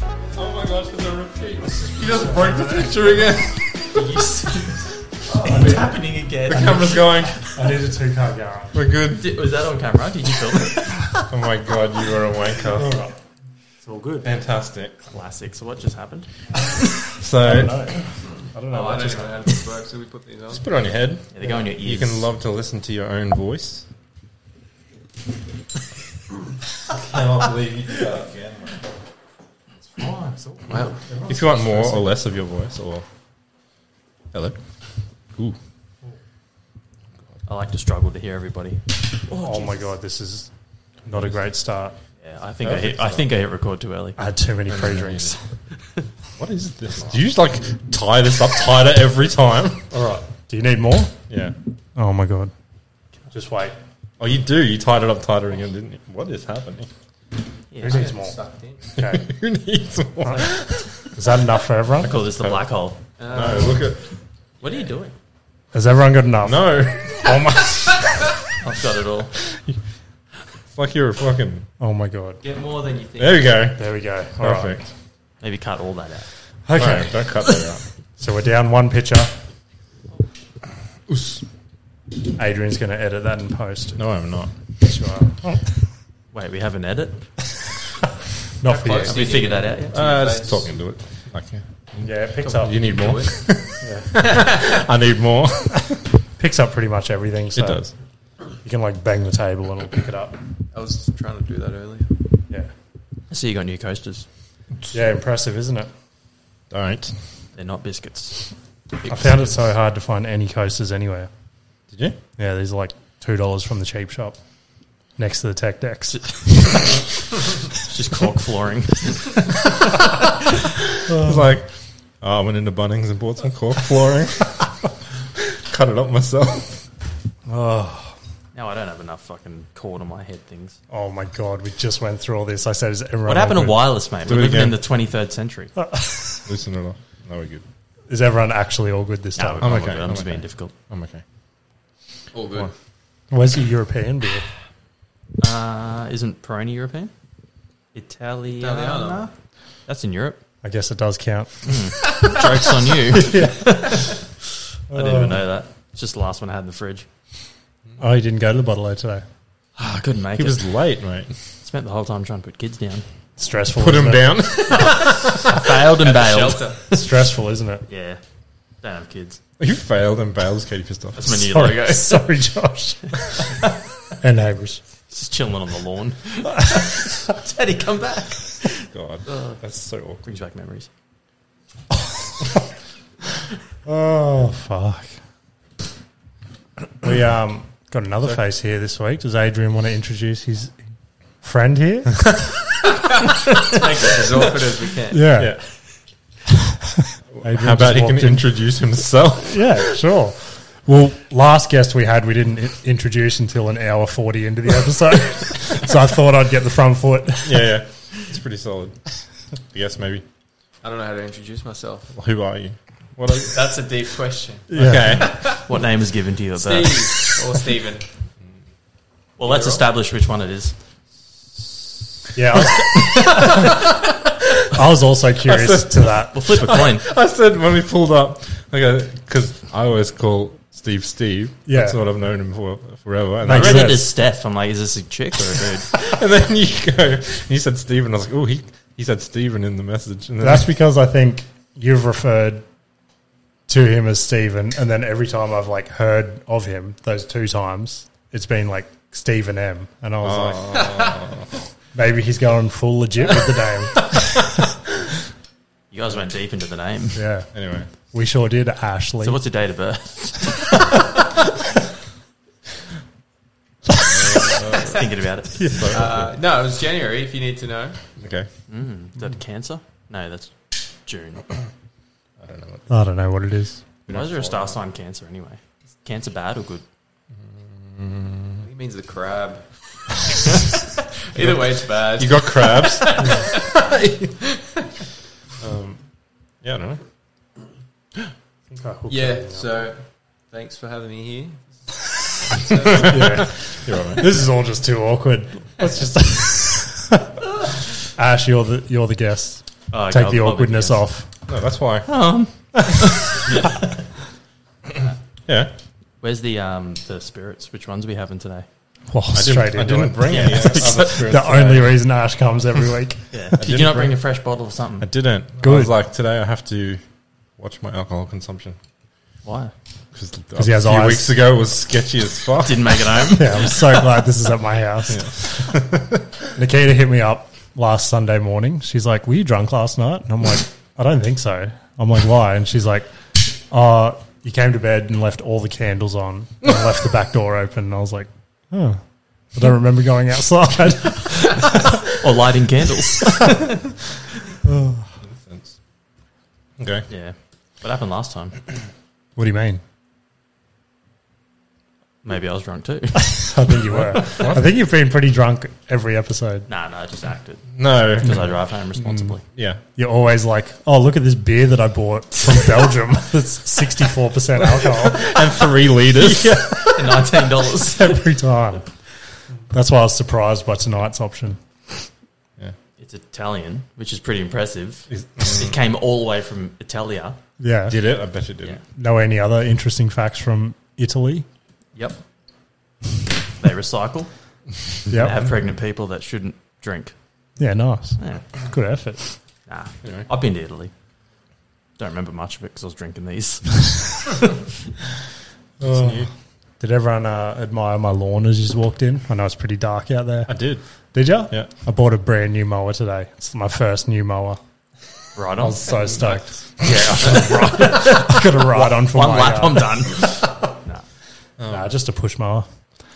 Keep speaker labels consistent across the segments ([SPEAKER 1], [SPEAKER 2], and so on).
[SPEAKER 1] my gosh, the ripcage. He just broke the picture again.
[SPEAKER 2] It's happening again.
[SPEAKER 1] the camera's going.
[SPEAKER 3] I need a two car garage.
[SPEAKER 1] We're good.
[SPEAKER 2] Did- was that on camera? Did you film it?
[SPEAKER 1] Oh my god, you are a wanker.
[SPEAKER 3] Alright. It's all good.
[SPEAKER 1] Fantastic.
[SPEAKER 2] Classic. So what just happened?
[SPEAKER 1] So,
[SPEAKER 3] I don't know.
[SPEAKER 4] Oh, I
[SPEAKER 3] what
[SPEAKER 4] don't
[SPEAKER 3] just
[SPEAKER 4] know how this works. So we put these on.
[SPEAKER 1] just put it on your head.
[SPEAKER 2] Yeah, they go in your ears.
[SPEAKER 1] You can love to listen to your own voice.
[SPEAKER 4] cannot believe you did that again.
[SPEAKER 3] Oh, it's all good.
[SPEAKER 1] Wow. If you want more or less of your voice, or hello, ooh,
[SPEAKER 2] I like to struggle to hear everybody.
[SPEAKER 3] Oh, my god, this is not a great start.
[SPEAKER 2] Yeah, I think I hit, I think I hit record too early.
[SPEAKER 3] I had too many pre drinks.
[SPEAKER 1] what is this? Do you just like tie this up tighter every time?
[SPEAKER 3] All right. Do you need more?
[SPEAKER 1] Yeah.
[SPEAKER 3] Oh my god. Just wait.
[SPEAKER 1] Oh, you do. You tied it up tighter again, didn't you? What is happening?
[SPEAKER 3] Who needs more?
[SPEAKER 4] Sucked in.
[SPEAKER 3] Okay.
[SPEAKER 1] Who needs one?
[SPEAKER 3] Is that enough for everyone?
[SPEAKER 2] Call this the black hole.
[SPEAKER 1] No, look at
[SPEAKER 2] What are you doing?
[SPEAKER 3] Has everyone got enough?
[SPEAKER 1] no. Oh my!
[SPEAKER 2] I've got it all.
[SPEAKER 1] It's like you're a fucking.
[SPEAKER 3] Oh my god.
[SPEAKER 4] Get more than you think.
[SPEAKER 1] There we go.
[SPEAKER 3] There we go. All right.
[SPEAKER 1] Perfect.
[SPEAKER 2] Maybe cut all that out.
[SPEAKER 3] Okay.
[SPEAKER 1] No, don't cut that out.
[SPEAKER 3] So we're down one picture. Adrian's going to edit that in post.
[SPEAKER 1] No, I'm not.
[SPEAKER 3] Yes, you are.
[SPEAKER 2] Wait, we have an edit.
[SPEAKER 3] Not for you.
[SPEAKER 2] Have we figured that out yet?
[SPEAKER 1] Uh,
[SPEAKER 4] your
[SPEAKER 1] just
[SPEAKER 4] face.
[SPEAKER 1] talking to it. Okay.
[SPEAKER 3] Yeah, it picks up.
[SPEAKER 1] Oh, You need more. I need more.
[SPEAKER 3] Picks up pretty much everything. So
[SPEAKER 1] It does.
[SPEAKER 3] You can like bang the table and it'll pick it up.
[SPEAKER 4] I was trying to do that earlier.
[SPEAKER 3] Yeah.
[SPEAKER 2] So you got new coasters.
[SPEAKER 3] Yeah, impressive, isn't it?
[SPEAKER 1] Don't.
[SPEAKER 2] They're not biscuits.
[SPEAKER 3] I found it so hard to find any coasters anywhere.
[SPEAKER 1] Did you?
[SPEAKER 3] Yeah, these are like two dollars from the cheap shop next to the tech decks.
[SPEAKER 2] It's just cork flooring.
[SPEAKER 1] I was like, oh, I went into Bunnings and bought some cork flooring. Cut it up myself.
[SPEAKER 2] now I don't have enough fucking cord on my head things.
[SPEAKER 3] Oh my god, we just went through all this. I said, "Is everyone
[SPEAKER 2] What happened
[SPEAKER 3] all
[SPEAKER 2] to
[SPEAKER 3] good?
[SPEAKER 2] wireless, mate?
[SPEAKER 1] Do
[SPEAKER 2] We're
[SPEAKER 1] it
[SPEAKER 2] living in
[SPEAKER 1] again.
[SPEAKER 2] the 23rd century.
[SPEAKER 1] Loosen it up. No, we're good.
[SPEAKER 3] Is everyone actually all good this time?
[SPEAKER 2] No,
[SPEAKER 1] okay,
[SPEAKER 2] I'm,
[SPEAKER 1] I'm
[SPEAKER 2] just being
[SPEAKER 1] okay.
[SPEAKER 2] difficult.
[SPEAKER 1] I'm okay.
[SPEAKER 4] All good.
[SPEAKER 3] Where's your European beer?
[SPEAKER 2] Uh, isn't Peroni European? Italiana?
[SPEAKER 4] Italiano.
[SPEAKER 2] That's in Europe.
[SPEAKER 3] I guess it does count.
[SPEAKER 2] Joke's on you. I didn't even know that. It's just the last one I had in the fridge.
[SPEAKER 3] Oh, you didn't go to the bottle today.
[SPEAKER 2] Ah, I couldn't make
[SPEAKER 1] He
[SPEAKER 2] it.
[SPEAKER 1] was late, mate.
[SPEAKER 2] Spent the whole time trying to put kids down.
[SPEAKER 3] Stressful.
[SPEAKER 1] Put him
[SPEAKER 3] isn't it?
[SPEAKER 1] down.
[SPEAKER 2] Failed and bailed.
[SPEAKER 4] Shelter.
[SPEAKER 3] Stressful, isn't it?
[SPEAKER 2] Yeah. Don't have kids.
[SPEAKER 1] you failed and Bale's Katie pissed off.
[SPEAKER 2] That's my new
[SPEAKER 3] Sorry,
[SPEAKER 2] logo.
[SPEAKER 3] sorry, Josh. and neighbours.
[SPEAKER 2] Just chilling on the lawn. Daddy, come back.
[SPEAKER 1] God, that's so awkward.
[SPEAKER 2] Brings back memories.
[SPEAKER 3] Oh fuck. We um got another face here this week. Does Adrian want to introduce his friend here?
[SPEAKER 4] Make it as awkward as we can.
[SPEAKER 3] Yeah. Adrian
[SPEAKER 1] How about
[SPEAKER 3] just
[SPEAKER 1] he can
[SPEAKER 3] walked in.
[SPEAKER 1] introduce himself?
[SPEAKER 3] Yeah, sure. Well, last guest we had, we didn't i- introduce until an hour 40 into the episode. so I thought I'd get the front foot.
[SPEAKER 1] yeah, yeah. It's pretty solid. I guess maybe.
[SPEAKER 4] I don't know how to introduce myself.
[SPEAKER 1] Who are you? What are you?
[SPEAKER 4] That's a deep question.
[SPEAKER 1] Okay.
[SPEAKER 2] What name was given to you at
[SPEAKER 4] Steve
[SPEAKER 2] birth?
[SPEAKER 4] or Stephen.
[SPEAKER 2] Well, let's establish which one it is.
[SPEAKER 3] Yeah. I was, I was also curious to that.
[SPEAKER 2] We'll flip a coin.
[SPEAKER 1] I said when we pulled up, okay, because I always call Steve Steve.
[SPEAKER 3] Yeah.
[SPEAKER 1] That's what I've known him for forever. And
[SPEAKER 2] I
[SPEAKER 1] I
[SPEAKER 3] Makes
[SPEAKER 2] read it
[SPEAKER 3] sense.
[SPEAKER 2] as Steph. I'm like, is this a chick or a dude?
[SPEAKER 1] And then you go, and you said Stephen. I was like, oh, he, he said Stephen in the message. And then
[SPEAKER 3] That's because I think you've referred to him as Stephen. And then every time I've like heard of him, those two times, it's been like Stephen M. And I was like,
[SPEAKER 1] Oh.
[SPEAKER 3] maybe he's going full legit with the name.
[SPEAKER 2] You guys went deep into the name.
[SPEAKER 3] Yeah.
[SPEAKER 1] anyway,
[SPEAKER 3] We sure did, Ashley.
[SPEAKER 2] So, what's your date of birth? Just thinking about it. Is
[SPEAKER 1] so,
[SPEAKER 4] Uh, no, it was January, if you need to know.
[SPEAKER 1] okay.
[SPEAKER 2] that cancer? No, that's June.
[SPEAKER 1] I don't know. What,
[SPEAKER 3] I don't know what it is.
[SPEAKER 2] Why is there a star sign cancer anyway? Is cancer bad or good?
[SPEAKER 4] I think it means the crab. Either way, it's bad.
[SPEAKER 1] you got crabs. um, yeah, I don't know.
[SPEAKER 4] yeah, so thanks for having me here.
[SPEAKER 1] You're all right.
[SPEAKER 3] This is all just too awkward. Let's just Ash, you're the you're the guest.
[SPEAKER 2] Oh, okay,
[SPEAKER 3] Take
[SPEAKER 2] I'll probably
[SPEAKER 3] the awkwardness
[SPEAKER 2] guess.
[SPEAKER 3] off.
[SPEAKER 1] No, that's why.
[SPEAKER 2] Um,
[SPEAKER 1] Yeah.
[SPEAKER 2] where's the um the spirits? Which ones are we having today?
[SPEAKER 3] Well,
[SPEAKER 1] I didn't,
[SPEAKER 3] straight
[SPEAKER 1] I
[SPEAKER 3] into
[SPEAKER 1] didn't
[SPEAKER 3] it.
[SPEAKER 1] bring any other spirits.
[SPEAKER 3] the only reason Ash comes every week.
[SPEAKER 2] Yeah, did you
[SPEAKER 1] didn't
[SPEAKER 2] not bring
[SPEAKER 1] bring-
[SPEAKER 2] a fresh bottle of
[SPEAKER 1] I
[SPEAKER 2] something?
[SPEAKER 1] didn't. I
[SPEAKER 3] Good.
[SPEAKER 1] was like, today I have to watch my alcohol consumption.
[SPEAKER 2] Why?
[SPEAKER 1] Because
[SPEAKER 3] he
[SPEAKER 1] a
[SPEAKER 3] has
[SPEAKER 1] few
[SPEAKER 3] eyes.
[SPEAKER 1] weeks ago was sketchy as fuck.
[SPEAKER 2] Didn't make it home.
[SPEAKER 3] Yeah, I'm so glad this is at my house. Nikita hit me up last Sunday morning. She's like, "Were you drunk last night?" And I'm like, "I don't think so." I'm like, "Why?" And she's like, "Uh, you came to bed and left all the candles on and left the back door open." And I was like, "Huh." I don't remember going outside.
[SPEAKER 2] or lighting candles.
[SPEAKER 1] Okay.
[SPEAKER 2] yeah. What happened last time?
[SPEAKER 3] what do you mean?
[SPEAKER 2] Maybe I was drunk too.
[SPEAKER 3] I think you were. I think you've been pretty drunk every episode.
[SPEAKER 2] nah, no, I just acted
[SPEAKER 1] No.
[SPEAKER 2] because I drive home responsibly.
[SPEAKER 1] Yeah.
[SPEAKER 3] You're always like, "Oh, look at this beer that I bought from Belgium. That's sixty-four percent alcohol."
[SPEAKER 1] And three
[SPEAKER 3] Mm.
[SPEAKER 1] liters.
[SPEAKER 2] Nineteen dollars.
[SPEAKER 3] every time. That's why I was surprised by tonight's option.
[SPEAKER 2] It's Italian, which is pretty impressive.
[SPEAKER 1] Is-
[SPEAKER 2] It came all the way from Italia.
[SPEAKER 3] Yeah.
[SPEAKER 1] Did it? I bet you did.
[SPEAKER 2] Yeah.
[SPEAKER 1] not
[SPEAKER 3] Know any other interesting facts from Italy?
[SPEAKER 2] Yep. They recycle. They
[SPEAKER 3] Yeah.
[SPEAKER 2] have pregnant people that shouldn't drink.
[SPEAKER 3] Yeah, nice.
[SPEAKER 2] Yeah.
[SPEAKER 3] Good effort.
[SPEAKER 2] Nah.
[SPEAKER 1] Anyway.
[SPEAKER 2] I've been to Italy. Don't remember much of it because I was drinking these.
[SPEAKER 1] new.
[SPEAKER 3] Did everyone uh, admire my lawn as you just walked in? I know it's pretty dark out there.
[SPEAKER 1] I did.
[SPEAKER 3] Did you?
[SPEAKER 1] Yeah.
[SPEAKER 3] I bought a brand new mower today. It's my first new mower.
[SPEAKER 2] Right
[SPEAKER 3] I
[SPEAKER 1] Oh,
[SPEAKER 2] on.
[SPEAKER 3] was so stoked.
[SPEAKER 2] Yeah.
[SPEAKER 3] I got a ride on for
[SPEAKER 1] oh
[SPEAKER 2] One
[SPEAKER 3] my
[SPEAKER 2] lap,
[SPEAKER 3] uh,
[SPEAKER 2] I'm done.
[SPEAKER 3] nah, just a push mower.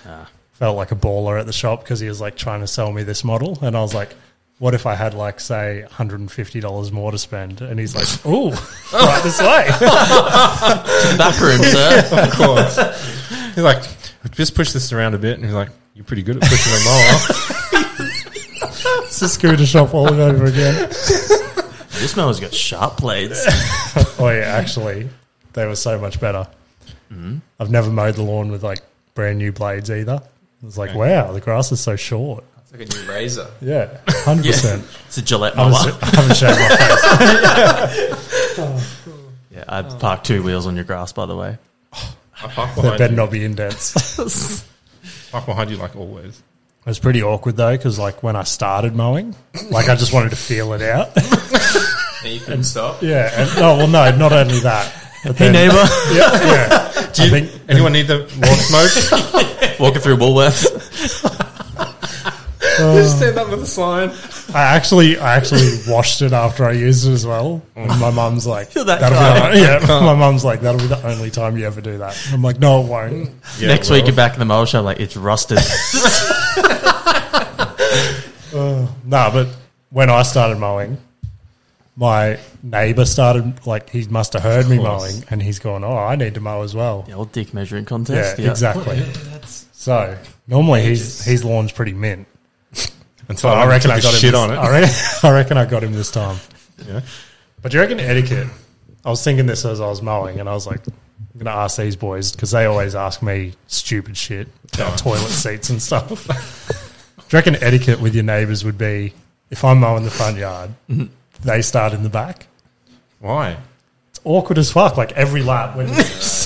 [SPEAKER 2] Nah.
[SPEAKER 3] felt like a baller at the shop because he was like trying to sell me this model, and I was like, "What if I had like say one hundred and fifty dollars more to spend?" And he's like, "Ooh, right this way."
[SPEAKER 2] Back room, sir.
[SPEAKER 1] Of course. he's like, just push this around a bit. And he's like, you're pretty good at pushing a mower.
[SPEAKER 3] it's a scooter shop all over again.
[SPEAKER 2] This mower's got sharp blades.
[SPEAKER 3] Oh yeah, actually, they were so much better. I've never mowed the lawn with like brand new blades either. It was like, wow, the grass is so short.
[SPEAKER 4] It's like a new razor.
[SPEAKER 3] Yeah, hundred
[SPEAKER 2] Yeah.
[SPEAKER 3] percent.
[SPEAKER 2] It's a Gillette
[SPEAKER 3] I
[SPEAKER 1] Oh,
[SPEAKER 2] mower.
[SPEAKER 3] was- I haven't shaved my face.
[SPEAKER 2] yeah, I parked two wheels on your grass, by the way.
[SPEAKER 1] I park
[SPEAKER 3] There
[SPEAKER 1] behind,
[SPEAKER 3] better
[SPEAKER 1] you.
[SPEAKER 3] not be indents.
[SPEAKER 1] park behind you like always.
[SPEAKER 3] It was pretty awkward though, because like when I started mowing, like I just wanted to feel it out.
[SPEAKER 4] And you couldn't stop.
[SPEAKER 3] Yeah. And, oh well, no, not only that. But
[SPEAKER 2] Hey,
[SPEAKER 3] then-
[SPEAKER 2] neighbour.
[SPEAKER 3] Yeah, yeah.
[SPEAKER 1] Do you,
[SPEAKER 3] I think-
[SPEAKER 1] anyone need the lawn smoke?
[SPEAKER 2] Walking through Woolworths.
[SPEAKER 4] Just stand up with a sign.
[SPEAKER 3] I actually, I actually washed it after I used it as well. And my mum's like,
[SPEAKER 2] You're that
[SPEAKER 3] that'll
[SPEAKER 2] guy."
[SPEAKER 3] be the, yeah. My mum's like, that'll be the only time you ever do that. And I'm like, no, it won't.
[SPEAKER 1] Yeah,
[SPEAKER 2] Next
[SPEAKER 1] well,
[SPEAKER 2] week, you're back in the mower show, like, it's rusted.
[SPEAKER 3] Nah, but when I started mowing, my neighbour started like he must have heard me
[SPEAKER 1] course.
[SPEAKER 3] mowing, and he's gone, oh, I need to mow as well.
[SPEAKER 2] the old dick measuring
[SPEAKER 3] Yeah,
[SPEAKER 2] contest.
[SPEAKER 3] exactly. So normally his his lawn's pretty mint.
[SPEAKER 1] Until
[SPEAKER 3] I reckon I
[SPEAKER 1] took
[SPEAKER 3] got
[SPEAKER 1] a
[SPEAKER 3] him
[SPEAKER 1] shit
[SPEAKER 3] this-
[SPEAKER 1] on it.
[SPEAKER 3] I reckon, I reckon I got him this time.
[SPEAKER 1] Yeah.
[SPEAKER 3] But do you reckon etiquette? I was thinking this as I was mowing, and I was like, I'm going to ask these boys because they always ask me stupid shit
[SPEAKER 1] Oh.
[SPEAKER 3] about toilet seats and stuff. do you reckon etiquette with your neighbours would be if I'm mowing the front yard,
[SPEAKER 1] Mm-hmm.
[SPEAKER 3] they start in the back?
[SPEAKER 1] Why?
[SPEAKER 3] It's awkward as fuck. Like every lap when we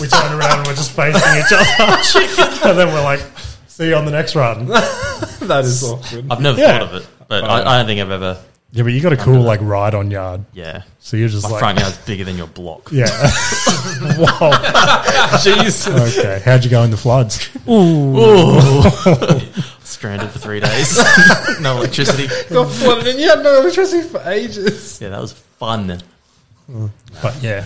[SPEAKER 3] turn around and we're just facing each other, and then we're like, see you on the next run.
[SPEAKER 1] That is awkward.
[SPEAKER 2] I've never
[SPEAKER 3] Yeah.
[SPEAKER 2] thought of it, but I, I don't think I've ever.
[SPEAKER 3] Yeah, but you got a cool like ride on yard.
[SPEAKER 2] Yeah.
[SPEAKER 3] So you're just
[SPEAKER 2] My
[SPEAKER 3] like,
[SPEAKER 2] front yard's bigger than your block.
[SPEAKER 3] yeah. Whoa.
[SPEAKER 1] Jesus.
[SPEAKER 3] Okay. How'd you go in the floods?
[SPEAKER 2] Stranded for three days. no electricity.
[SPEAKER 1] got flooded and you had no electricity for ages.
[SPEAKER 2] Yeah, that was fun.
[SPEAKER 3] But yeah,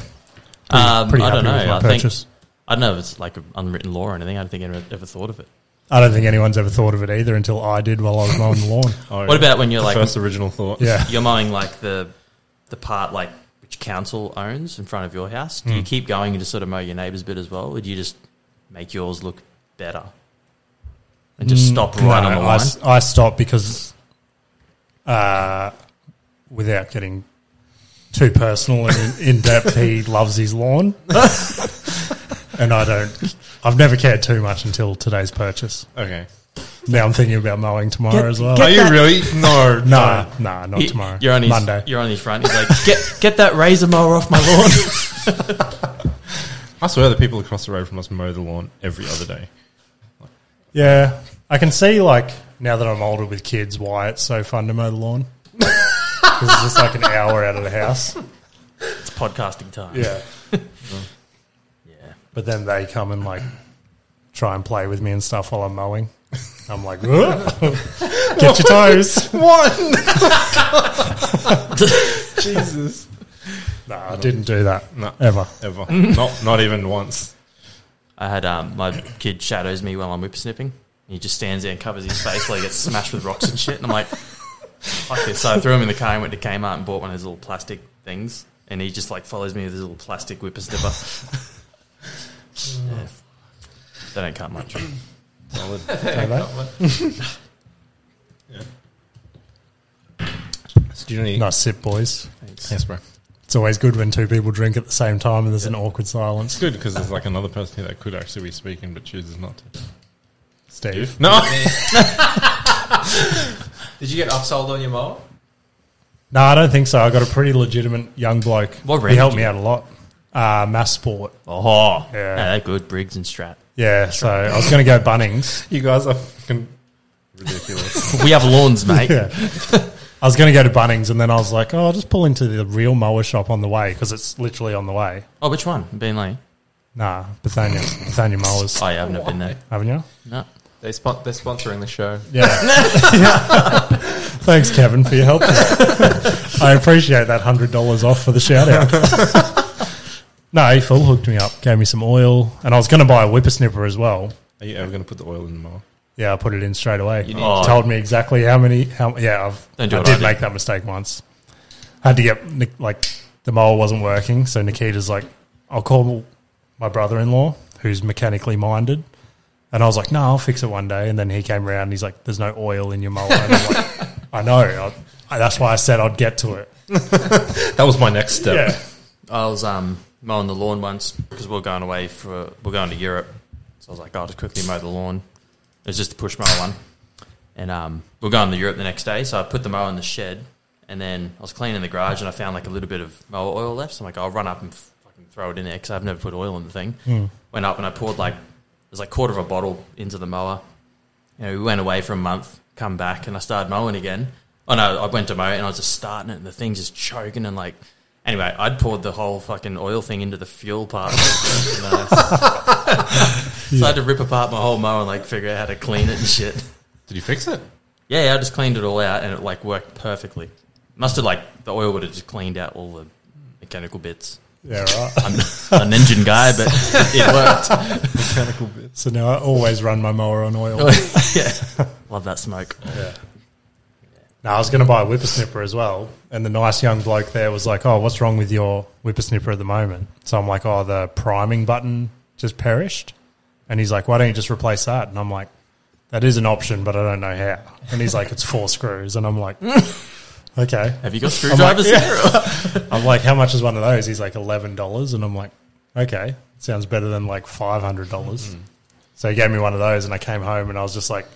[SPEAKER 2] Um,
[SPEAKER 3] pretty
[SPEAKER 2] I
[SPEAKER 3] happy
[SPEAKER 2] don't know.
[SPEAKER 3] with my
[SPEAKER 2] I think
[SPEAKER 3] purchase.
[SPEAKER 2] I don't know if it's like an unwritten law or anything. I don't think anyone ever thought of it.
[SPEAKER 3] I don't think anyone's ever thought of it either until I did while I was mowing the lawn.
[SPEAKER 2] What about when you're like
[SPEAKER 1] first original thought?
[SPEAKER 3] Yeah.
[SPEAKER 2] you're mowing like the the part like which council owns in front of your house?
[SPEAKER 3] Hmm.
[SPEAKER 2] Do you keep going and just sort of mow your neighbour's bit as well, or do you just make yours look better and just stop right
[SPEAKER 3] No,
[SPEAKER 2] on the
[SPEAKER 3] no, Mm, I,
[SPEAKER 2] line?
[SPEAKER 3] s- I stopped because, uh, without getting too personal and in, in depth, he loves his lawn, and I don't. I've never cared too much until today's purchase.
[SPEAKER 1] Okay.
[SPEAKER 3] Now I'm thinking about mowing tomorrow as well.
[SPEAKER 1] Are you really? No,
[SPEAKER 3] no, no, not
[SPEAKER 2] He-
[SPEAKER 3] tomorrow.
[SPEAKER 2] You're on his,
[SPEAKER 3] Monday.
[SPEAKER 2] You're on his front. He's like, get get that razor mower off my lawn.
[SPEAKER 1] I swear the people across the road from us mow the lawn every other day.
[SPEAKER 3] Yeah, I can see like now that I'm older with kids why it's so fun to mow the lawn. 'Cause it's just like an hour out of the house.
[SPEAKER 2] it's podcasting time.
[SPEAKER 3] Yeah,
[SPEAKER 2] Yeah.
[SPEAKER 3] but then they come and like try and play with me and stuff while I'm mowing. I'm like, "Ugh." get your toes.
[SPEAKER 1] One. Jesus.
[SPEAKER 3] No, I didn't do that
[SPEAKER 1] No.
[SPEAKER 3] ever.
[SPEAKER 1] Ever. not not even once.
[SPEAKER 2] I had um, my kid shadows me while I'm whippersnipping. He just stands there and covers his face like he gets smashed with rocks and shit. And I'm like, fuck this. So I threw him in the car and went to Kmart and bought one of his little plastic things. And he just like follows me with his little plastic whippersnipper. yeah. They don't cut much.
[SPEAKER 1] Solid.
[SPEAKER 3] Don't they?
[SPEAKER 1] So do you need?
[SPEAKER 3] Nice sip, boys.
[SPEAKER 1] Yes, bro.
[SPEAKER 3] It's always good when two people drink at the same time and there's an awkward
[SPEAKER 1] It's
[SPEAKER 3] silence.
[SPEAKER 1] good because there's like another person here that could actually be speaking but chooses not to.
[SPEAKER 3] Steve,
[SPEAKER 1] No.
[SPEAKER 4] Did you get upsold on your mower?
[SPEAKER 3] no, I don't think so. I got a pretty legitimate young bloke.
[SPEAKER 2] What
[SPEAKER 3] he
[SPEAKER 2] brand
[SPEAKER 3] helped
[SPEAKER 2] did
[SPEAKER 3] me
[SPEAKER 2] you-
[SPEAKER 3] out a lot. Uh, mass sport.
[SPEAKER 2] Oh,
[SPEAKER 3] Yeah.
[SPEAKER 2] yeah. They're good. Briggs and Strat.
[SPEAKER 3] Yeah, so I was going to go Bunnings.
[SPEAKER 1] You guys are fucking ridiculous.
[SPEAKER 2] We have lawns, mate.
[SPEAKER 3] Yeah. I was going to go to Bunnings and then I was like, oh, I'll just pull into the real mower shop on the way because it's literally on the way.
[SPEAKER 2] Oh, which one? Bean Lane.
[SPEAKER 3] Nah, Bethania. Bethania Mowers.
[SPEAKER 2] Oh, yeah, I've never been there.
[SPEAKER 3] Haven't you?
[SPEAKER 2] No.
[SPEAKER 4] They spon- they're sponsoring the show.
[SPEAKER 3] Yeah. Thanks, Kevin, for your help. I appreciate that $100 off for the shout out. no, Phil hooked me up, gave me some oil, and I was going to buy a whippersnipper as well.
[SPEAKER 1] Are you ever going to put the oil in the mower?
[SPEAKER 3] Yeah, I put it in straight away.
[SPEAKER 4] You need
[SPEAKER 2] Oh. to-
[SPEAKER 3] Told me exactly how many. How yeah, I've,
[SPEAKER 2] Don't do
[SPEAKER 3] I
[SPEAKER 2] what
[SPEAKER 3] did
[SPEAKER 2] I did.
[SPEAKER 3] make that mistake once. I had to get Nik- like the mower wasn't working, so Nikita's like, "I'll call my brother-in-law, who's mechanically minded," and I was like, "No, I'll fix it one day." And then he came around, and he's like, "There's no oil in your mower." And I'm like, "I know. I, that's why I said I'd get to it."
[SPEAKER 1] That was my next step.
[SPEAKER 3] Yeah,
[SPEAKER 2] I was um, mowing the lawn once because we we're going away for we're going to Europe, so I was like, "Oh, I'll just quickly mow the lawn. It was just the push mower one, and um, we we're going to Europe the next day, so I put the mower in the shed, and then I was cleaning the garage and I found like a little bit of mower oil left, so I'm like, I'll run up and fucking throw it in there because I've never put oil in the thing. Went up and I poured like it was like quarter of a bottle into the mower. You know, we went away for a month, come back, and I started mowing again. Oh no, I went to mow and I was just starting it, and the thing's just choking and like. Anyway, I'd poured the whole fucking oil thing into the fuel part. Of it. So I had to rip apart my whole mower and like figure out how to clean it and shit.
[SPEAKER 1] Did you fix it?
[SPEAKER 2] Yeah, yeah, I just cleaned it all out and it like worked perfectly. Must have like the oil would have just cleaned out all the mechanical bits.
[SPEAKER 3] yeah, right.
[SPEAKER 2] I'm not an engine guy, but it worked.
[SPEAKER 1] Mechanical bits.
[SPEAKER 3] So now I always run my mower on oil.
[SPEAKER 2] yeah, love that smoke.
[SPEAKER 3] No, I was going to buy a whippersnipper as well. And the nice young bloke there was like, Oh, what's wrong with your whippersnipper at the moment? So I'm like, Oh, the priming button just perished. And he's like, Why don't you just replace that? And I'm like, That is an option, but I don't know how. And he's like, It's four screws. And I'm like, Okay.
[SPEAKER 2] Have you got screwdrivers
[SPEAKER 3] yeah.
[SPEAKER 2] here?
[SPEAKER 3] I'm like, How much is one of those? He's like, $11. And I'm like, Okay. Sounds better than like $500. dollars So he gave me one of those. And I came home and I was just like,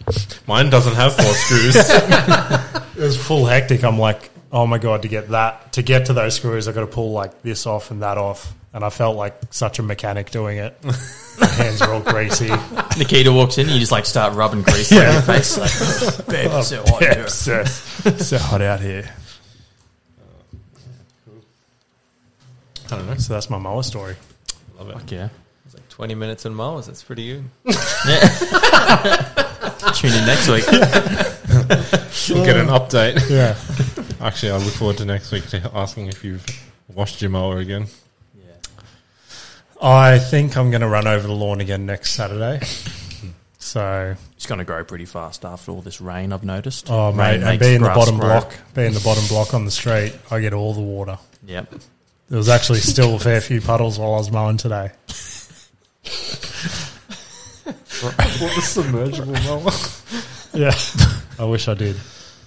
[SPEAKER 1] Mine doesn't have four screws.
[SPEAKER 3] it was full hectic. I'm like, oh my god, to get that, to get to those screws, I got to pull like this off and that off, and I felt like such a mechanic doing it. My hands are all greasy.
[SPEAKER 2] Nikita walks in, and you just like start rubbing grease on your face, like, "Oh, babe,
[SPEAKER 3] Oh,
[SPEAKER 2] it's so hot
[SPEAKER 3] Yeah,
[SPEAKER 2] here."
[SPEAKER 3] it's so, so hot out here.
[SPEAKER 1] I don't know.
[SPEAKER 3] So that's my mower story.
[SPEAKER 1] Love it.
[SPEAKER 2] Fuck yeah.
[SPEAKER 4] It's like 20 minutes in mowers. That's pretty good.
[SPEAKER 2] Yeah. Tune in next week.
[SPEAKER 1] You'll get an update.
[SPEAKER 3] Yeah,
[SPEAKER 1] Actually, I look forward to next week to asking if you've washed your mower again.
[SPEAKER 3] I think I'm going to run over the lawn again next Saturday. So,
[SPEAKER 2] It's going to grow pretty fast after all this rain, I've noticed.
[SPEAKER 3] oh mate,
[SPEAKER 2] Rain
[SPEAKER 3] and
[SPEAKER 2] makes
[SPEAKER 3] be in the
[SPEAKER 2] grass
[SPEAKER 3] bottom
[SPEAKER 2] grow.
[SPEAKER 3] block, be in the bottom block on the street. I get all the water.
[SPEAKER 2] Yep.
[SPEAKER 3] There was actually still a fair few puddles while I was mowing today.
[SPEAKER 1] What a submergible mower.
[SPEAKER 3] Yeah. I wish I did.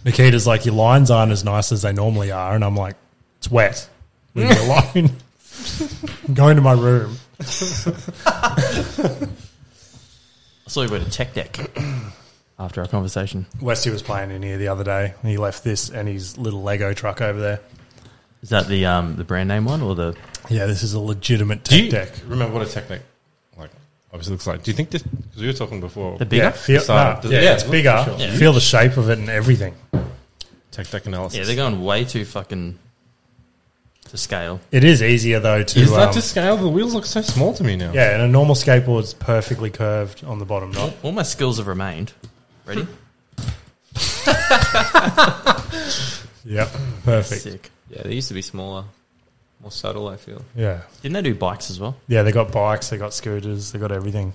[SPEAKER 3] Nikita's like, your lines aren't as nice as they normally are. And I'm like, it's wet. Leave me alone. I'm going to my room.
[SPEAKER 2] I saw you went to Tech Deck. after our conversation.
[SPEAKER 3] Westy was playing in here the other day. and He left this and his little Lego truck over there.
[SPEAKER 2] Is that the um, the brand name one or the?
[SPEAKER 3] Yeah, this is a legitimate
[SPEAKER 1] Do
[SPEAKER 3] tech
[SPEAKER 1] you
[SPEAKER 3] deck.
[SPEAKER 1] remember what a tech deck like obviously looks like? Do you think this? Because we were talking before.
[SPEAKER 2] The bigger?
[SPEAKER 3] Yeah, feel,
[SPEAKER 1] Side.
[SPEAKER 3] nah,
[SPEAKER 1] Yeah,
[SPEAKER 3] yeah, it's
[SPEAKER 1] for
[SPEAKER 3] bigger.
[SPEAKER 1] sure.
[SPEAKER 2] Yeah.
[SPEAKER 3] Feel the shape of it and everything.
[SPEAKER 1] tech deck analysis.
[SPEAKER 2] Yeah, they're going way too fucking to scale.
[SPEAKER 3] It is easier though to.
[SPEAKER 1] Is that
[SPEAKER 3] um,
[SPEAKER 1] to scale? The wheels look so small to me now.
[SPEAKER 3] yeah, and a normal skateboard's perfectly curved on the bottom, not
[SPEAKER 2] All my skills have remained. Ready?
[SPEAKER 3] Yep, perfect.
[SPEAKER 2] Sick.
[SPEAKER 4] Yeah, they used to be smaller, more subtle. I feel.
[SPEAKER 3] Yeah,
[SPEAKER 2] Didn't they do bikes as well?
[SPEAKER 3] yeah. They got bikes, they got scooters, they got everything.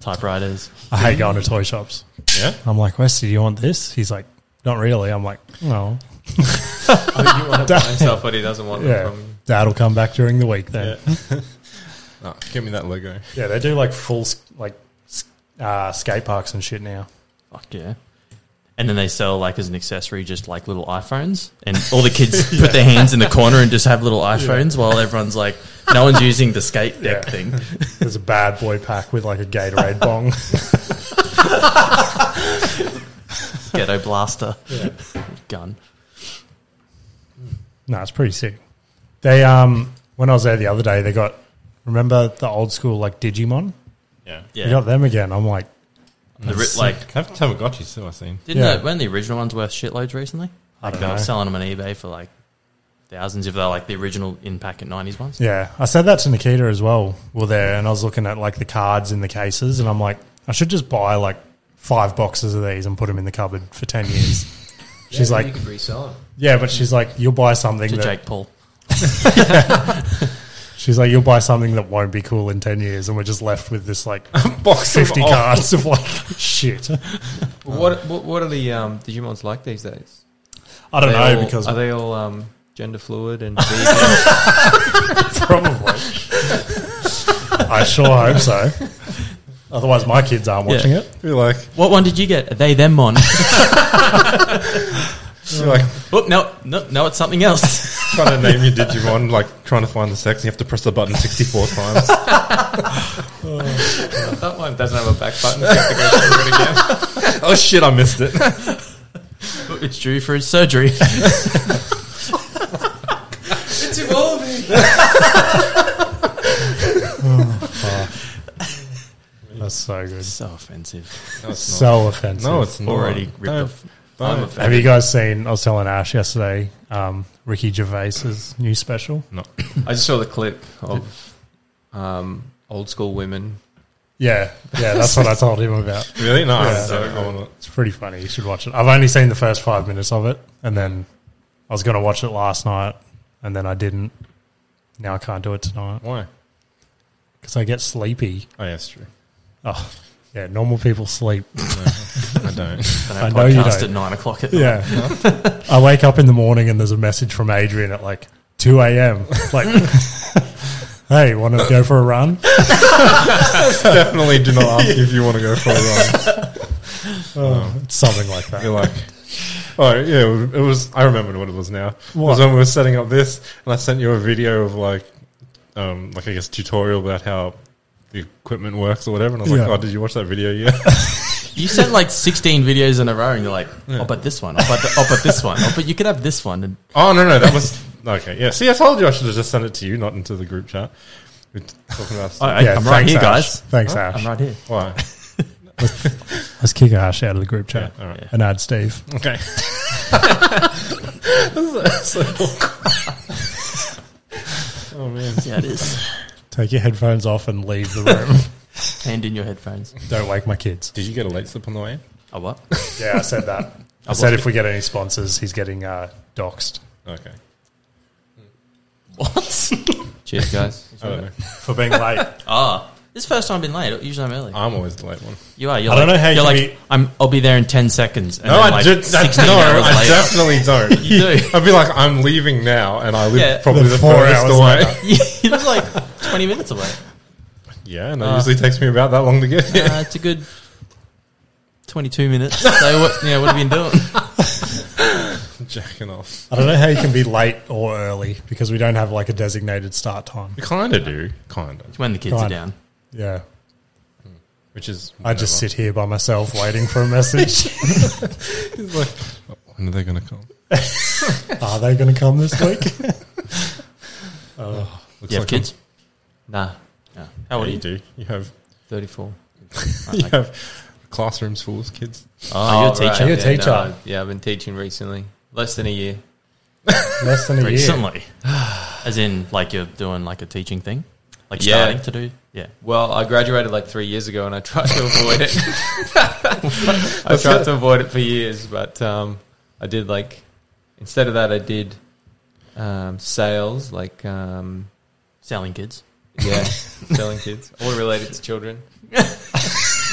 [SPEAKER 2] Typewriters.
[SPEAKER 3] I hate going to toy shops.
[SPEAKER 1] Yeah?
[SPEAKER 3] I'm like, Westy, do you want this? He's like, not really. I'm like, no.
[SPEAKER 4] you want to buy himself, but he doesn't want them
[SPEAKER 3] Yeah,
[SPEAKER 4] from you.
[SPEAKER 3] that'll come back during the week then.
[SPEAKER 1] Yeah. Nah, give me that Lego.
[SPEAKER 3] Yeah, they do like full s- like s- uh, skate parks and shit now.
[SPEAKER 2] Fuck yeah. And then they sell like as an accessory, just like little iPhones, and all the kids put their hands in the corner and just have little iPhones while everyone's like, no one's using the skate deck
[SPEAKER 3] Yeah.
[SPEAKER 2] thing.
[SPEAKER 3] There's a bad boy pack with like a Gatorade bong.
[SPEAKER 2] Ghetto blaster gun.
[SPEAKER 3] No, it's pretty sick. They um when I was there the other day, they got remember the old school like Digimon.
[SPEAKER 1] Yeah.
[SPEAKER 3] They got
[SPEAKER 2] Yeah,
[SPEAKER 3] them again. I'm like,
[SPEAKER 2] the ri- like
[SPEAKER 1] I have Tamagotchis too, I've seen.
[SPEAKER 2] didn't
[SPEAKER 3] Yeah.
[SPEAKER 2] the, weren't the original ones worth shitloads recently?
[SPEAKER 3] I
[SPEAKER 2] Like
[SPEAKER 3] don't
[SPEAKER 2] they were
[SPEAKER 3] know.
[SPEAKER 2] selling them on eBay for like thousands if they're like the original in packet nineties ones.
[SPEAKER 3] Yeah, I said that to Nikita as well. Well, there, and I was looking at like the cards in the cases, and I'm like, I should just buy like five boxes of these and put them in the cupboard for ten years. she's
[SPEAKER 4] Yeah,
[SPEAKER 3] like,
[SPEAKER 4] you could resell them.
[SPEAKER 3] yeah, but she's like, you'll buy something
[SPEAKER 2] To
[SPEAKER 3] that
[SPEAKER 2] Jake Paul.
[SPEAKER 3] she's like, you'll buy something that won't be cool in ten years, and we're just left with this like
[SPEAKER 1] Box
[SPEAKER 3] fifty cards of like shit.
[SPEAKER 4] What, what what are the um, Digimon's like these days?
[SPEAKER 3] I don't
[SPEAKER 4] Are they
[SPEAKER 3] know
[SPEAKER 4] all-
[SPEAKER 3] because
[SPEAKER 4] are they all um, gender fluid and vegan?
[SPEAKER 3] probably. I sure hope so. Otherwise, my kids aren't
[SPEAKER 2] Yeah.
[SPEAKER 3] watching it.
[SPEAKER 1] You're like,
[SPEAKER 2] What one did you get? Are they them on?
[SPEAKER 1] you're like
[SPEAKER 2] Oop, Oh, no, no, no, it's something else.
[SPEAKER 1] trying to name your Digimon, like trying to find the sex. You have to press the button 64 times.
[SPEAKER 4] that one doesn't have a back button. You have to go through it again.
[SPEAKER 1] oh shit, I missed it.
[SPEAKER 2] it's due for his surgery.
[SPEAKER 4] It's evolving.
[SPEAKER 3] That's so good.
[SPEAKER 2] so offensive.
[SPEAKER 1] No, it's not.
[SPEAKER 3] So offensive.
[SPEAKER 1] No, it's not.
[SPEAKER 2] Already ripped
[SPEAKER 1] Don't-
[SPEAKER 2] off.
[SPEAKER 1] don't.
[SPEAKER 2] I'm offended.
[SPEAKER 3] Have you guys seen? I was telling Ash yesterday, um, Ricky Gervais's new special.
[SPEAKER 4] I just saw the clip of um, old school women.
[SPEAKER 3] Yeah, yeah, that's what I told him about.
[SPEAKER 1] Really? No, I haven't
[SPEAKER 3] Yeah.
[SPEAKER 1] seen it. I wanna-
[SPEAKER 3] It's pretty funny. You should watch it. I've only seen the first five minutes of it, and then I was going to watch it last night, and then I didn't. Now I can't do it tonight
[SPEAKER 1] Why?
[SPEAKER 3] because I get sleepy.
[SPEAKER 1] Oh, yeah, it's true.
[SPEAKER 3] Oh, yeah, normal people sleep.
[SPEAKER 1] No, I don't.
[SPEAKER 2] Don't
[SPEAKER 3] I
[SPEAKER 2] have
[SPEAKER 3] know you
[SPEAKER 2] podcast
[SPEAKER 3] don't.
[SPEAKER 2] at nine o'clock at night.
[SPEAKER 3] Yeah, I wake up in the morning and there's a message from Adrian at like two a.m. Like, hey, want to go for a run?
[SPEAKER 1] Definitely do not ask if you want to go for a run.
[SPEAKER 3] Oh, it's something like that.
[SPEAKER 1] You're like, oh yeah, it was. I remember what it was now. It was
[SPEAKER 3] What?
[SPEAKER 1] when we were setting up this, and I sent you a video of like, um, like I guess tutorial about how the equipment works or whatever. And I was
[SPEAKER 3] Yeah.
[SPEAKER 1] like, oh, did you watch that video? Yeah.
[SPEAKER 2] You sent like 16 videos in a row and you're like, I'll bet this one, I'll bet, the, I'll bet this one, I'll bet you could have this one. And
[SPEAKER 1] oh no, no, that was okay. Yeah. See, I told you I should have just sent it to you, not into the group chat. We're talking about
[SPEAKER 2] I,
[SPEAKER 3] Yeah,
[SPEAKER 2] am right
[SPEAKER 3] thanks,
[SPEAKER 2] here,
[SPEAKER 3] Ash.
[SPEAKER 2] guys.
[SPEAKER 3] Thanks, Ash.
[SPEAKER 2] I'm right here.
[SPEAKER 1] why.
[SPEAKER 3] Let's kick Ash out of the group chat
[SPEAKER 1] Yeah, all right.
[SPEAKER 3] and add Steve.
[SPEAKER 1] Okay. oh man.
[SPEAKER 2] Yeah, it is.
[SPEAKER 3] Take your headphones off and leave the room.
[SPEAKER 2] Hand in your headphones.
[SPEAKER 3] Don't wake my kids.
[SPEAKER 1] Did you get a late slip on the way? in?
[SPEAKER 2] Oh, what?
[SPEAKER 3] Yeah, I said that. I
[SPEAKER 2] I
[SPEAKER 3] said
[SPEAKER 2] watched
[SPEAKER 3] if we get any sponsors, he's getting uh, doxed
[SPEAKER 1] Okay.
[SPEAKER 2] What?
[SPEAKER 4] Cheers, guys.
[SPEAKER 1] I don't know.
[SPEAKER 3] for being late.
[SPEAKER 2] Ah. This is the first time I've been late. Usually I'm early.
[SPEAKER 1] I'm always the late one.
[SPEAKER 2] You are. You're
[SPEAKER 3] I don't
[SPEAKER 2] like,
[SPEAKER 3] know how
[SPEAKER 2] you're
[SPEAKER 3] you
[SPEAKER 2] like,
[SPEAKER 3] be-
[SPEAKER 2] I'm, I'll be there in 10 seconds. And
[SPEAKER 1] No,
[SPEAKER 2] then,
[SPEAKER 1] I,
[SPEAKER 2] like,
[SPEAKER 1] did, I,
[SPEAKER 2] 16
[SPEAKER 1] no,
[SPEAKER 2] hours
[SPEAKER 1] I
[SPEAKER 2] later.
[SPEAKER 1] definitely don't.
[SPEAKER 2] You do.
[SPEAKER 1] I'd be like, I'm leaving now, and I live
[SPEAKER 2] Yeah.
[SPEAKER 1] probably
[SPEAKER 3] The
[SPEAKER 1] the
[SPEAKER 3] four
[SPEAKER 1] furthest
[SPEAKER 3] hours
[SPEAKER 1] away.
[SPEAKER 2] it was like 20 minutes away.
[SPEAKER 1] Yeah, and it
[SPEAKER 2] Uh,
[SPEAKER 1] usually takes me about that long to get here.
[SPEAKER 2] Uh, it's a good 22 minutes. So, what, you know, what have you been doing?
[SPEAKER 1] Jacking off.
[SPEAKER 3] I don't know how you can be late or early because we don't have like a designated start time.
[SPEAKER 1] You kind of do, kind of.
[SPEAKER 2] When the kids
[SPEAKER 3] Go
[SPEAKER 2] are
[SPEAKER 3] on.
[SPEAKER 2] down.
[SPEAKER 3] Yeah.
[SPEAKER 1] which is
[SPEAKER 3] I just sit here by myself waiting for a message.
[SPEAKER 1] When are they going to come?
[SPEAKER 3] Are they going to come this week?
[SPEAKER 1] Looks
[SPEAKER 2] Do you have
[SPEAKER 1] like
[SPEAKER 2] kids? Nah. How
[SPEAKER 1] I'm- Yeah,
[SPEAKER 2] old are
[SPEAKER 1] you
[SPEAKER 2] you?
[SPEAKER 1] Oh, do. You have
[SPEAKER 2] 34.
[SPEAKER 1] you have classrooms full of kids.
[SPEAKER 2] Oh, you're a teacher.
[SPEAKER 3] You're a
[SPEAKER 4] yeah,
[SPEAKER 3] teacher.
[SPEAKER 4] no, yeah, I've been teaching recently. Less than a year.
[SPEAKER 3] Less than a year.
[SPEAKER 2] Recently. As in, like, you're doing, like, a teaching thing? Like,
[SPEAKER 4] Yeah.
[SPEAKER 2] starting to do? Yeah.
[SPEAKER 4] Well, I graduated like three years ago, and I tried to avoid it. I tried to avoid it for years, but um, I did like instead of that, I did um, sales, like um,
[SPEAKER 2] Selling kids.
[SPEAKER 4] yeah, selling kids, all related to children.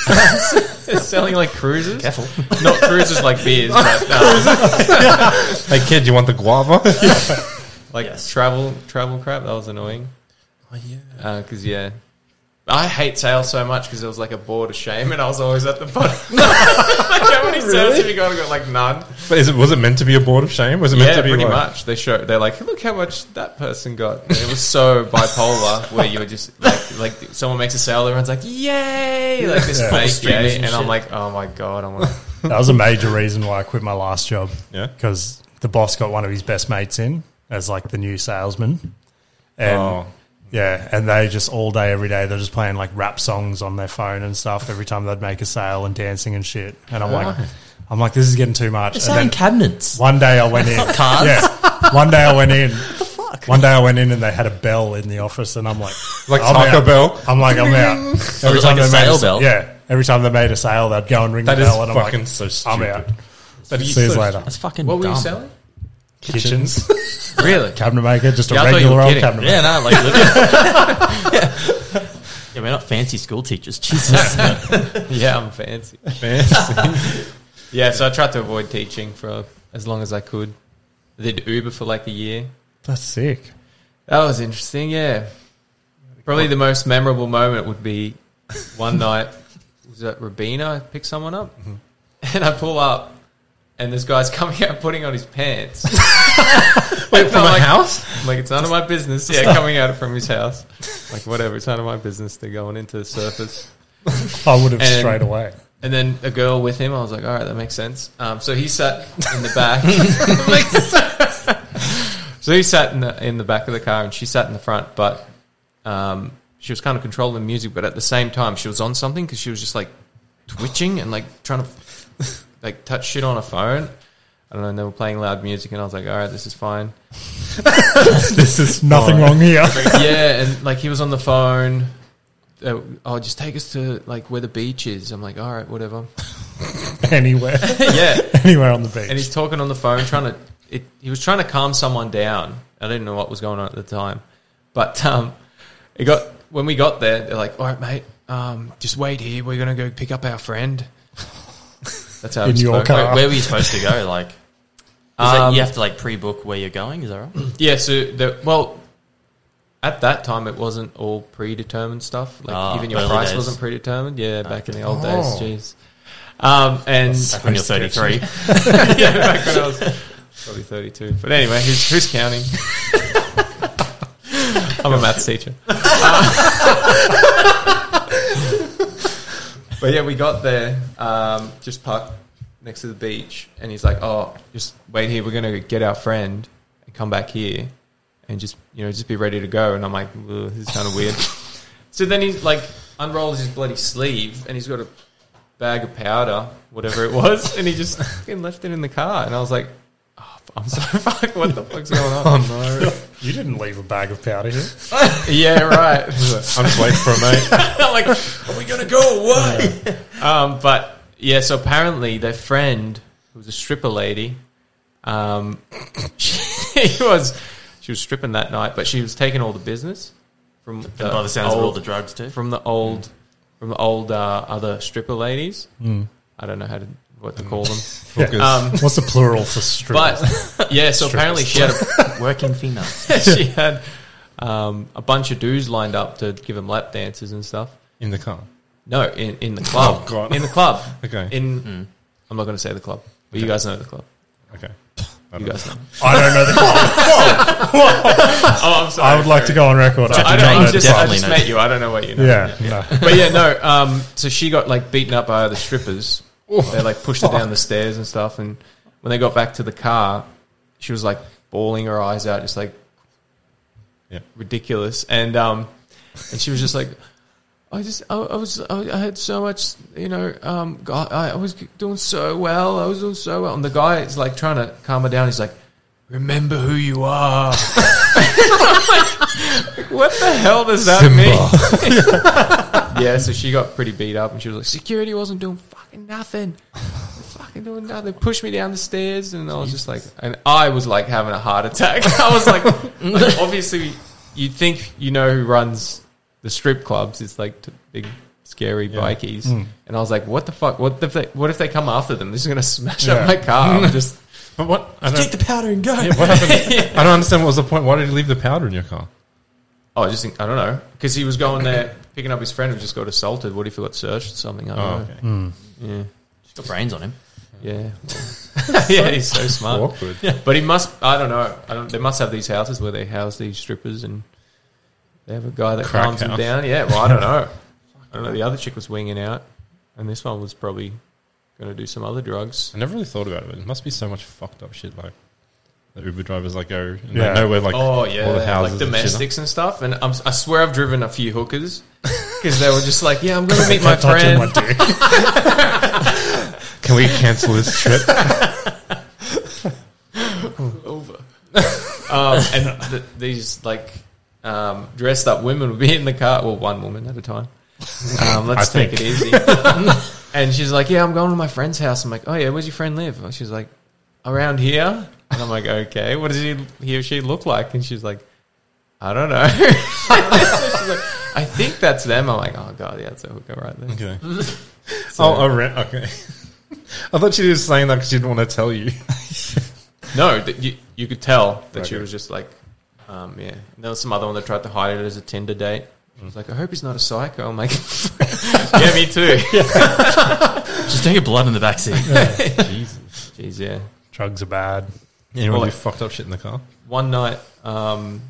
[SPEAKER 4] selling like cruises,
[SPEAKER 2] Careful.
[SPEAKER 4] not cruises like beers, but um,
[SPEAKER 1] Hey, kid, you want the guava?
[SPEAKER 4] like
[SPEAKER 2] Yes.
[SPEAKER 4] travel travel crap. That was annoying.
[SPEAKER 1] oh, yeah.
[SPEAKER 4] because yeah, I hate sales so much because it was like a board of shame, and I was always at the bottom. like how many sales have you got? I got like none.
[SPEAKER 1] But is it, was it meant to be a board of shame? Was it meant
[SPEAKER 4] Yeah,
[SPEAKER 1] to be
[SPEAKER 4] pretty
[SPEAKER 1] like,
[SPEAKER 4] much. They show they're like, look how much that person got. And it was so bipolar where you were just like, like someone makes a sale, everyone's like, yay, like this
[SPEAKER 3] Yeah.
[SPEAKER 4] fake
[SPEAKER 2] Streamers
[SPEAKER 4] yay,
[SPEAKER 2] and
[SPEAKER 4] and I'm
[SPEAKER 2] shit.
[SPEAKER 4] like, oh my god, I'm like,
[SPEAKER 3] That was a major reason why I quit my last job.
[SPEAKER 1] Yeah.
[SPEAKER 3] Because the boss got one of his best mates in as like the new salesman. And
[SPEAKER 1] Oh.
[SPEAKER 3] yeah, and they just all day, every day, they're just playing like rap songs on their phone and stuff every time they'd make a sale and dancing and shit. And I'm like, I'm like, this is getting too much.
[SPEAKER 2] They're
[SPEAKER 3] And
[SPEAKER 2] selling
[SPEAKER 3] then
[SPEAKER 2] cabinets.
[SPEAKER 3] one day I went in.
[SPEAKER 2] Cars.
[SPEAKER 3] Yeah. One day I went in. One day I went in and they had a bell in the office, and I'm like,
[SPEAKER 1] Like
[SPEAKER 3] I'm
[SPEAKER 1] Taco
[SPEAKER 3] out.
[SPEAKER 1] Bell?
[SPEAKER 3] I'm like, I'm out.
[SPEAKER 2] it like a
[SPEAKER 3] they made
[SPEAKER 2] sale
[SPEAKER 3] sa-
[SPEAKER 2] bell?
[SPEAKER 3] Yeah. Every time they made a sale, they'd go and ring
[SPEAKER 1] That
[SPEAKER 3] the
[SPEAKER 1] is
[SPEAKER 3] bell, and I'm like,
[SPEAKER 1] fucking so
[SPEAKER 3] I'm
[SPEAKER 1] stupid.
[SPEAKER 3] out.
[SPEAKER 1] That is
[SPEAKER 3] See you
[SPEAKER 1] so-
[SPEAKER 3] later.
[SPEAKER 2] That's fucking
[SPEAKER 4] what were you
[SPEAKER 2] dumb.
[SPEAKER 4] selling?
[SPEAKER 3] Kitchens,
[SPEAKER 4] Really?
[SPEAKER 3] cabinet maker, just a
[SPEAKER 4] Yeah, I thought you
[SPEAKER 3] regular
[SPEAKER 4] were
[SPEAKER 3] old
[SPEAKER 4] kidding.
[SPEAKER 3] cabinet maker.
[SPEAKER 2] Yeah, no, like, yeah. yeah, we're not fancy school teachers. Jesus.
[SPEAKER 4] yeah, I'm fancy.
[SPEAKER 1] Fancy.
[SPEAKER 4] Yeah, so I tried to avoid teaching for as long as I could. I did Uber for like a year.
[SPEAKER 3] That's sick.
[SPEAKER 4] That was interesting, yeah. Probably the most memorable moment would be one night, was at Rabina, I picked someone up,
[SPEAKER 1] Mm-hmm.
[SPEAKER 4] and I pull up, and this guy's coming out putting on his pants. Wait,
[SPEAKER 1] from a house?
[SPEAKER 4] I'm like, it's none of my business. Yeah, coming out from his house. Like, whatever, it's none of my business. They're going into the surface.
[SPEAKER 3] I would have
[SPEAKER 4] And-
[SPEAKER 3] straight away.
[SPEAKER 4] And then a girl with him. I was like, all right, that makes sense. Um, so he sat in the back. so he sat in the in the back of the car, and she sat in the front. But um, she was kind of controlling the music, but at the same time, she was on something because she was just like twitching and like trying to like touch shit on her phone. I don't know. And they were playing loud music, and I was like, all right, this is fine.
[SPEAKER 3] This is nothing wrong here.
[SPEAKER 4] yeah, and like he was on the phone. Uh, oh, just take us to like where the beach is. I'm like, all right, whatever.
[SPEAKER 3] anywhere,
[SPEAKER 4] yeah.
[SPEAKER 3] anywhere on the beach.
[SPEAKER 4] and he's talking on the phone, trying to. It, he was trying to calm someone down. I didn't know what was going on at the time, but um, it got when we got there. They're like, "All right, mate, um, just wait here. We're gonna go pick up our friend." That's how
[SPEAKER 3] In
[SPEAKER 4] he
[SPEAKER 3] your
[SPEAKER 4] spoke.
[SPEAKER 3] car.
[SPEAKER 2] Where, where were you supposed to go? Like, is that,
[SPEAKER 4] Um,
[SPEAKER 2] you have to like pre-book where you're going. Is that right?
[SPEAKER 4] Yeah. So the, well, at that time, it wasn't all predetermined stuff. Like
[SPEAKER 2] Ah,
[SPEAKER 4] even your
[SPEAKER 2] early
[SPEAKER 4] price
[SPEAKER 2] days.
[SPEAKER 4] wasn't predetermined. Yeah, back in the old
[SPEAKER 1] Oh.
[SPEAKER 4] days. Jeez. Um, and
[SPEAKER 2] Back when you're 33.
[SPEAKER 4] yeah, back when I was probably 32. But anyway, who's, who's counting? I'm a maths teacher. but yeah, we got there, um, just parked next to the beach, and he's like, "Oh, just wait here. We're gonna get our friend and come back here, and just you know, just be ready to go." And I'm like, "Ugh, "This is kind of weird." so then he like unrolls his bloody sleeve, and he's got a bag of powder, whatever it was, and he just fucking left it in the car. And I was like, oh, I'm so fuck. What the fuck's going on?
[SPEAKER 3] you didn't leave a bag of powder here.
[SPEAKER 4] yeah, right.
[SPEAKER 1] I'm just waiting for a mate.
[SPEAKER 4] I'm like, are we gonna go or what? um, but yeah, so apparently their friend, who was a stripper lady, um, she was she was stripping that night, but she was taking all the business from the
[SPEAKER 2] By the sounds of all
[SPEAKER 4] old-
[SPEAKER 2] the drugs too.
[SPEAKER 4] from the old from the old uh, other stripper ladies. I don't know how to what
[SPEAKER 2] Hmm.
[SPEAKER 4] to call them,
[SPEAKER 1] Hookers.
[SPEAKER 4] Um,
[SPEAKER 3] What's the plural for stripper?
[SPEAKER 4] but yeah. So apparently she had a
[SPEAKER 2] Working females.
[SPEAKER 4] she had um, a bunch of dudes lined up to give him lap dances and stuff.
[SPEAKER 1] in the car.
[SPEAKER 4] No, in, in the club.
[SPEAKER 1] Oh, God.
[SPEAKER 4] In the club.
[SPEAKER 1] Okay.
[SPEAKER 4] In I'm not going to say the club, but you guys know the club.
[SPEAKER 1] Okay. I
[SPEAKER 4] You
[SPEAKER 1] don't
[SPEAKER 4] guys know.
[SPEAKER 3] I don't know the
[SPEAKER 4] Oh, I'm sorry.
[SPEAKER 3] I would like to go on record.
[SPEAKER 4] I
[SPEAKER 3] I
[SPEAKER 4] don't,
[SPEAKER 2] Jane
[SPEAKER 4] I'm just, I
[SPEAKER 2] definitely
[SPEAKER 4] just
[SPEAKER 2] knows.
[SPEAKER 4] met you. I don't know what you know.
[SPEAKER 3] yeah, no.
[SPEAKER 4] But yeah, no. Um, so she got like beaten up by the strippers. they like pushed her down the stairs and stuff. And when they got back to the car, she was like bawling her eyes out, just like
[SPEAKER 1] Yeah.
[SPEAKER 4] ridiculous. And um, and she was just like, I just, I, I was, I, I had so much, you know, um, God, I, I was doing so well. I was doing so well. And the guy is like trying to calm her down. He's like, remember who you are. what the hell does that mean? yeah, so she got pretty beat up, and she was like, "Security wasn't doing fucking nothing, They're fucking doing nothing." They pushed me down the stairs, and I was just like, and I was like having a heart attack. I was like, like, obviously, you think you know who runs the strip clubs? It's like t- big, scary bikies,
[SPEAKER 1] Hmm.
[SPEAKER 4] and I was like, "What the fuck? What if they? What if they come after them? They're just gonna smash
[SPEAKER 3] Yeah.
[SPEAKER 4] up my car." I'm just
[SPEAKER 1] But what? I don't,
[SPEAKER 2] the powder and go.
[SPEAKER 1] yeah, what happened? I don't understand. What was the point? Why did he leave the powder in your car?
[SPEAKER 4] oh, I just think, I don't know because he was going there picking up his friend who just got assaulted. What if he got searched or something? I don't
[SPEAKER 1] Oh,
[SPEAKER 4] know.
[SPEAKER 1] okay.
[SPEAKER 4] Yeah.
[SPEAKER 2] He's got brains on him.
[SPEAKER 4] Yeah. yeah, he's so smart.
[SPEAKER 1] Awkward.
[SPEAKER 4] But he must, I don't know. I don't, they must have these houses where they house these strippers and they have a guy that
[SPEAKER 1] Crack
[SPEAKER 4] calms them
[SPEAKER 1] house.
[SPEAKER 4] down. Yeah, well, I don't know. I don't know. The other chick was winging out and this one was probably going to do some other drugs.
[SPEAKER 1] I never really thought about it. But it must be so much fucked up shit. Like the Uber drivers, like go and
[SPEAKER 3] Yeah.
[SPEAKER 1] they know where like
[SPEAKER 4] oh, yeah.
[SPEAKER 1] all the houses,
[SPEAKER 4] like
[SPEAKER 1] and shit
[SPEAKER 4] domestics and stuff. And I'm, I swear I've driven a few hookers because they were just like, yeah, I'm going to meet my
[SPEAKER 3] Kept touching
[SPEAKER 4] friend.
[SPEAKER 3] my dick.
[SPEAKER 1] are. Can we cancel this trip?
[SPEAKER 4] over. um, and th- these like um, dressed up women would be in the car. Well, one woman at a time. Um, let's
[SPEAKER 1] I
[SPEAKER 4] take it easy. and she's like, "Yeah, I'm going to my friend's house." I'm like, "Oh yeah, where's your friend live?" And she's like, "Around here." And I'm like, "Okay, what does he he or she look like?" And she's like, "I don't know." she's like, I think that's them. I'm like, "Oh god, yeah, it's a hooker right there."
[SPEAKER 1] Okay. oh, a rent. Okay. I thought she was saying that because she didn't want to tell you.
[SPEAKER 4] No, that you you could tell that she
[SPEAKER 1] Okay.
[SPEAKER 4] was just like, um, yeah. And there was some other one that tried to hide it as a Tinder date. She was like, I hope he's not a psycho. I'm like, yeah, me too.
[SPEAKER 2] Just don't get blood in the backseat.
[SPEAKER 1] Jesus.
[SPEAKER 4] Jeez, yeah.
[SPEAKER 3] Drugs are bad.
[SPEAKER 1] Anyone
[SPEAKER 4] Well,
[SPEAKER 1] do fucked up shit in the car?
[SPEAKER 4] One night, um,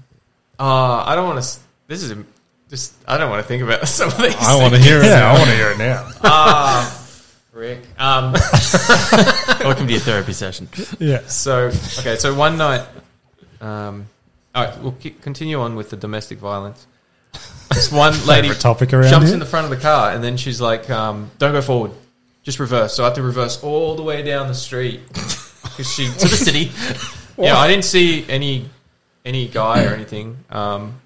[SPEAKER 4] uh, I don't want to. This is a, just. I don't want to think about some of these.
[SPEAKER 1] I want to hear it
[SPEAKER 3] Yeah,
[SPEAKER 1] now.
[SPEAKER 3] I want to hear it now.
[SPEAKER 4] Rick. Um,
[SPEAKER 2] Welcome to your therapy session.
[SPEAKER 3] Yeah,
[SPEAKER 4] so okay, so one night. Um, all right, we'll ki- continue on with the domestic violence. This one lady
[SPEAKER 3] favorite topic around
[SPEAKER 4] jumps
[SPEAKER 3] here.
[SPEAKER 4] in the front of the car and then she's like, um, "Don't go forward, just reverse." So I have to reverse all the way down the street because she.
[SPEAKER 2] To the city.
[SPEAKER 4] yeah, I didn't see any any guy or anything. Um,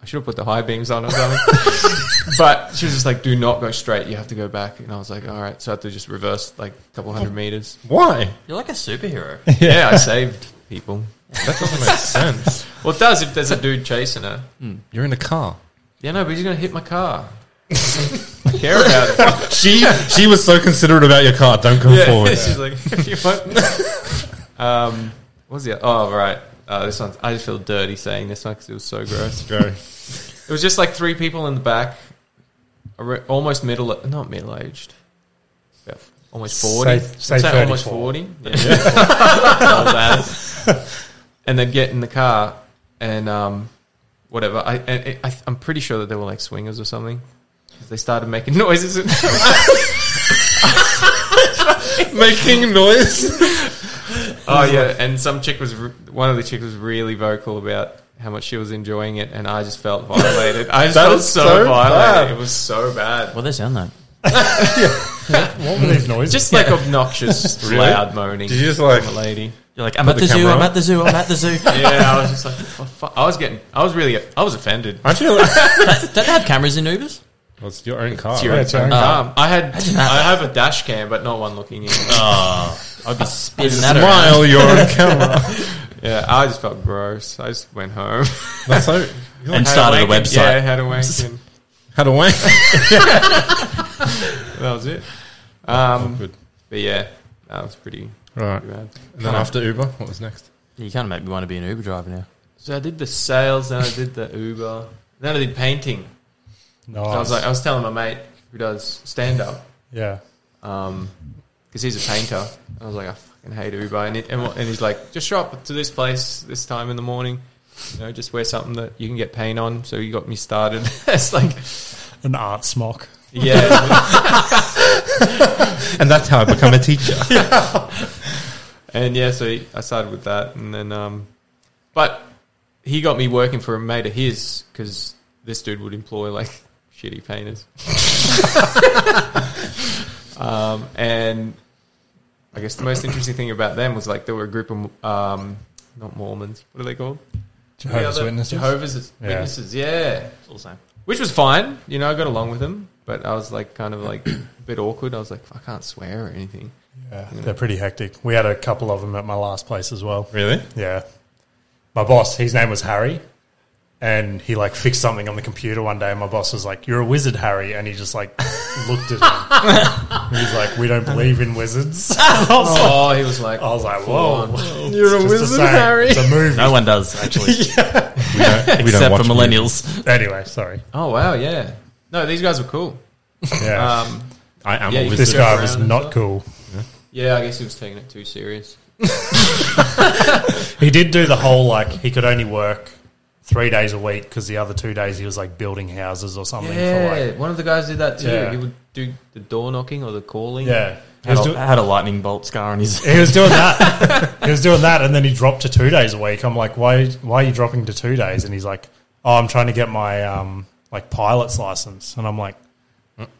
[SPEAKER 4] I should have put the high beams on or something. but she was just like, "Do not go straight. You have to go back." And I was like, "All right." So I have to just reverse like a couple hundred meters.
[SPEAKER 1] Why?
[SPEAKER 2] You're like a superhero.
[SPEAKER 4] Yeah, I saved people.
[SPEAKER 1] That doesn't make sense.
[SPEAKER 4] Well, it does if there's a dude chasing her.
[SPEAKER 1] You're in a car.
[SPEAKER 4] Yeah, no, but he's gonna hit my car. I care about it.
[SPEAKER 1] She she was so considerate about your car. Don't go
[SPEAKER 4] yeah.
[SPEAKER 1] forward.
[SPEAKER 4] She's like, if you want. um, what's the? Oh, right. Uh, this one. I just feel dirty saying this one because it was so gross.
[SPEAKER 1] Go.
[SPEAKER 4] it was just like three people in the back, ar- almost middle, not middle aged, about almost forty.
[SPEAKER 3] Say- say
[SPEAKER 4] I'd almost
[SPEAKER 3] 34.
[SPEAKER 4] forty. Yeah. Old ass. and they'd get in the car and um, whatever. I, and I, I'm pretty sure that they were like swingers or something. 'Cause They started making noises. And
[SPEAKER 1] Making noise.
[SPEAKER 4] Oh yeah, and some chick was re- one of the chicks was really vocal about how much she was enjoying it, and I just felt violated. I just
[SPEAKER 1] That
[SPEAKER 4] felt
[SPEAKER 1] is
[SPEAKER 4] so,
[SPEAKER 1] so
[SPEAKER 4] violated.
[SPEAKER 1] bad.
[SPEAKER 4] It was so bad.
[SPEAKER 2] Well, they sound like.
[SPEAKER 3] What were these noises?
[SPEAKER 4] Just like obnoxious,
[SPEAKER 1] Really?
[SPEAKER 4] loud moaning.
[SPEAKER 1] Did you just, like-
[SPEAKER 4] from a lady?
[SPEAKER 2] You're like, I'm at
[SPEAKER 1] the
[SPEAKER 2] the, zoo,
[SPEAKER 1] camera
[SPEAKER 2] I'm
[SPEAKER 1] on.
[SPEAKER 2] at the zoo, I'm at the zoo.
[SPEAKER 4] Yeah, I was just like, oh, fu- I was getting, I was really, I was offended.
[SPEAKER 1] Aren't you? Like,
[SPEAKER 2] Don't they have cameras in Ubers?
[SPEAKER 1] well, it's your own car.
[SPEAKER 4] It's your
[SPEAKER 1] right?
[SPEAKER 3] it's your own
[SPEAKER 4] Um, I had, I have a dash cam, but not one looking in.
[SPEAKER 1] Uh,
[SPEAKER 2] Oh, I'd be spitting that around.
[SPEAKER 1] Smile. You're on camera.
[SPEAKER 4] Yeah, I just felt gross. I just went home.
[SPEAKER 1] That's so. You like
[SPEAKER 2] And
[SPEAKER 4] Had
[SPEAKER 2] started a
[SPEAKER 4] wank and-
[SPEAKER 2] website.
[SPEAKER 4] Yeah, had a wank, and
[SPEAKER 1] had a wank.
[SPEAKER 4] that was it. Um,
[SPEAKER 1] Good.
[SPEAKER 4] but yeah, that was pretty,
[SPEAKER 1] Right.
[SPEAKER 4] pretty bad.
[SPEAKER 1] And then after Uber, what was next?
[SPEAKER 2] You kind of make me want to be an Uber driver now.
[SPEAKER 4] So I did the sales, then I did the Uber, then I did painting.
[SPEAKER 3] no,
[SPEAKER 4] So I was like, I was telling my mate who does stand up,
[SPEAKER 3] yeah,
[SPEAKER 4] because because um, he's a painter. And I was like, I fucking hate everybody. And, he, and, what- and he's like, just shop to this place this time in the morning. You know, just wear something that you can get paint on. So he got me started. it's like,
[SPEAKER 3] An art smock.
[SPEAKER 4] yeah.
[SPEAKER 1] And that's how I become a teacher.
[SPEAKER 4] and yeah, so he, I started with that. And then, um, but he got me working for a mate of his because this dude would employ like shitty painters. um, and I guess the most interesting thing about them was like they were a group of, um, not Mormons, what are they called?
[SPEAKER 3] Jehovah's
[SPEAKER 4] Yeah, the
[SPEAKER 3] Witnesses.
[SPEAKER 4] Jehovah's
[SPEAKER 3] Yeah.
[SPEAKER 4] Witnesses, yeah.
[SPEAKER 2] It's all the same.
[SPEAKER 4] Which was fine. You know, I got along with them, but I was like kind of like a bit awkward. I was like, I can't swear or anything.
[SPEAKER 3] Yeah, they're pretty hectic. We had a couple of them at my last place as well.
[SPEAKER 1] Really?
[SPEAKER 3] Yeah. My boss, his name was Harry, and he like fixed something on the computer one day. And my boss was like, "You're a wizard, Harry," and he just like looked at him. And he's like, "We don't believe in wizards." And I was like,
[SPEAKER 4] Oh, he was like,
[SPEAKER 3] I was like, "Whoa,
[SPEAKER 4] You're
[SPEAKER 3] it's just saying. It's a movie.
[SPEAKER 2] No one does actually,
[SPEAKER 1] We don't, we don't
[SPEAKER 2] except for
[SPEAKER 1] watch movies.
[SPEAKER 2] millennials.
[SPEAKER 3] Anyway, sorry.
[SPEAKER 4] Oh, wow, yeah. No, these guys were cool.
[SPEAKER 3] Yeah,
[SPEAKER 4] Um,
[SPEAKER 1] I am
[SPEAKER 4] Yeah,
[SPEAKER 1] a
[SPEAKER 4] you
[SPEAKER 3] this
[SPEAKER 1] wizard.
[SPEAKER 4] go
[SPEAKER 3] guy
[SPEAKER 4] around
[SPEAKER 3] was
[SPEAKER 4] and
[SPEAKER 3] not
[SPEAKER 4] stuff.
[SPEAKER 3] cool.
[SPEAKER 4] yeah, I guess he was taking it too serious.
[SPEAKER 3] He did do the whole like he could only work three days a week because the other two days he was like building houses or something. for
[SPEAKER 4] Yeah,
[SPEAKER 3] like,
[SPEAKER 4] one of the guys did that too.
[SPEAKER 3] Yeah.
[SPEAKER 4] He would do the door knocking or the calling.
[SPEAKER 3] yeah. He
[SPEAKER 2] Had
[SPEAKER 3] was,
[SPEAKER 2] a,
[SPEAKER 3] do-
[SPEAKER 2] had a lightning bolt scar on his.
[SPEAKER 3] he was doing that. he was doing that, and then he dropped to two days a week. I'm like, why? Why are you dropping to two days? And he's like, oh, I'm trying to get my um like pilot's license. And I'm like,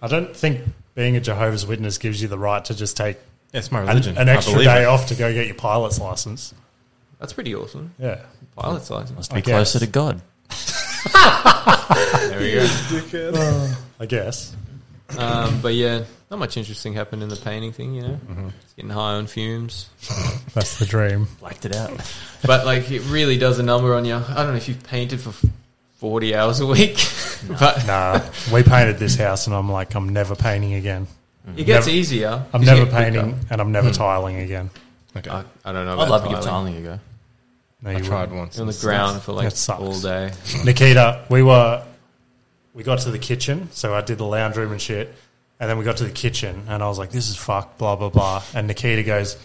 [SPEAKER 3] I don't think being a Jehovah's Witness gives you the right to just take
[SPEAKER 1] That's my
[SPEAKER 3] an,
[SPEAKER 1] religion.
[SPEAKER 3] an
[SPEAKER 1] I
[SPEAKER 3] extra
[SPEAKER 1] believe
[SPEAKER 3] day
[SPEAKER 1] it.
[SPEAKER 3] off to go get your pilot's license.
[SPEAKER 4] That's pretty awesome.
[SPEAKER 3] Yeah,
[SPEAKER 4] Pilot's license.
[SPEAKER 2] Must be
[SPEAKER 3] I guess.
[SPEAKER 2] closer to God.
[SPEAKER 4] There we go.
[SPEAKER 3] I guess.
[SPEAKER 4] Um, but yeah, not much interesting happened in the painting thing, you know?
[SPEAKER 3] Mm-hmm.
[SPEAKER 4] It's getting high on fumes.
[SPEAKER 3] That's the dream.
[SPEAKER 2] Blacked it out.
[SPEAKER 4] But like, it really does a number on you. I don't know if you've painted for 40 hours a week, but
[SPEAKER 3] Nah, we painted this house, and I'm like, I'm never painting again.
[SPEAKER 4] it gets
[SPEAKER 3] Never-
[SPEAKER 4] easier.
[SPEAKER 3] I'm
[SPEAKER 4] 'cause you
[SPEAKER 3] never
[SPEAKER 4] get quicker.
[SPEAKER 3] painting, and I'm never tiling again.
[SPEAKER 1] Okay.
[SPEAKER 4] I, I don't know. About
[SPEAKER 2] I'd love to give
[SPEAKER 4] tiling.
[SPEAKER 2] tiling a go.
[SPEAKER 3] No,
[SPEAKER 1] I
[SPEAKER 3] you
[SPEAKER 1] tried
[SPEAKER 3] tried.
[SPEAKER 1] once.
[SPEAKER 4] on the ground for like
[SPEAKER 3] That sucks.
[SPEAKER 4] all day.
[SPEAKER 3] Nikita, we were we got to the kitchen, so I did the lounge room and shit, and then we got to the kitchen, and I was like, "This is fucked," blah blah blah. And Nikita goes,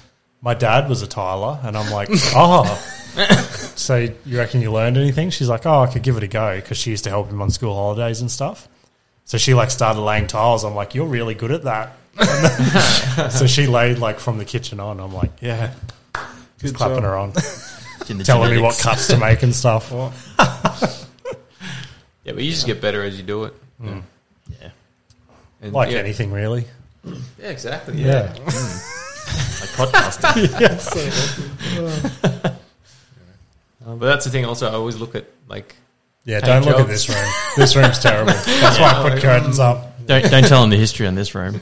[SPEAKER 3] "My dad was a tiler," and I'm like, "Oh." so you reckon you learned anything? She's like, "Oh, I could give it a go," because she used to help him on school holidays and stuff. So she like started laying tiles. I'm like, "You're really good at that." so she laid like from the kitchen on. I'm like, "Yeah." Just clapping her on,
[SPEAKER 2] In the
[SPEAKER 3] telling me what
[SPEAKER 2] genetics.
[SPEAKER 3] cuts to make and stuff.
[SPEAKER 4] Yeah, but you just get better as you do it.
[SPEAKER 2] Yeah.
[SPEAKER 3] Mm.
[SPEAKER 4] And
[SPEAKER 3] Like
[SPEAKER 4] yeah,
[SPEAKER 3] anything, really.
[SPEAKER 4] Yeah, exactly. Yeah.
[SPEAKER 3] Yeah. Mm.
[SPEAKER 2] Like podcasting.
[SPEAKER 4] Uh, but that's the thing. Also, I always look at like
[SPEAKER 3] Yeah, don't
[SPEAKER 4] Paint
[SPEAKER 3] look at
[SPEAKER 4] jobs.
[SPEAKER 3] this room. This room's terrible. That's why I put curtains up.
[SPEAKER 2] don't don't tell them the history on this room.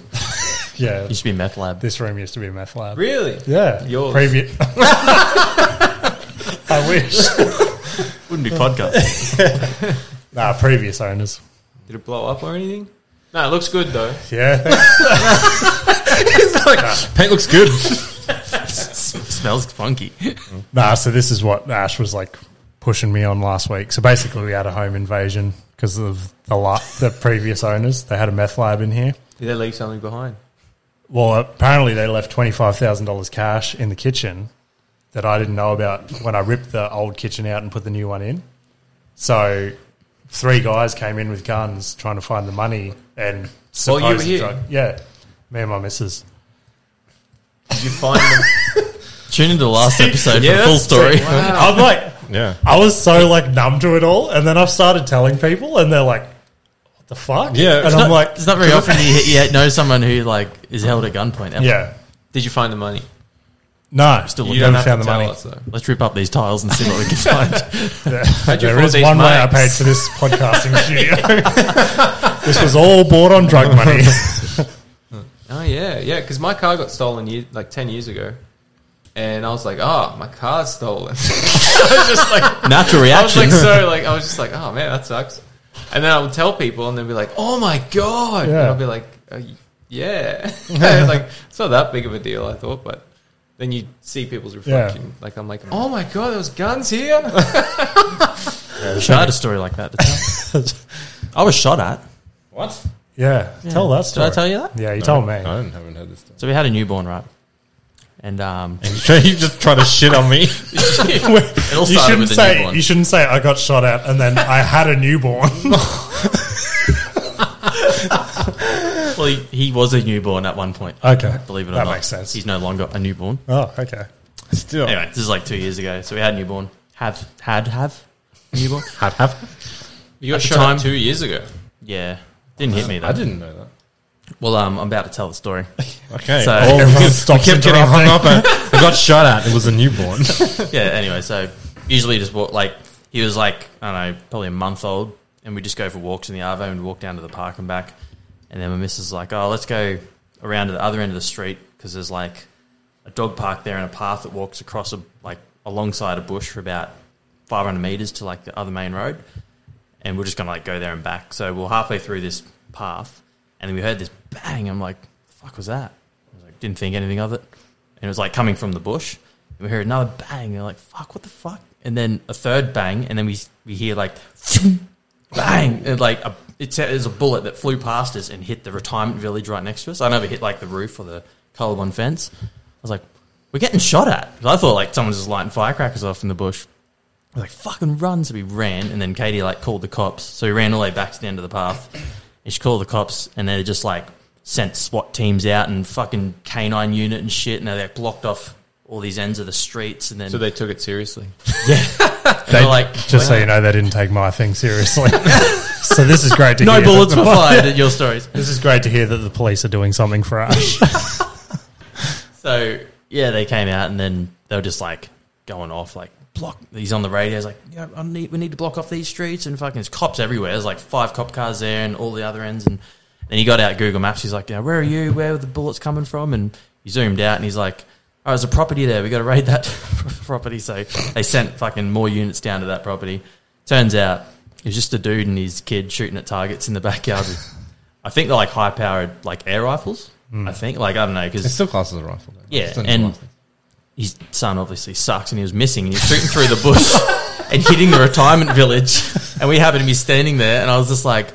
[SPEAKER 3] Yeah,
[SPEAKER 2] Used to be meth lab.
[SPEAKER 3] this room used to be a meth lab.
[SPEAKER 4] really.
[SPEAKER 3] Yeah,
[SPEAKER 4] Yours.
[SPEAKER 3] Previous. I wish.
[SPEAKER 2] Wouldn't be podcast.
[SPEAKER 3] Nah, previous owners.
[SPEAKER 4] Did it blow up or anything? No, it looks good though.
[SPEAKER 3] Yeah,
[SPEAKER 1] Paint looks good.
[SPEAKER 2] smells funky.
[SPEAKER 3] nah. So this is what Ash was like pushing me on last week. So basically, we had a home invasion because of the la- the previous owners. They had a meth lab in here.
[SPEAKER 4] Did they leave something behind?
[SPEAKER 3] Well, apparently they left twenty five thousand dollars cash in the kitchen that I didn't know about when I ripped the old kitchen out and put the new one in. So three guys came in with guns trying to find the money and
[SPEAKER 4] While you were
[SPEAKER 3] supposed
[SPEAKER 4] here?
[SPEAKER 3] drug- yeah, me and my missus.
[SPEAKER 4] Did you find them?
[SPEAKER 2] Tune into the last episode
[SPEAKER 4] Yeah,
[SPEAKER 2] for the full story.
[SPEAKER 4] that's-
[SPEAKER 3] I'm like,
[SPEAKER 1] Yeah.
[SPEAKER 3] I was so like numb to it all, and then I've started telling people, and they're like, "What the fuck?"
[SPEAKER 1] Yeah,
[SPEAKER 3] and
[SPEAKER 1] it's
[SPEAKER 3] I'm
[SPEAKER 2] Not-
[SPEAKER 3] like,
[SPEAKER 2] it's not very often you, you know someone who like is held at gunpoint. Ever.
[SPEAKER 3] "Yeah,
[SPEAKER 4] Did you find the money?
[SPEAKER 3] no, still
[SPEAKER 4] You
[SPEAKER 3] never
[SPEAKER 4] have
[SPEAKER 3] found
[SPEAKER 4] to
[SPEAKER 3] the
[SPEAKER 4] tell
[SPEAKER 3] money."
[SPEAKER 4] us, though.
[SPEAKER 2] Let's rip up these tiles and see what we can find.
[SPEAKER 4] you
[SPEAKER 3] There
[SPEAKER 4] afford
[SPEAKER 3] is
[SPEAKER 4] these
[SPEAKER 3] one way I
[SPEAKER 4] mics?
[SPEAKER 3] paid for this podcasting studio. this was all bought on drug money.
[SPEAKER 4] Oh yeah, yeah. Because my car got stolen year, like ten years ago, and I was like, oh, my car's stolen. I was just like,
[SPEAKER 2] Natural
[SPEAKER 4] I was
[SPEAKER 2] reaction.
[SPEAKER 4] like, so like, I was just like, oh man, that sucks. And then I would tell people, and they'd be like, oh my god. And
[SPEAKER 3] Yeah.
[SPEAKER 4] I'd be like, uh, y- yeah, like it's not that big of a deal, I thought, but. Then you see people's reflection. Like I'm like, oh my god, there was guns here.
[SPEAKER 2] I had a story like that. To tell. I was shot at.
[SPEAKER 4] What?
[SPEAKER 3] Yeah, tell that
[SPEAKER 2] Did
[SPEAKER 3] story.
[SPEAKER 2] I tell you that?
[SPEAKER 3] Yeah, you
[SPEAKER 1] No,
[SPEAKER 3] told me.
[SPEAKER 1] I don't- haven't heard this. Story.
[SPEAKER 2] So we had a newborn, right? And um,
[SPEAKER 1] And you try- you just try to shit on me.
[SPEAKER 2] it all
[SPEAKER 3] You
[SPEAKER 2] started
[SPEAKER 3] shouldn't
[SPEAKER 2] with a
[SPEAKER 3] say
[SPEAKER 2] newborn.
[SPEAKER 3] you shouldn't say I got shot at and then I had a newborn.
[SPEAKER 2] well, he, he was a newborn at one point.
[SPEAKER 3] okay,
[SPEAKER 2] Believe it or
[SPEAKER 3] that
[SPEAKER 2] not,
[SPEAKER 3] makes sense.
[SPEAKER 2] He's no longer a newborn.
[SPEAKER 3] oh, okay.
[SPEAKER 1] Still,
[SPEAKER 2] Anyway, this is like two years ago. So we had a newborn. Have had have a newborn.
[SPEAKER 1] I'd have.
[SPEAKER 4] You got
[SPEAKER 2] At the
[SPEAKER 4] shot at
[SPEAKER 2] time-
[SPEAKER 4] two years ago.
[SPEAKER 2] yeah, didn't hit me though.
[SPEAKER 1] I didn't know that.
[SPEAKER 2] Well, um, I'm about to tell the story.
[SPEAKER 1] Okay,
[SPEAKER 2] So-
[SPEAKER 1] Well,
[SPEAKER 3] Everyone
[SPEAKER 1] we kept-
[SPEAKER 3] stops
[SPEAKER 1] we kept getting hung up.
[SPEAKER 3] interrupting.
[SPEAKER 1] And I got shot at. It was a newborn.
[SPEAKER 2] yeah. Anyway, so usually just walk like he was like I don't know, probably a month old, and we just go for walks in the arvo and walk down to the park and back. And then my missus is like, "Oh, let's go around to the other end of the street because there's like a dog park there and a path that walks across a like alongside a bush for about 500 meters to like the other main road." And we're just gonna like go there and back. So we're halfway through this path, and then we heard this bang. I'm like, "The fuck was that?" I was like, didn't think anything of it. And it was like coming from the bush. And we heard another bang. And we're like, fuck, what the fuck? And then a third bang. And then we we hear like, bang. And like, a, it's, a, it's a bullet that flew past us and hit the retirement village right next to us. I never hit like the roof or the colour one fence. I was like, we're getting shot at. 'Cause I thought like someone was just lighting firecrackers off in the bush. I was like, fucking run. So we ran. And then Katie like called the cops. So we ran all the way back to the end of the path. And she called the cops and they just like sent SWAT teams out and fucking canine unit and shit. And they like blocked off all these ends of the streets. And then
[SPEAKER 4] So they took it seriously.
[SPEAKER 2] and they're like,
[SPEAKER 3] Just so you know, they didn't take my thing seriously. so this is great to
[SPEAKER 2] no
[SPEAKER 3] hear.
[SPEAKER 2] bullets were fired at your stories.
[SPEAKER 3] This is great to hear that the police are doing something for us.
[SPEAKER 2] So yeah, they came out and then they were just like going off like block. He's on the radio. He's like, yeah, I need, we need to block off these streets and fucking there's cops everywhere. There's like five cop cars there and all the other ends. And then he got out Google Maps. He's like, yeah, where are you? Where are the bullets coming from? And he zoomed out and he's like, oh, there's a property there. We got to raid that property. So they sent fucking more units down to that property. Turns out it was just a dude and his kid shooting at targets in the backyard. with- I think they're like high powered like air rifles. I think like I don't know because
[SPEAKER 1] It's still classed as a rifle. though.
[SPEAKER 2] Yeah,
[SPEAKER 1] It's still
[SPEAKER 2] and-
[SPEAKER 1] classed.
[SPEAKER 2] his son obviously sucks and he was missing and he's shooting through the bush and hitting the retirement village and we happened to be standing there and I was just like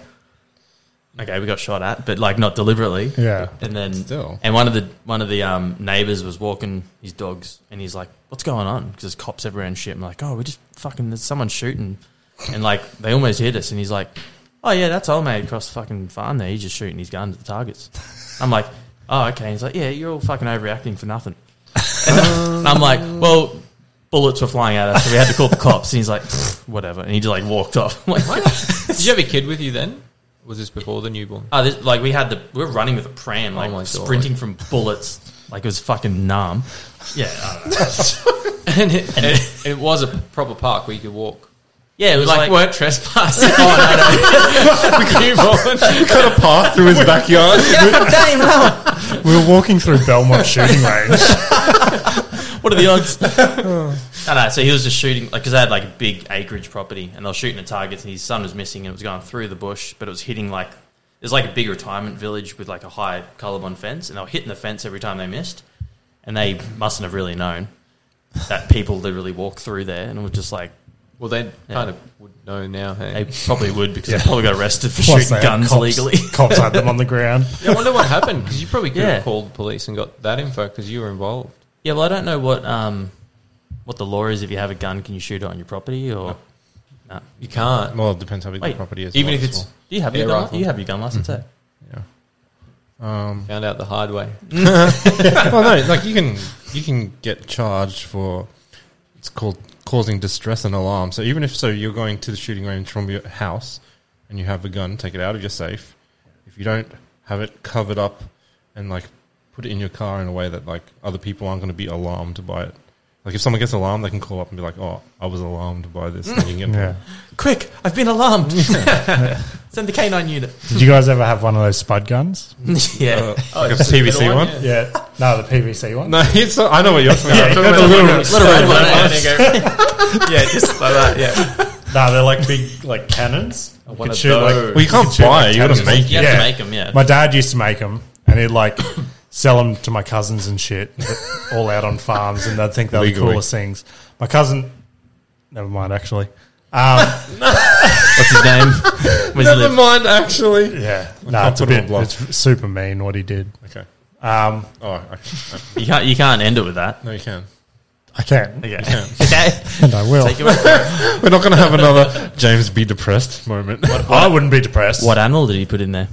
[SPEAKER 2] okay we got shot at but like not deliberately
[SPEAKER 3] yeah.
[SPEAKER 2] and then
[SPEAKER 1] Still.
[SPEAKER 2] and one of the one of the um, neighbors was walking his dogs and he's like what's going on because there's cops everywhere and shit I'm like oh we just fucking there's someone shooting and like they almost hit us and he's like oh yeah that's old mate across the fucking farm there he's just shooting his gun at the targets I'm like oh okay he's like yeah you're all fucking overreacting for nothing and I'm like, well, bullets were flying at us, so we had to call the cops. And he's like, "Pfft, whatever. And he just like walked off. I'm like, what?
[SPEAKER 4] Did you have a kid with you then? Or was this before the newborn?
[SPEAKER 2] Oh, this, like we had the, we were running with a pram, like
[SPEAKER 4] my God.
[SPEAKER 2] sprinting from bullets. Like it was fucking numb. Yeah. I don't know.
[SPEAKER 4] and, it, and it, it was a proper park where you could walk.
[SPEAKER 2] Yeah. It was like,
[SPEAKER 4] Like, weren't trespassing.
[SPEAKER 1] cut a path through his backyard.
[SPEAKER 2] damn, well,
[SPEAKER 3] We were walking through Belmont shooting range.
[SPEAKER 2] what are the odds? no, no. So he was just shooting, like, because they had like a big acreage property and they were shooting at targets and his son was missing and it was going through the bush, but it was hitting like, there's like a big retirement village with like a high colorbond fence and they were hitting the fence every time they missed. And they mustn't have really known that people literally walk through there and were just like,
[SPEAKER 4] well, they
[SPEAKER 2] Yeah.
[SPEAKER 4] kind of would know now, hey?
[SPEAKER 2] they probably would because
[SPEAKER 3] Yeah.
[SPEAKER 2] they probably got arrested for
[SPEAKER 3] Plus they
[SPEAKER 2] shooting
[SPEAKER 3] had
[SPEAKER 2] guns
[SPEAKER 3] cops,
[SPEAKER 2] legally.
[SPEAKER 3] Cops had them on the ground.
[SPEAKER 4] I wonder what happened because you probably could
[SPEAKER 2] Yeah.
[SPEAKER 4] have called the police and got that info because you were involved.
[SPEAKER 2] yeah, well, I don't know what, um, what the law is if you have a gun, can you shoot it on your property or
[SPEAKER 4] You can't.
[SPEAKER 1] Well, it depends how big the
[SPEAKER 2] Wait,
[SPEAKER 1] property is.
[SPEAKER 4] Even
[SPEAKER 1] as
[SPEAKER 4] if it's
[SPEAKER 1] well.
[SPEAKER 2] do you have your
[SPEAKER 4] Air
[SPEAKER 2] gun?
[SPEAKER 4] rifle.
[SPEAKER 2] You have your gun license, eh?
[SPEAKER 1] yeah. Um,
[SPEAKER 4] Found out the hard way.
[SPEAKER 1] well, no, like you can you can get charged for it's called causing distress and alarm. So even if so, you're going to the shooting range from your house and you have a gun, take it out of your safe. If you don't have it covered up and like put it in your car in a way that like other people aren't going to be alarmed by it. Like if someone gets alarmed, they can call up and be like, "Oh, I was alarmed by this." and you can get-
[SPEAKER 3] Mm. Yeah.
[SPEAKER 2] Quick, I've been alarmed. Send the canine unit.
[SPEAKER 3] Did you guys ever have one of those spud guns?
[SPEAKER 2] yeah.
[SPEAKER 1] uh, like a PVC one.
[SPEAKER 3] Yeah. No, the PVC one.
[SPEAKER 1] No, it's not, I know what you're talking about.
[SPEAKER 3] Yeah,
[SPEAKER 1] I'm talking
[SPEAKER 3] you got
[SPEAKER 1] about the
[SPEAKER 3] the little-
[SPEAKER 1] little-
[SPEAKER 2] little red one.
[SPEAKER 4] And they go- yeah, just like that. Yeah,
[SPEAKER 3] No, they're like big like cannons. You
[SPEAKER 4] one
[SPEAKER 3] could
[SPEAKER 4] of
[SPEAKER 3] shoot, like-
[SPEAKER 4] those.
[SPEAKER 1] Well, you can't
[SPEAKER 3] could shoot, like,
[SPEAKER 1] buy it, you gotta
[SPEAKER 3] cannons.
[SPEAKER 1] make it.
[SPEAKER 2] You have to make 'em, yeah.
[SPEAKER 3] My dad used to make them, and he'd like sell them to my cousins and shit, all out on farms, and they'd think they were the
[SPEAKER 1] Legally.
[SPEAKER 3] coolest things. My cousin, never mind, actually. Um,
[SPEAKER 2] What's his name? Where's he
[SPEAKER 1] Never
[SPEAKER 2] live?
[SPEAKER 1] mind, actually.
[SPEAKER 3] Yeah, no,
[SPEAKER 1] can't
[SPEAKER 3] it's a
[SPEAKER 1] put him on
[SPEAKER 3] bit.
[SPEAKER 1] blast.
[SPEAKER 3] It's super mean what he did.
[SPEAKER 1] Okay.
[SPEAKER 3] Um,
[SPEAKER 1] Oh, I, I,
[SPEAKER 2] You can't, you can't end it with that.
[SPEAKER 1] no, you can.
[SPEAKER 3] I can
[SPEAKER 2] Okay.
[SPEAKER 1] Yeah.
[SPEAKER 2] okay.
[SPEAKER 3] and I will.
[SPEAKER 2] Take him out.
[SPEAKER 1] We're not going to have another James be depressed moment.
[SPEAKER 3] I wouldn't be depressed.
[SPEAKER 2] What animal did he put in there?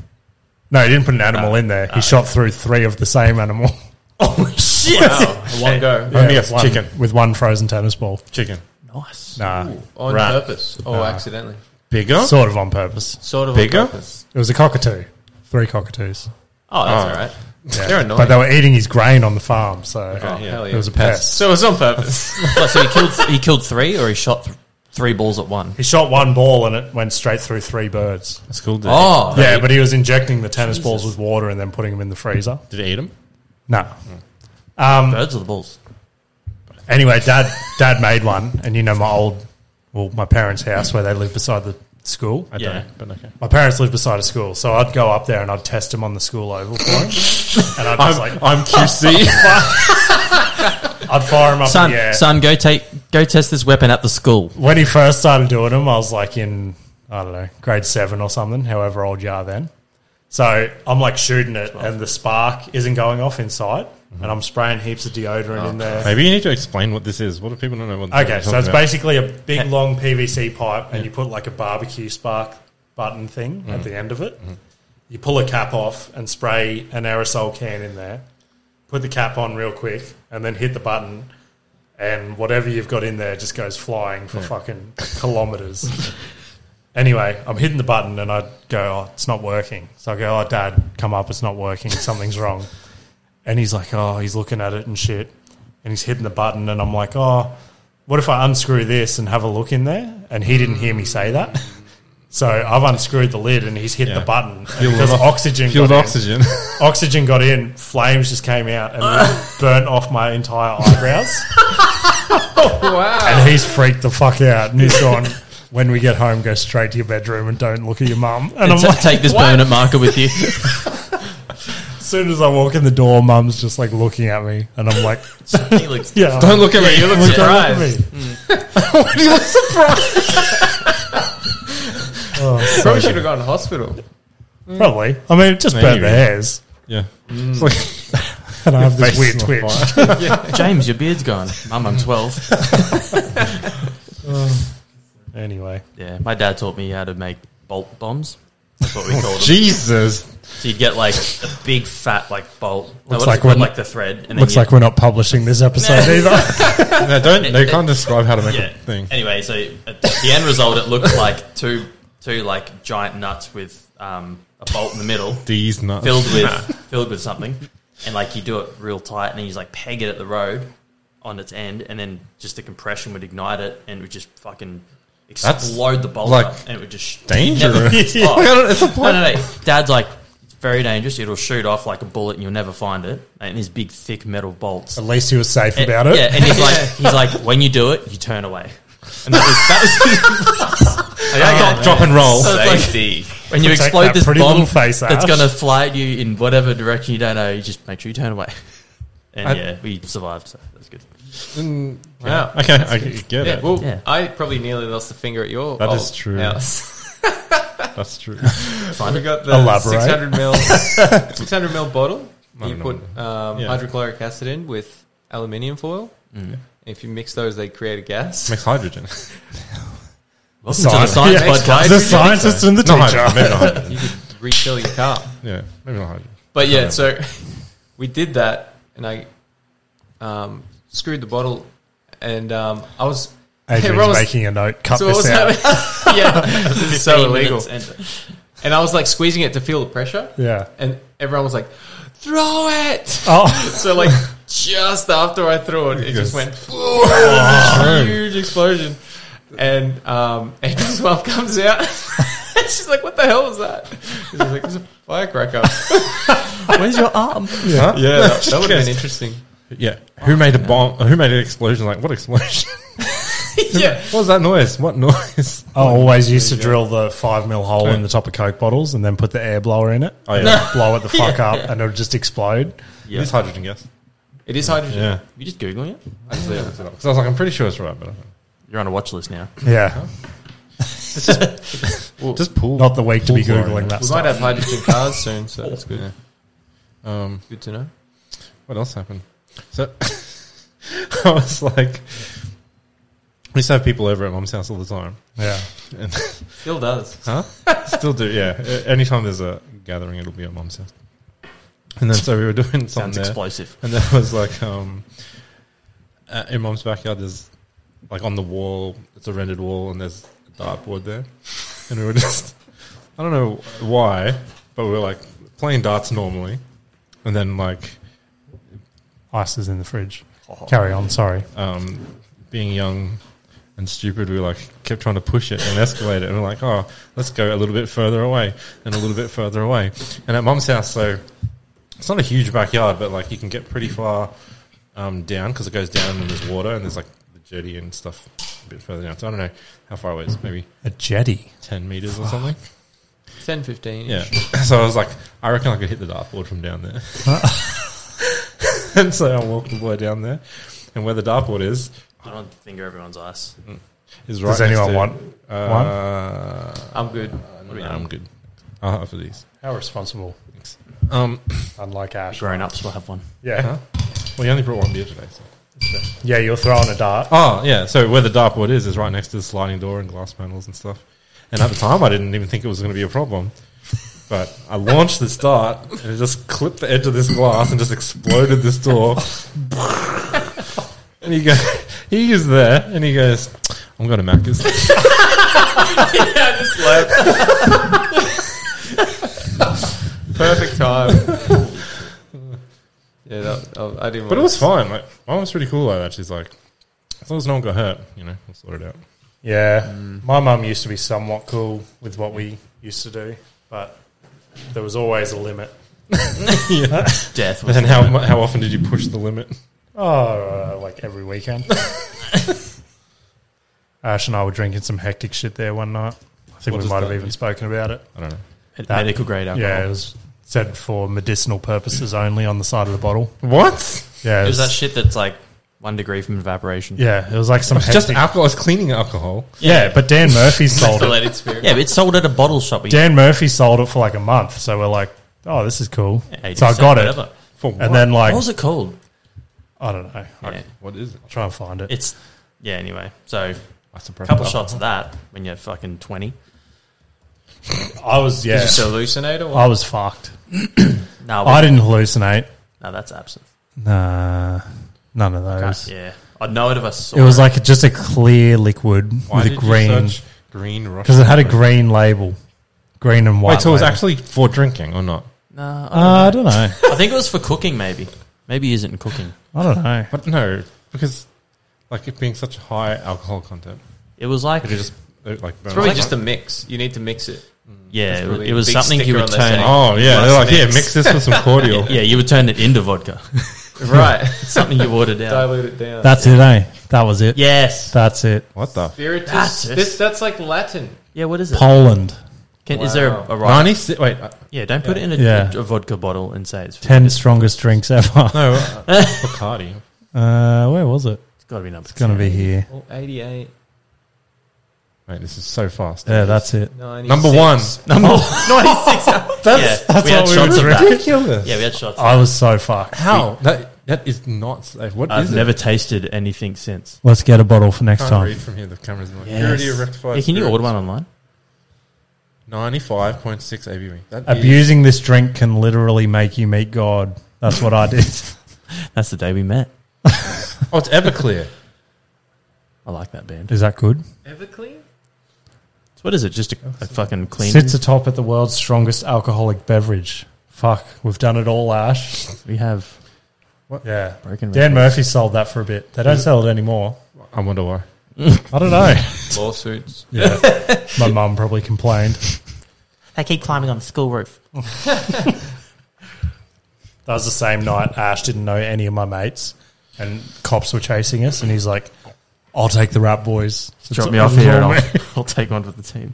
[SPEAKER 3] No, he didn't put an animal
[SPEAKER 4] Uh,
[SPEAKER 2] No.
[SPEAKER 3] in there. He shot through three of the same animal.
[SPEAKER 2] Oh, shit.
[SPEAKER 4] One go.
[SPEAKER 1] Let me
[SPEAKER 3] Yeah,
[SPEAKER 1] guess,
[SPEAKER 3] one-
[SPEAKER 1] chicken.
[SPEAKER 3] with one frozen tennis ball.
[SPEAKER 1] Chicken.
[SPEAKER 2] Nice.
[SPEAKER 3] Nah,
[SPEAKER 4] On
[SPEAKER 1] Rat.
[SPEAKER 4] purpose or
[SPEAKER 3] Nah.
[SPEAKER 4] accidentally.
[SPEAKER 1] Bigger?
[SPEAKER 3] sort of on purpose.
[SPEAKER 4] Sort of
[SPEAKER 1] Bigger?
[SPEAKER 4] on purpose.
[SPEAKER 3] It was a cockatoo, three cockatoos.
[SPEAKER 2] Oh, that's
[SPEAKER 1] Oh.
[SPEAKER 2] all right.
[SPEAKER 3] Yeah.
[SPEAKER 4] They're annoying.
[SPEAKER 3] but they were eating his grain on the farm, so
[SPEAKER 4] Oh,
[SPEAKER 1] yeah.
[SPEAKER 4] hell
[SPEAKER 3] it
[SPEAKER 4] yeah.
[SPEAKER 3] was a pest.
[SPEAKER 4] so it was on purpose.
[SPEAKER 2] What, so he killed, he killed three or he shot th- three balls at one?
[SPEAKER 3] He shot one ball and it went straight through three birds.
[SPEAKER 1] That's cool. Did,
[SPEAKER 2] Oh.
[SPEAKER 3] Yeah, but he was injecting the tennis balls with water and then putting them in the freezer.
[SPEAKER 1] did it eat him?
[SPEAKER 3] No.
[SPEAKER 4] Mm.
[SPEAKER 2] Birds or the balls?
[SPEAKER 3] Anyway, dad dad made one, and you know my old, well, my parents' house where they live beside the school.
[SPEAKER 1] I
[SPEAKER 2] Yeah.
[SPEAKER 1] don't know, but okay.
[SPEAKER 3] My parents live beside a school, so I'd go up there and I'd test him on the school oval for him, and I'd
[SPEAKER 1] I'm,
[SPEAKER 3] just like
[SPEAKER 1] I'm QC.
[SPEAKER 3] I'd fire him up.
[SPEAKER 2] Oh, Son,
[SPEAKER 3] in the air.
[SPEAKER 2] son, go take, go test this weapon at the school.
[SPEAKER 3] when he first started doing them, I was like in I don't know grade seven or something, however old you are then. So I'm like shooting it, and the spark isn't going off inside,
[SPEAKER 2] Mm-hmm.
[SPEAKER 3] and I'm spraying heaps of deodorant
[SPEAKER 2] Oh,
[SPEAKER 3] in there.
[SPEAKER 1] Maybe you need to explain what this is. What if people don't know what
[SPEAKER 3] Okay, so it's
[SPEAKER 1] basically
[SPEAKER 3] basically a big long PVC pipe, and you put like a barbecue spark button thing at the end of it. You pull a cap off and spray an aerosol can in there. Put the cap on real quick, and then hit the button, and whatever you've got in there just goes flying for fucking kilometers. anyway, I'm hitting the button, and I go, "Oh, it's not working." So I go, "Oh, Dad, come up, it's not working. Something's wrong." And he's like, oh, he's looking at it and shit. And he's hitting the button. And I'm like, oh, what if I unscrew this and have a look in there? And he didn't hear me say that. So I've unscrewed the lid and he's hit
[SPEAKER 1] Yeah.
[SPEAKER 3] the button. And Because oxygen
[SPEAKER 1] Fueled
[SPEAKER 3] got
[SPEAKER 1] oxygen.
[SPEAKER 3] In, oxygen got in, flames just came out and burnt off my entire eyebrows.
[SPEAKER 4] wow.
[SPEAKER 3] And he's freaked the fuck out. And he's gone, when we get home, go straight to your bedroom and don't look at your mum. And I'm
[SPEAKER 2] Ta-
[SPEAKER 3] like,
[SPEAKER 2] take this permanent marker with you.
[SPEAKER 3] as soon as I walk in the door, mum's just like looking at me. And I'm like,
[SPEAKER 2] he looks,
[SPEAKER 3] yeah.
[SPEAKER 1] don't look at me. You look
[SPEAKER 3] Don't look at
[SPEAKER 4] surprised.
[SPEAKER 3] me.
[SPEAKER 1] you look surprised.
[SPEAKER 4] Probably should have gone to hospital.
[SPEAKER 3] Probably. I mean, it just
[SPEAKER 1] Maybe.
[SPEAKER 3] burnt the hairs.
[SPEAKER 1] Yeah. It's like,
[SPEAKER 3] And I have this
[SPEAKER 1] face
[SPEAKER 3] weird
[SPEAKER 1] is on
[SPEAKER 3] twitch.
[SPEAKER 2] James, your beard's gone. Mum, I'm 12.
[SPEAKER 3] Anyway.
[SPEAKER 2] Yeah, my dad taught me how to make bolt bombs. That's what we
[SPEAKER 3] Oh,
[SPEAKER 2] called them.
[SPEAKER 1] Jesus.
[SPEAKER 2] So you'd get like a big fat like bolt. No,
[SPEAKER 3] Looks
[SPEAKER 2] what's
[SPEAKER 3] like
[SPEAKER 2] it called?
[SPEAKER 3] when-
[SPEAKER 2] like the thread. And then
[SPEAKER 3] Looks
[SPEAKER 2] you-
[SPEAKER 3] like we're not publishing this episode either.
[SPEAKER 1] No, don't, they can't describe how to make
[SPEAKER 2] yeah.
[SPEAKER 1] a thing.
[SPEAKER 2] Anyway, so at the end result, it looked like two two like giant nuts with um, a bolt in the middle,
[SPEAKER 1] These nuts.
[SPEAKER 2] filled with filled with something, and like you do it real tight, and then you just like peg it at the road on its end, and then just the compression would ignite it, and it would just fucking
[SPEAKER 1] That's
[SPEAKER 2] explode the bolt
[SPEAKER 1] like
[SPEAKER 2] up, and it would just
[SPEAKER 1] dangerous.
[SPEAKER 2] Never,
[SPEAKER 1] Like, I don't- it's a
[SPEAKER 2] no, no, no. Dad's like, it's very dangerous. It'll shoot off like a bullet and you'll never find it. And these big, thick metal bolts.
[SPEAKER 3] At least he was safe Eh, about it.
[SPEAKER 2] Yeah, and he's like, he's like, when you do it, you turn away. And that was, that was
[SPEAKER 1] Drop, drop and roll.
[SPEAKER 2] So it's like-
[SPEAKER 4] Safety.
[SPEAKER 2] when you
[SPEAKER 3] Protect
[SPEAKER 2] explode
[SPEAKER 3] that
[SPEAKER 2] this
[SPEAKER 3] pretty
[SPEAKER 2] bomb
[SPEAKER 3] little face,
[SPEAKER 2] that's
[SPEAKER 3] Ash.
[SPEAKER 2] going to fly at you in whatever direction you don't know. You just make sure you turn away. And
[SPEAKER 1] I-
[SPEAKER 2] yeah, we survived. So that's good.
[SPEAKER 1] Mm,
[SPEAKER 4] Wow.
[SPEAKER 1] Okay, I get
[SPEAKER 4] Yeah,
[SPEAKER 1] it.
[SPEAKER 4] well,
[SPEAKER 2] Yeah.
[SPEAKER 4] I probably nearly lost a finger at your.
[SPEAKER 1] That
[SPEAKER 4] old
[SPEAKER 1] is true.
[SPEAKER 4] House.
[SPEAKER 1] That's true.
[SPEAKER 2] Find
[SPEAKER 4] we
[SPEAKER 2] it.
[SPEAKER 4] got the
[SPEAKER 3] Elaborate.
[SPEAKER 4] 600 mil, 600 mil bottle.
[SPEAKER 1] No,
[SPEAKER 4] you
[SPEAKER 1] no,
[SPEAKER 4] put um,
[SPEAKER 1] Yeah.
[SPEAKER 4] hydrochloric acid in with aluminium foil.
[SPEAKER 1] Mm.
[SPEAKER 4] If you mix those, they create a gas.
[SPEAKER 1] Makes hydrogen.
[SPEAKER 2] Welcome to the science
[SPEAKER 3] Yeah.
[SPEAKER 2] podcast.
[SPEAKER 3] The scientist and the
[SPEAKER 1] No
[SPEAKER 3] teacher.
[SPEAKER 1] hydrogen. Maybe not hydrogen.
[SPEAKER 4] you could refill your car.
[SPEAKER 1] Yeah, maybe not hydrogen.
[SPEAKER 4] But yeah,
[SPEAKER 1] Okay.
[SPEAKER 4] so we did that, and I um, screwed the bottle, and um, I was.
[SPEAKER 3] Adrian's
[SPEAKER 4] Everyone was-
[SPEAKER 3] making a note. Cut
[SPEAKER 4] so what
[SPEAKER 3] this
[SPEAKER 4] was
[SPEAKER 3] out.
[SPEAKER 4] happening? yeah, this is so
[SPEAKER 2] 15
[SPEAKER 4] illegal.
[SPEAKER 2] minutes into-
[SPEAKER 4] And I was like squeezing it to feel the pressure,
[SPEAKER 3] Yeah.
[SPEAKER 4] and everyone was like, "Throw it!"
[SPEAKER 3] Oh,
[SPEAKER 4] So like just after I threw it, it
[SPEAKER 1] Yes.
[SPEAKER 4] just went
[SPEAKER 3] Oh,
[SPEAKER 4] huge explosion, and um, Adrian's mom comes out. and She's like, "What the hell was that?" She's like, "It's a firecracker."
[SPEAKER 2] Where's your arm?
[SPEAKER 1] Huh?
[SPEAKER 4] Yeah, that, that would have
[SPEAKER 1] Yes.
[SPEAKER 4] been interesting.
[SPEAKER 1] Yeah. Who made a bomb? Who made an explosion? Like, what explosion?
[SPEAKER 4] yeah,
[SPEAKER 1] what was that noise? What noise?
[SPEAKER 3] I always used to drill the five mil hole in the top of Coke bottles and then put the air blower in it.
[SPEAKER 1] Oh,
[SPEAKER 3] and
[SPEAKER 1] yeah.
[SPEAKER 3] then blow it the fuck up and it'll just explode.
[SPEAKER 1] It's hydrogen gas.
[SPEAKER 4] it is hydrogen.
[SPEAKER 1] Yeah.
[SPEAKER 2] You just googling it.
[SPEAKER 4] Actually, yeah.
[SPEAKER 1] Because I was like, I'm pretty sure it's right, but I don't know.
[SPEAKER 2] You're on a watch list now.
[SPEAKER 3] Yeah.
[SPEAKER 4] Well,
[SPEAKER 1] Just pool.
[SPEAKER 3] Not the week to be
[SPEAKER 1] Pool
[SPEAKER 3] googling
[SPEAKER 1] glory.
[SPEAKER 3] that
[SPEAKER 4] we might
[SPEAKER 3] stuff.
[SPEAKER 4] have hydrogen cars soon, so that's good.
[SPEAKER 1] Yeah. Um,
[SPEAKER 4] Good to know.
[SPEAKER 1] what else happened? So I was like, we used to have people over at mom's house all the time.
[SPEAKER 3] Yeah,
[SPEAKER 1] And
[SPEAKER 4] Still does.
[SPEAKER 1] Huh? Still do, yeah. A- Anytime there's a gathering, it'll be at mom's house. And then so we were doing something
[SPEAKER 2] Sounds
[SPEAKER 1] there,
[SPEAKER 2] explosive.
[SPEAKER 1] and there was like um, uh, in mom's backyard. There's like on the wall, it's a rendered wall, and there's a dartboard there, and we were just I don't know why, but we were like playing darts normally, and then like
[SPEAKER 3] ice is in the fridge.
[SPEAKER 1] Oh.
[SPEAKER 3] Carry on. Sorry.
[SPEAKER 1] um, being young and stupid, we like kept trying to push it and escalate it. And we're like, oh, let's go a little bit further away and a little bit further away. And at mum's house, so it's not a huge backyard, but like you can get pretty far um, down because it goes down and there's water and there's like the jetty and stuff a bit further down. So I don't know how far away it is, maybe
[SPEAKER 3] A jetty.
[SPEAKER 1] 10 meters or something.
[SPEAKER 4] 10, 15.
[SPEAKER 1] Yeah. So I was like, I reckon I could hit the dartboard from down there. and so I walked the boy down there. And where the dartboard is,
[SPEAKER 2] I don't finger everyone's ass.
[SPEAKER 1] is right
[SPEAKER 3] Does
[SPEAKER 1] next
[SPEAKER 3] anyone
[SPEAKER 1] to-
[SPEAKER 3] want?
[SPEAKER 1] Uh,
[SPEAKER 4] I'm good.
[SPEAKER 2] What do we
[SPEAKER 1] no,
[SPEAKER 2] have?
[SPEAKER 1] I'm good. I'll have for these.
[SPEAKER 3] How responsible?
[SPEAKER 1] Um,
[SPEAKER 3] Unlike Ash.
[SPEAKER 2] Grown ups will have one.
[SPEAKER 3] Yeah.
[SPEAKER 1] huh? well, you only brought one beer today. So.
[SPEAKER 3] Yeah, you're throwing a dart.
[SPEAKER 1] Oh yeah, so where the dartboard is is right next to the sliding door and glass panels and stuff. And at the time, I didn't even think it was going to be a problem. But I launched this dart and it just clipped the edge of this glass and just exploded this door. and he goes, he is there, and he goes, "I'm going to Macca's."
[SPEAKER 4] Perfect time. yeah, that, oh, I didn't
[SPEAKER 1] But it
[SPEAKER 4] wanna-
[SPEAKER 1] was fine. Like, mom was pretty cool like that. She's like, "As long as no one got hurt, you know, we'll sort it out."
[SPEAKER 3] Yeah.
[SPEAKER 1] Mm.
[SPEAKER 3] My mum used to be somewhat cool with what we used to do, but there was always a limit.
[SPEAKER 2] Death
[SPEAKER 1] And
[SPEAKER 2] was
[SPEAKER 1] then how mu- how often did you push the limit?
[SPEAKER 3] Oh, uh, like every weekend. Ash and I were drinking some hectic shit there one night. I
[SPEAKER 1] What
[SPEAKER 3] think we
[SPEAKER 1] does
[SPEAKER 3] might
[SPEAKER 1] that
[SPEAKER 3] have even
[SPEAKER 1] mean?
[SPEAKER 3] spoken about it.
[SPEAKER 1] I don't know.
[SPEAKER 2] med- medical grade alcohol.
[SPEAKER 3] Yeah, it was said for medicinal purposes only on the side of the bottle.
[SPEAKER 1] What?
[SPEAKER 3] Yeah,
[SPEAKER 2] It was that shit that's like one degree from evaporation.
[SPEAKER 3] Yeah, it was like some hectic.
[SPEAKER 1] Just alcohol. It's cleaning alcohol.
[SPEAKER 3] yeah, but Dan Murphy sold it.
[SPEAKER 4] Related spirit.
[SPEAKER 2] Yeah, but it's sold at a bottle shop. where you
[SPEAKER 3] Dan Murphy sold it for like a month, so we're like, oh, this is cool.
[SPEAKER 2] get
[SPEAKER 3] So I
[SPEAKER 2] 80%,
[SPEAKER 3] got it,
[SPEAKER 2] whatever.
[SPEAKER 1] For
[SPEAKER 3] and then like
[SPEAKER 2] what was it called?
[SPEAKER 3] I don't know. I'll
[SPEAKER 2] Yeah.
[SPEAKER 1] what is it?
[SPEAKER 3] try and find it.
[SPEAKER 2] It's yeah. Anyway, so
[SPEAKER 1] That's
[SPEAKER 2] a couple shots of that when you're fucking twenty.
[SPEAKER 3] I was yeah,
[SPEAKER 4] Just hallucinate or what?
[SPEAKER 3] I was fucked.
[SPEAKER 2] No,
[SPEAKER 3] I
[SPEAKER 2] we-
[SPEAKER 3] didn't hallucinate.
[SPEAKER 2] no, that's absent.
[SPEAKER 3] Nah, none of those.
[SPEAKER 2] Yeah, I'd know it if I saw.
[SPEAKER 3] It was like just a clear liquid
[SPEAKER 1] Why
[SPEAKER 3] with a
[SPEAKER 1] did
[SPEAKER 3] green
[SPEAKER 1] you search green Russian?
[SPEAKER 3] because it had a green label, green and white.
[SPEAKER 1] Wait, so it was
[SPEAKER 3] label.
[SPEAKER 1] actually for drinking or not?
[SPEAKER 2] No, I, don't
[SPEAKER 3] Uh, I
[SPEAKER 2] know.
[SPEAKER 3] don't know.
[SPEAKER 2] I think it was for cooking. Maybe, maybe he isn't in cooking.
[SPEAKER 3] I don't know.
[SPEAKER 1] But no, because like it being such high alcohol content,
[SPEAKER 2] It was like
[SPEAKER 1] it just it, like burn
[SPEAKER 4] It's probably
[SPEAKER 1] up.
[SPEAKER 4] just a mix. You need to mix it.
[SPEAKER 2] yeah,
[SPEAKER 4] That's
[SPEAKER 2] it was-
[SPEAKER 4] probably
[SPEAKER 2] it
[SPEAKER 4] a
[SPEAKER 2] was
[SPEAKER 4] big
[SPEAKER 2] something you
[SPEAKER 4] sticker
[SPEAKER 2] would
[SPEAKER 4] on the
[SPEAKER 2] turn.
[SPEAKER 4] thing.
[SPEAKER 1] oh yeah, they're
[SPEAKER 4] Must
[SPEAKER 1] like yeah,
[SPEAKER 4] mix.
[SPEAKER 1] mix this with some cordial.
[SPEAKER 2] Yeah, you would turn it into vodka.
[SPEAKER 4] Right.
[SPEAKER 2] something you ordered out.
[SPEAKER 4] Dilute it down.
[SPEAKER 3] That's it, eh? That was it.
[SPEAKER 2] yes.
[SPEAKER 3] That's it.
[SPEAKER 1] What the?
[SPEAKER 4] Spiritus.
[SPEAKER 2] That's
[SPEAKER 4] That's,
[SPEAKER 2] it.
[SPEAKER 4] this, that's like Latin.
[SPEAKER 2] Yeah. What is it?
[SPEAKER 3] Poland,
[SPEAKER 2] Can, Is there a,
[SPEAKER 4] Wow.
[SPEAKER 2] a right?
[SPEAKER 1] Ninety six. Wait, uh,
[SPEAKER 2] Yeah. Don't put it in a,
[SPEAKER 3] Yeah.
[SPEAKER 2] a, a vodka bottle and say it's.
[SPEAKER 3] ten strongest drinks ever.
[SPEAKER 1] no, uh, Bacardi.
[SPEAKER 3] Uh, where was it?
[SPEAKER 2] It's got to be number.
[SPEAKER 3] It's gonna be here.
[SPEAKER 4] Well, 88,
[SPEAKER 1] Wait, this is so fast.
[SPEAKER 3] Yeah, that's it. Oh.
[SPEAKER 4] 96.
[SPEAKER 1] Number one.
[SPEAKER 2] number ninety six.
[SPEAKER 3] That's
[SPEAKER 2] Yeah,
[SPEAKER 3] that's
[SPEAKER 2] we had
[SPEAKER 3] what
[SPEAKER 2] shots
[SPEAKER 3] we were
[SPEAKER 2] of that.
[SPEAKER 3] drinking.
[SPEAKER 1] Ridiculous.
[SPEAKER 2] Yeah, we had shots.
[SPEAKER 3] I was so fucked.
[SPEAKER 1] How that that is not safe. What
[SPEAKER 2] I've
[SPEAKER 1] is it?
[SPEAKER 2] never tasted anything since.
[SPEAKER 3] Let's get a bottle for next
[SPEAKER 1] Can't
[SPEAKER 3] time.
[SPEAKER 1] read from here. The camera's in the way.
[SPEAKER 2] Yes.
[SPEAKER 1] Purity of rectified.
[SPEAKER 2] Yeah, can you
[SPEAKER 1] spirits.
[SPEAKER 2] order one online?
[SPEAKER 1] Ninety-five point six ABV. That is-
[SPEAKER 3] Abusing this drink can literally make you meet God. That's what I did.
[SPEAKER 2] That's the day we met.
[SPEAKER 1] Oh, it's Everclear.
[SPEAKER 2] I like that band.
[SPEAKER 3] Is that good?
[SPEAKER 4] Everclear?
[SPEAKER 2] So what is it? Just a, a fucking clean.
[SPEAKER 3] Sits atop at the world's strongest alcoholic beverage. Fuck, we've done it all, Ash.
[SPEAKER 2] we have
[SPEAKER 3] Yeah.
[SPEAKER 2] broken.
[SPEAKER 3] Dan
[SPEAKER 2] records.
[SPEAKER 3] Murphy sold that for a bit. They don't sell it anymore.
[SPEAKER 1] I wonder why.
[SPEAKER 3] I don't know.
[SPEAKER 4] Lawsuits.
[SPEAKER 3] Yeah. My mum probably complained.
[SPEAKER 2] They keep climbing on the school roof.
[SPEAKER 3] That was the same night Ash didn't know any of my mates and cops were chasing us and he's like, I'll take the rap boys.
[SPEAKER 2] Drop
[SPEAKER 3] It's-
[SPEAKER 2] me off here. And
[SPEAKER 3] Normal.
[SPEAKER 2] I'll, I'll take one for the team.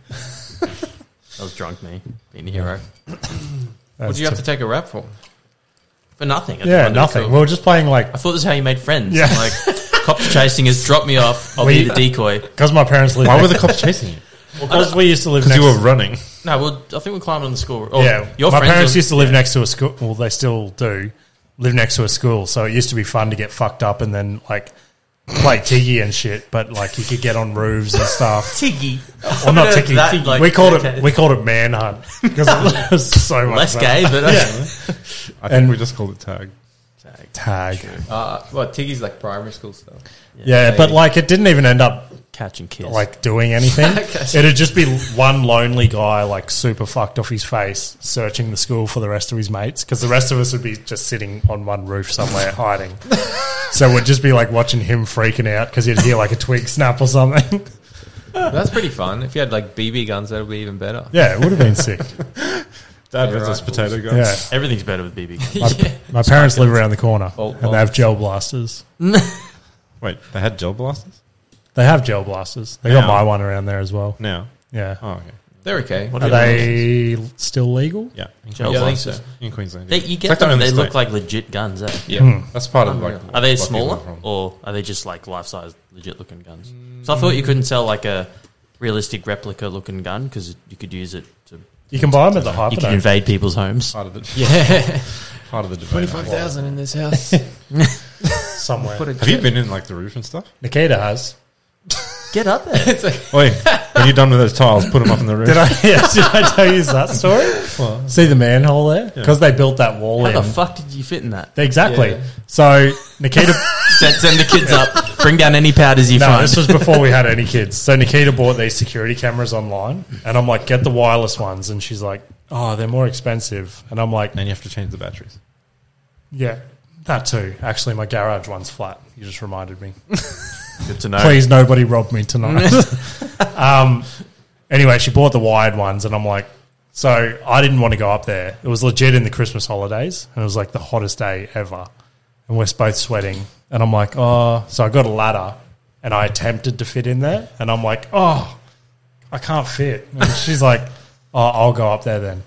[SPEAKER 2] that was drunk me being a hero
[SPEAKER 4] What do you have to take a rap for?
[SPEAKER 2] for nothing. I just
[SPEAKER 3] Yeah,
[SPEAKER 2] wanted to be
[SPEAKER 3] nothing.
[SPEAKER 2] cool.
[SPEAKER 3] We were just playing like
[SPEAKER 2] I thought this is how you made friends.
[SPEAKER 3] Yeah.
[SPEAKER 2] Like cops chasing us, drop me off. I'll
[SPEAKER 3] We-
[SPEAKER 2] be the decoy.
[SPEAKER 3] because my parents live.
[SPEAKER 1] Why were the cops chasing you?
[SPEAKER 3] Because we used to live
[SPEAKER 1] because
[SPEAKER 3] next
[SPEAKER 1] you were running.
[SPEAKER 2] No, well, I think we climbed on the school. Oh,
[SPEAKER 3] yeah,
[SPEAKER 2] your
[SPEAKER 3] my
[SPEAKER 2] friends
[SPEAKER 3] parents
[SPEAKER 2] were-
[SPEAKER 3] used to live
[SPEAKER 2] yeah.
[SPEAKER 3] next to a school. Well, they still do live next to a school, so it used to be fun to get fucked up and then like play Tiggy and shit. But like you could get on roofs and stuff,
[SPEAKER 2] Tiggy.
[SPEAKER 3] or not
[SPEAKER 2] Yeah,
[SPEAKER 3] Tiggy.
[SPEAKER 2] that,
[SPEAKER 3] Tiggy.
[SPEAKER 2] like,
[SPEAKER 3] we called
[SPEAKER 2] okay.
[SPEAKER 3] it we called it manhunt because it was so much
[SPEAKER 2] Less
[SPEAKER 3] fun.
[SPEAKER 2] gay, but uh,
[SPEAKER 3] Yeah.
[SPEAKER 1] I think
[SPEAKER 3] And-
[SPEAKER 1] we just called it tag.
[SPEAKER 2] okay.
[SPEAKER 3] Tag.
[SPEAKER 4] Uh, well, Tiggy's like primary school stuff.
[SPEAKER 3] Yeah, but like it didn't even end up
[SPEAKER 2] catch and kiss.
[SPEAKER 3] like doing anything.
[SPEAKER 4] Okay.
[SPEAKER 3] It'd just be one lonely guy, like super fucked off his face, searching the school for the rest of his mates because the rest of us would be just sitting on one roof somewhere hiding. So we'd just be like watching him freaking out because he'd hear like a twig snap or something.
[SPEAKER 4] That's pretty fun. If you had like BB guns, that would be even better.
[SPEAKER 3] Yeah, it would have been sick.
[SPEAKER 1] Dad
[SPEAKER 4] Yeah,
[SPEAKER 1] was
[SPEAKER 4] right.
[SPEAKER 1] us potato guns.
[SPEAKER 3] Yeah.
[SPEAKER 2] everything's better with BB. guns.
[SPEAKER 3] My, my parents live around the corner
[SPEAKER 4] Bolt
[SPEAKER 3] and they have gel blasters.
[SPEAKER 1] Wait, they had gel blasters
[SPEAKER 3] They have gel blasters. They got
[SPEAKER 1] Yeah.
[SPEAKER 3] my one around there as well.
[SPEAKER 1] now.
[SPEAKER 3] Yeah.
[SPEAKER 1] Oh, okay.
[SPEAKER 4] They're okay.
[SPEAKER 2] What
[SPEAKER 3] Are they still legal?
[SPEAKER 1] Yeah, in,
[SPEAKER 2] Gel
[SPEAKER 4] Yeah, I think
[SPEAKER 2] blasters.
[SPEAKER 4] so.
[SPEAKER 1] in Queensland.
[SPEAKER 2] They,
[SPEAKER 1] yeah.
[SPEAKER 2] you
[SPEAKER 1] It's
[SPEAKER 2] get
[SPEAKER 1] like the
[SPEAKER 2] them.
[SPEAKER 1] only
[SPEAKER 2] They look
[SPEAKER 1] state.
[SPEAKER 2] like legit guns. Eh?
[SPEAKER 4] Yeah,
[SPEAKER 1] that's part of like.
[SPEAKER 4] Unreal.
[SPEAKER 2] Are they
[SPEAKER 1] what people
[SPEAKER 2] smaller
[SPEAKER 1] are from.
[SPEAKER 2] or are they just like life size, legit looking guns? So I thought you couldn't sell like a realistic replica looking gun because you could use it to
[SPEAKER 3] You can buy them at the
[SPEAKER 2] you could
[SPEAKER 3] hyperdome.
[SPEAKER 2] invade people's homes.
[SPEAKER 1] Part of the
[SPEAKER 4] yeah.
[SPEAKER 1] part of the debate.
[SPEAKER 4] in this house.
[SPEAKER 3] somewhere.
[SPEAKER 4] Put a
[SPEAKER 1] Have you been in like the roof and stuff?
[SPEAKER 3] Nikita has.
[SPEAKER 2] Get up there.
[SPEAKER 4] it's like,
[SPEAKER 1] Wait, when you're done with those tiles, put them up in the roof.
[SPEAKER 3] Did I? Yeah, did I tell you that story?
[SPEAKER 1] What?
[SPEAKER 3] See the manhole there because they built that wall
[SPEAKER 2] How
[SPEAKER 3] in.
[SPEAKER 2] the fuck did you fit in that?
[SPEAKER 3] exactly.
[SPEAKER 4] Yeah.
[SPEAKER 3] So Nikita.
[SPEAKER 2] Send, send the kids up. Bring down any powders you
[SPEAKER 3] no,
[SPEAKER 2] find.
[SPEAKER 3] this was before we had any kids. So Nikita bought these security cameras online, and I'm like, get the wireless ones, and she's like, oh, they're more expensive, and I'm like,
[SPEAKER 1] And you have to change the batteries.
[SPEAKER 3] yeah. That too. Actually, my garage one's flat. You just reminded me.
[SPEAKER 2] Good to know.
[SPEAKER 3] Please, nobody rob me tonight. um, anyway, she bought the wired ones, and I'm like, so I didn't want to go up there. It was legit in the Christmas holidays, and it was like the hottest day ever. And we're both sweating, and I'm like, oh. So I got a ladder, and I attempted to fit in there, and I'm like, oh, I can't fit. And she's like, oh, I'll go up there then.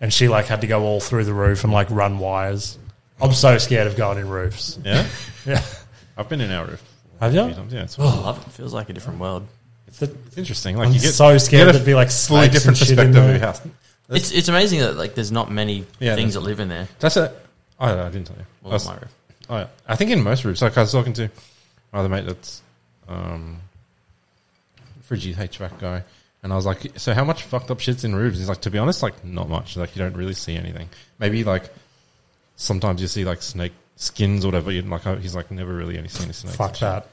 [SPEAKER 3] And she like had to go all through the roof and like run wires. I'm so scared of going in roofs.
[SPEAKER 1] Yeah,
[SPEAKER 3] Yeah.
[SPEAKER 1] I've been in our roof.
[SPEAKER 3] Have
[SPEAKER 1] Yeah,
[SPEAKER 3] you?
[SPEAKER 1] yeah it's,
[SPEAKER 2] I love it. it. Feels like a different world.
[SPEAKER 1] it's interesting. Like
[SPEAKER 3] Oh. I'm
[SPEAKER 1] you get
[SPEAKER 3] so scared
[SPEAKER 1] you get a
[SPEAKER 3] there'd be, like,
[SPEAKER 1] fully
[SPEAKER 3] snakes
[SPEAKER 1] different
[SPEAKER 3] and shit in
[SPEAKER 1] perspective of
[SPEAKER 3] there.
[SPEAKER 1] your house.
[SPEAKER 2] It's it's amazing that like there's not many
[SPEAKER 1] Yeah,
[SPEAKER 2] things
[SPEAKER 1] there's-
[SPEAKER 2] that live in there.
[SPEAKER 1] That's a. I don't know. I didn't tell you.
[SPEAKER 2] Well,
[SPEAKER 1] I was-
[SPEAKER 2] my roof.
[SPEAKER 1] I, I think in most roofs. Like I was talking to my other mate that's um, frigid HVAC guy, and I was like, "So how much fucked up shits in roofs?" He's like, "To be honest, like not much. Like you don't really see anything. Maybe like sometimes you see like snake skins or whatever. you like I- he's like never really any seen any snakes.
[SPEAKER 3] Fuck that.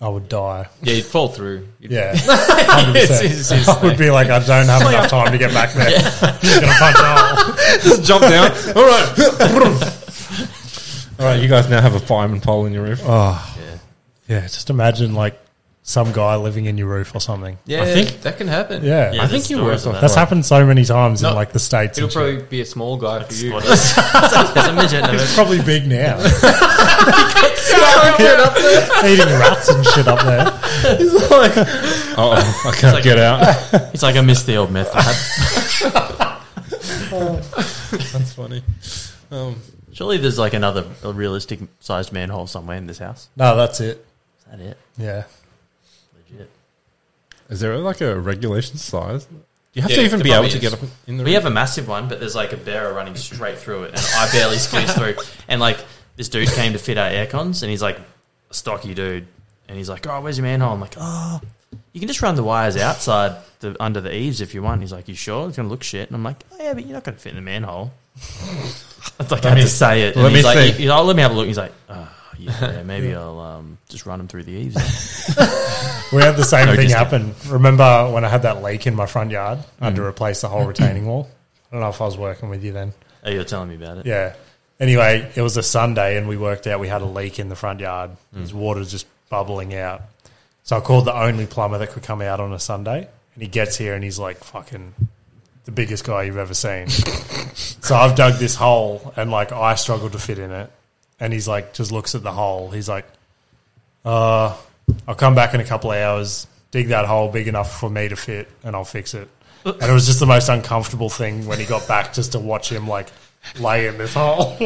[SPEAKER 3] I would die.
[SPEAKER 4] yeah, you'd fall through. You'd-
[SPEAKER 3] Yeah. 100%.
[SPEAKER 4] It's- it's- it's
[SPEAKER 3] I would be like, I don't have enough time to get back there. I'm just going to punch a hole.
[SPEAKER 1] Just jump down. All right. All right, you guys now have a fireman pole in your roof.
[SPEAKER 3] Oh.
[SPEAKER 2] Yeah.
[SPEAKER 3] Yeah, just imagine like some guy living in your roof or something.
[SPEAKER 4] Yeah,
[SPEAKER 1] I think-
[SPEAKER 4] that can happen.
[SPEAKER 3] Yeah.
[SPEAKER 2] Yeah,
[SPEAKER 1] I think
[SPEAKER 2] there's
[SPEAKER 1] you
[SPEAKER 2] stories
[SPEAKER 1] were-
[SPEAKER 2] of that.
[SPEAKER 3] That's happened so many times
[SPEAKER 4] No.
[SPEAKER 3] in like the States.
[SPEAKER 4] It'll
[SPEAKER 3] and shit.
[SPEAKER 4] probably be a small guy for you.
[SPEAKER 2] Squatters. There's a midget in
[SPEAKER 3] He's
[SPEAKER 2] there.
[SPEAKER 3] probably big now. Eating rats and shit up there.
[SPEAKER 1] Oh, I can't
[SPEAKER 2] like-
[SPEAKER 1] get out.
[SPEAKER 2] It's like I missed the old meth lab.
[SPEAKER 1] That's funny. Um,
[SPEAKER 2] Surely there's like another a realistic sized manhole somewhere in this house.
[SPEAKER 3] No, that's it.
[SPEAKER 2] Is that it?
[SPEAKER 3] Yeah.
[SPEAKER 2] Legit.
[SPEAKER 1] Is there like a regulation size? Do you have
[SPEAKER 4] Yeah,
[SPEAKER 1] to even
[SPEAKER 4] there
[SPEAKER 1] be able
[SPEAKER 4] probably
[SPEAKER 1] to get
[SPEAKER 4] is.
[SPEAKER 1] up in the
[SPEAKER 2] We have a massive one, but there's like a bearer running straight through it, and I barely squeezed through. And like this dude came to fit our aircons, and he's like a stocky dude, and he's like, "Oh, where's your manhole?" I'm like, "Oh, you can just run the wires outside the under the eaves if you want." He's like, "You sure? It's gonna look shit." And I'm like, "Oh yeah, but you're not gonna fit in the manhole." It's like I had
[SPEAKER 1] me-
[SPEAKER 2] to say it. And
[SPEAKER 1] let
[SPEAKER 2] he's
[SPEAKER 1] me
[SPEAKER 2] like,
[SPEAKER 1] think.
[SPEAKER 2] he- he's like, "Oh, "Let me have a look." He's like, "Oh, yeah, yeah, maybe I'll um, just run them through the eaves."
[SPEAKER 3] We had the same
[SPEAKER 2] No,
[SPEAKER 3] thing
[SPEAKER 2] just-
[SPEAKER 3] happen. Remember when I had that leak in my front yard? I
[SPEAKER 2] Mm.
[SPEAKER 3] had to replace the whole retaining wall. I don't know if I was working with you then.
[SPEAKER 2] Oh, you're telling me about it.
[SPEAKER 3] Yeah. Anyway, it was a Sunday and we worked out we had a leak in the front yard.
[SPEAKER 2] Mm.
[SPEAKER 3] There's water just bubbling out. So I called the only plumber that could come out on a Sunday. And he gets here and he's like fucking the biggest guy you've ever seen. so I've dug this hole and like I struggled to fit in it. And he's like, just looks at the hole. He's like, uh, I'll come back in a couple of hours, dig that hole big enough for me to fit, and I'll fix it. And it was just the most uncomfortable thing when he got back just to watch him like lay in this hole.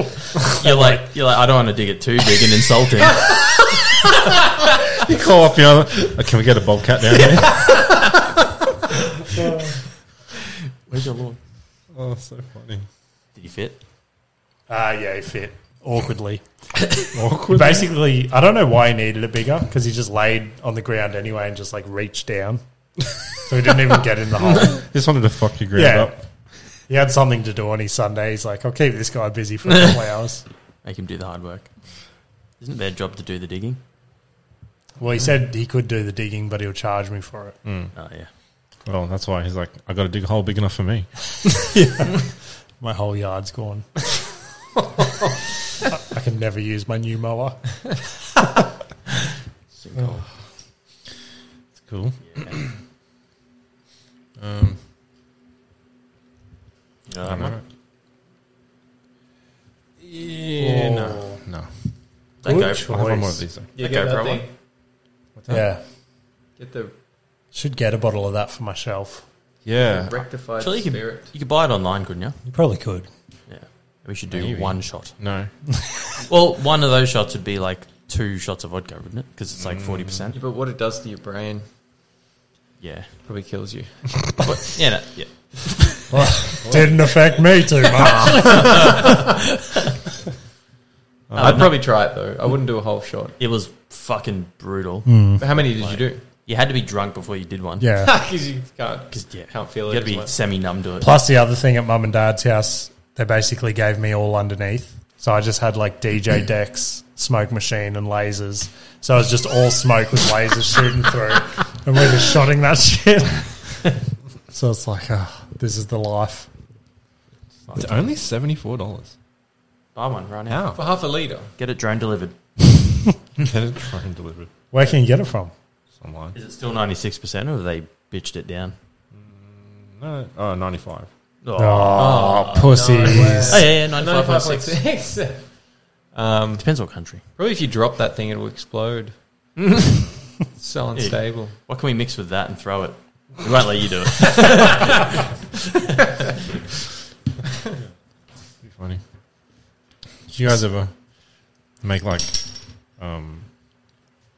[SPEAKER 2] You're like, you're like, I don't want to dig it too big and insulting.
[SPEAKER 1] Oh, You call up your other. Can we get a bobcat down here?
[SPEAKER 2] Where's your lawn?
[SPEAKER 1] Oh, so funny.
[SPEAKER 2] Did he fit?
[SPEAKER 3] Ah, yeah, he fit awkwardly.
[SPEAKER 1] Awkward.
[SPEAKER 3] Basically, I don't know why he needed it bigger because he just laid on the ground anyway and just like reached down, so he didn't even get in the hole.
[SPEAKER 1] Just wanted to fuck your ground
[SPEAKER 3] Yeah,
[SPEAKER 1] up.
[SPEAKER 3] he had something to do on his Sunday. He's like, I'll keep this guy busy for a couple hours.
[SPEAKER 2] Make him do the hard work. Isn't it their job to do the digging?
[SPEAKER 3] Well, he said he could do the digging, but he'll charge me for it.
[SPEAKER 2] Oh yeah.
[SPEAKER 1] Well, that's why he's like, I got to dig a hole big enough for me.
[SPEAKER 3] My whole yard's gone. I, I can never use my new mower.
[SPEAKER 2] Sinkhole.
[SPEAKER 1] It's cool.
[SPEAKER 2] Yeah.
[SPEAKER 1] Um,
[SPEAKER 2] Yeah,
[SPEAKER 1] I'm
[SPEAKER 2] mate.
[SPEAKER 1] alright. Yeah,
[SPEAKER 3] Oh.
[SPEAKER 1] no, no.
[SPEAKER 2] They
[SPEAKER 3] Good
[SPEAKER 2] go
[SPEAKER 3] choice.
[SPEAKER 2] for
[SPEAKER 1] I have one more of these. Though.
[SPEAKER 4] Yeah,
[SPEAKER 2] Okay,
[SPEAKER 4] get that
[SPEAKER 2] bro.
[SPEAKER 4] thing.
[SPEAKER 3] Yeah,
[SPEAKER 4] Get the
[SPEAKER 3] should get a bottle of that for my shelf.
[SPEAKER 1] Yeah,
[SPEAKER 4] rectified
[SPEAKER 2] Actually, you could,
[SPEAKER 4] spirit.
[SPEAKER 2] you could buy it online, couldn't you?
[SPEAKER 3] You probably could.
[SPEAKER 2] Yeah. We should do
[SPEAKER 1] Maybe.
[SPEAKER 2] one shot.
[SPEAKER 1] no.
[SPEAKER 2] Well, one of those shots would be like two shots of vodka, wouldn't it? Because it's
[SPEAKER 4] Mm.
[SPEAKER 2] like forty percent.
[SPEAKER 4] Yeah, but what it does to your brain
[SPEAKER 2] Yeah.
[SPEAKER 4] probably kills you.
[SPEAKER 2] But, yeah. No, yeah.
[SPEAKER 3] Didn't affect me too much.
[SPEAKER 4] I'd probably try it though. I wouldn't do a whole shot.
[SPEAKER 2] It was fucking brutal.
[SPEAKER 4] But how many did you do?
[SPEAKER 2] You had to be drunk before you did one.
[SPEAKER 3] yeah.
[SPEAKER 4] Because you can't.
[SPEAKER 2] 'Cause, yeah.
[SPEAKER 4] Can't feel
[SPEAKER 2] You got
[SPEAKER 4] it
[SPEAKER 2] to
[SPEAKER 4] as
[SPEAKER 2] be
[SPEAKER 4] well.
[SPEAKER 2] semi-numb to it.
[SPEAKER 3] Plus the other thing at mum and dad's house, they basically gave me all underneath. So I just had like DJ decks, smoke machine, and lasers. So it was just all smoke with lasers shooting through, and we're just shotting that shit. so it's like, ah, this is the life.
[SPEAKER 1] It's only seventy four dollars.
[SPEAKER 2] Buy one right now.
[SPEAKER 4] For half a liter.
[SPEAKER 2] Get it drone delivered.
[SPEAKER 1] Get it drone delivered
[SPEAKER 3] Where can you get it from?
[SPEAKER 1] online.
[SPEAKER 2] Is it still ninety-six percent, or have they bitched it down?
[SPEAKER 1] No, oh, 95.
[SPEAKER 2] Oh,
[SPEAKER 3] Oh, pussies.
[SPEAKER 2] Oh, yeah, yeah,
[SPEAKER 4] No,
[SPEAKER 2] ninety-five point
[SPEAKER 4] five point
[SPEAKER 2] six.
[SPEAKER 4] six. um,
[SPEAKER 2] Depends what country.
[SPEAKER 4] probably if you drop that thing, it'll explode. it's so
[SPEAKER 2] Yeah.
[SPEAKER 4] unstable.
[SPEAKER 2] What can we mix with that and throw it? We won't let you do it.
[SPEAKER 1] Pretty funny. Do you guys ever make like um,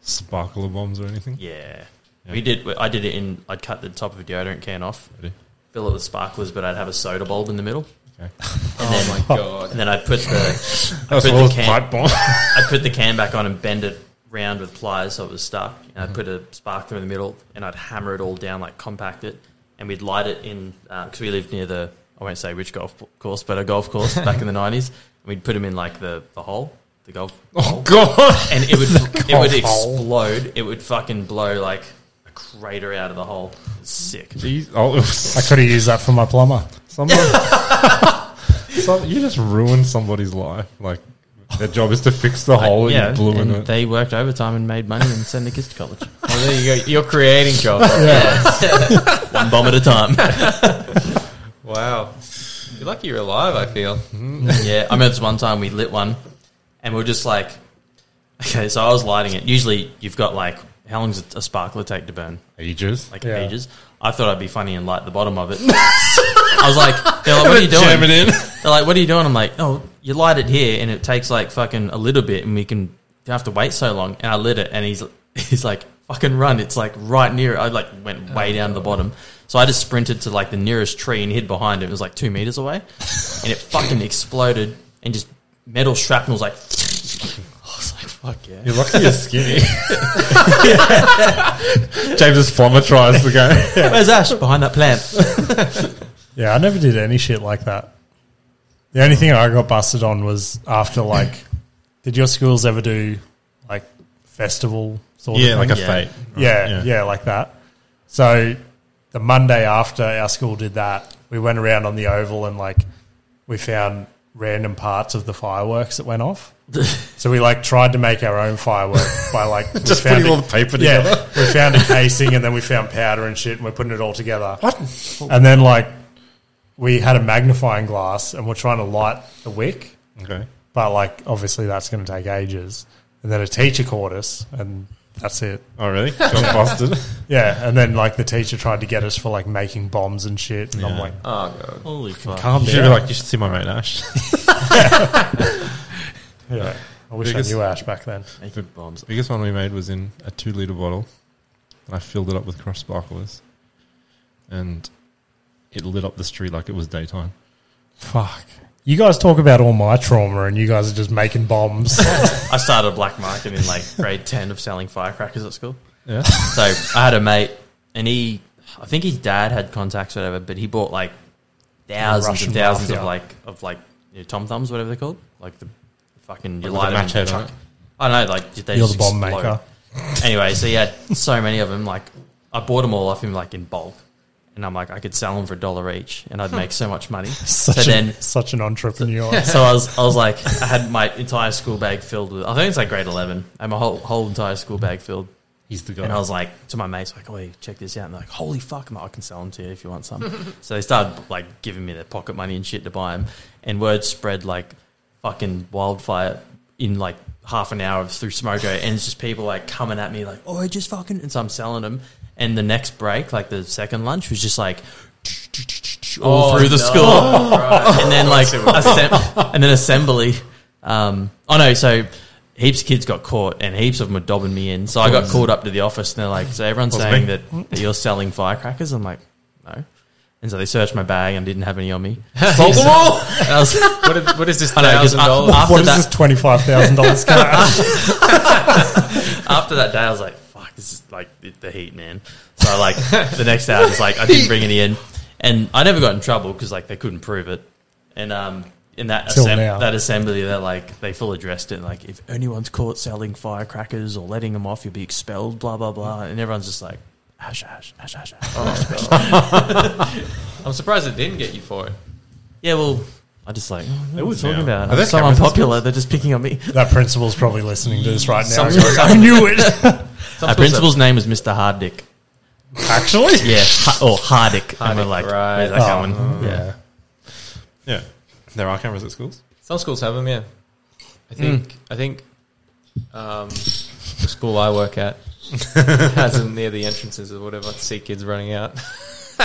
[SPEAKER 1] sparkler bombs or anything?
[SPEAKER 2] Yeah.
[SPEAKER 1] Yeah.
[SPEAKER 2] we did. I did it in. I'd cut the top of a deodorant can off,
[SPEAKER 1] Ready?
[SPEAKER 2] fill it with sparklers, but I'd have a soda bulb in the middle,
[SPEAKER 1] Okay.
[SPEAKER 4] Oh my god.
[SPEAKER 2] and then I'd put the
[SPEAKER 1] That's
[SPEAKER 2] put
[SPEAKER 1] all
[SPEAKER 2] the can-
[SPEAKER 1] pipe bomb.
[SPEAKER 2] I'd put the can back on and bend it round with pliers so it was stuck. And
[SPEAKER 1] Mm-hmm.
[SPEAKER 2] I'd put a sparkler in the middle, and I'd hammer it all down, like compact it, and we'd light it in because we lived near the I won't say which golf course, but a golf course back in the nineties. And we'd put them in like the the hole, the golf
[SPEAKER 1] oh god!
[SPEAKER 2] and it would it would
[SPEAKER 3] golf hole.
[SPEAKER 2] explode. It would fucking blow like a crater out of the hole. Sick.
[SPEAKER 1] Jeez. Oh, it was-
[SPEAKER 3] I could have used that for my plumber.
[SPEAKER 1] somebody, some, you just ruined somebody's life. Like their job is to fix the hole and you blew in
[SPEAKER 2] and
[SPEAKER 1] it.
[SPEAKER 2] they worked overtime and made money and sent their kids to college.
[SPEAKER 4] Well, Oh, there you go. You're creating jobs.
[SPEAKER 2] One bomb at a time.
[SPEAKER 4] wow. You're lucky you're alive, I feel.
[SPEAKER 2] yeah, I remember this one time we lit one, and we are just like, okay. So I was lighting it. Usually, you've got like how long does a sparkler take to burn?
[SPEAKER 1] Ages.
[SPEAKER 2] Like
[SPEAKER 3] Yeah.
[SPEAKER 2] ages. I thought I'd be funny and light the bottom of it. I was like, they're like, what are you doing?
[SPEAKER 1] Jam it in.
[SPEAKER 2] They're like, what are you doing? I'm like, oh, you light it here, and it takes like fucking a little bit, and we can you don't have to wait so long. And I lit it, and he's he's like, fucking run! It's like right near. it. I like
[SPEAKER 1] Oh,
[SPEAKER 2] went way down to the bottom, so I just sprinted to like the nearest tree and hid behind it. It was like two meters away, and it fucking exploded, and just metal shrapnel was like. I was like, fuck yeah.
[SPEAKER 1] You're lucky you're skinny. James is tries the game.
[SPEAKER 2] Where's Ash? Behind that plant.
[SPEAKER 3] Yeah, I never did any shit like that. The only thing I got busted on was after like, did your schools ever do like festival sort
[SPEAKER 1] Yeah,
[SPEAKER 3] of
[SPEAKER 1] like
[SPEAKER 3] thing?
[SPEAKER 1] a
[SPEAKER 2] Yeah.
[SPEAKER 1] fate.
[SPEAKER 3] yeah,
[SPEAKER 1] yeah.
[SPEAKER 3] yeah, like that. So the Monday after our school did that, we went around on the oval and like we found random parts of the fireworks that went off. so we like tried to make our own firework by like we
[SPEAKER 1] Just
[SPEAKER 3] found
[SPEAKER 1] putting
[SPEAKER 3] a-
[SPEAKER 1] all the paper together.
[SPEAKER 3] Yeah, we found a casing and then we found powder and shit, and we're putting it all together. What? And then like we had a magnifying glass and we're trying to light the wick
[SPEAKER 1] Okay.
[SPEAKER 3] but like obviously that's going to take ages. And then a teacher caught us, and that's it.
[SPEAKER 1] Oh really? Got busted.
[SPEAKER 3] Yeah, and then like the teacher tried to get us for like making bombs and shit, and I'm
[SPEAKER 1] Yeah.
[SPEAKER 3] like,
[SPEAKER 4] Oh god.
[SPEAKER 2] Holy fuck.
[SPEAKER 3] calm
[SPEAKER 1] You should be
[SPEAKER 3] down.
[SPEAKER 1] like, you should see my mate Ash.
[SPEAKER 3] yeah, I wish
[SPEAKER 1] Biggest-
[SPEAKER 3] I knew Ash back then.
[SPEAKER 2] Making bombs.
[SPEAKER 1] biggest one we made was in a two liter bottle, and I filled it up with cross sparklers, and it lit up the street like it was daytime.
[SPEAKER 3] Fuck. You guys talk about all my trauma and you guys are just making bombs.
[SPEAKER 2] I started a black market in like grade 10 of selling firecrackers at school.
[SPEAKER 1] Yeah.
[SPEAKER 2] So I had a mate, and he, I think his dad had contacts, or whatever, but he bought like thousands
[SPEAKER 3] Russian
[SPEAKER 2] and thousands
[SPEAKER 3] mafia.
[SPEAKER 2] of like of like you know, tom thums, whatever they're called, like the fucking
[SPEAKER 1] With a
[SPEAKER 2] you light
[SPEAKER 1] match
[SPEAKER 2] match
[SPEAKER 1] head on
[SPEAKER 2] truck. I don't know, like did they
[SPEAKER 3] You're
[SPEAKER 2] just
[SPEAKER 3] the bomb
[SPEAKER 2] explode?
[SPEAKER 3] maker.
[SPEAKER 2] Anyway, so he had so many of them. Like I bought them all off him like in bulk, and I'm like I could sell them for a dollar each, and I'd make so much money.
[SPEAKER 3] Hmm. Such,
[SPEAKER 2] so
[SPEAKER 3] an,
[SPEAKER 2] then
[SPEAKER 3] such an entrepreneur.
[SPEAKER 2] so I was, I was like, I had my entire school bag filled with. I think it's like grade eleven. I had my whole whole entire school bag filled,
[SPEAKER 1] He's the guy.
[SPEAKER 2] and I was like to my mates, like, "Oh, check this out!" And they're like, "Holy fuck!" I'm like, "I can sell them to you if you want some." so they started like giving me their pocket money and shit to buy them, and word spread like fucking wildfire in like half an hour through Smoko, and it's just people like coming at me like, "Oh, I just fucking," and so I'm selling them. And the next break, like the second lunch, was just like. All
[SPEAKER 4] Oh,
[SPEAKER 2] through the
[SPEAKER 4] no.
[SPEAKER 2] school, and then like assem- and then assembly. Um, oh no, so heaps of kids got caught, and heaps of them were dobbing me in. So I got called up to the office, and they're like, "So everyone's
[SPEAKER 1] Wasn't
[SPEAKER 2] saying
[SPEAKER 1] me.
[SPEAKER 2] that, that you're selling firecrackers?" I'm like, "No." And so they searched my bag and didn't have any on me. Sold them all. I was,
[SPEAKER 4] What is, what is this
[SPEAKER 2] I know, just
[SPEAKER 4] thousand dollars?
[SPEAKER 2] oh, after
[SPEAKER 3] what is
[SPEAKER 2] that-
[SPEAKER 3] this $25,000 cash?
[SPEAKER 2] after that day, I was like, "Fuck, this is like the- the heat, man." So I like the next day, I was like, I didn't bring any in, and I never got in trouble because like they couldn't prove it, and um. In that,
[SPEAKER 3] Till
[SPEAKER 2] assemb-
[SPEAKER 3] now.
[SPEAKER 2] that assembly, they're like they full addressed it. and, Like, if anyone's caught selling firecrackers or letting them off, you'll be expelled. Blah blah blah. And everyone's just like, ash ash ash ash. ash.
[SPEAKER 4] Oh, God. I'm surprised it didn't get you for it.
[SPEAKER 2] Yeah, well, I just like they were talking
[SPEAKER 1] Yeah.
[SPEAKER 2] about.
[SPEAKER 1] Are
[SPEAKER 2] I'm
[SPEAKER 1] there
[SPEAKER 2] so
[SPEAKER 1] cameras in
[SPEAKER 2] unpopular. They're just picking on me.
[SPEAKER 3] That principal's probably listening to this right now.
[SPEAKER 4] Some-
[SPEAKER 3] He's like, I knew it.
[SPEAKER 4] Some
[SPEAKER 2] Our
[SPEAKER 4] schools
[SPEAKER 2] principal's name is Mr. Harddick.
[SPEAKER 3] Actually?
[SPEAKER 2] Yeah, ha- or Hardick. and we're
[SPEAKER 4] Hardick,
[SPEAKER 2] like,
[SPEAKER 4] right.
[SPEAKER 2] where's that
[SPEAKER 3] Oh,
[SPEAKER 2] going? yeah.
[SPEAKER 3] yeah.
[SPEAKER 1] yeah. There are cameras at schools.
[SPEAKER 4] have, some schools have them. Yeah, I think
[SPEAKER 2] Mm.
[SPEAKER 4] I think um, the school I work at has them near the entrances or whatever. I see kids running out.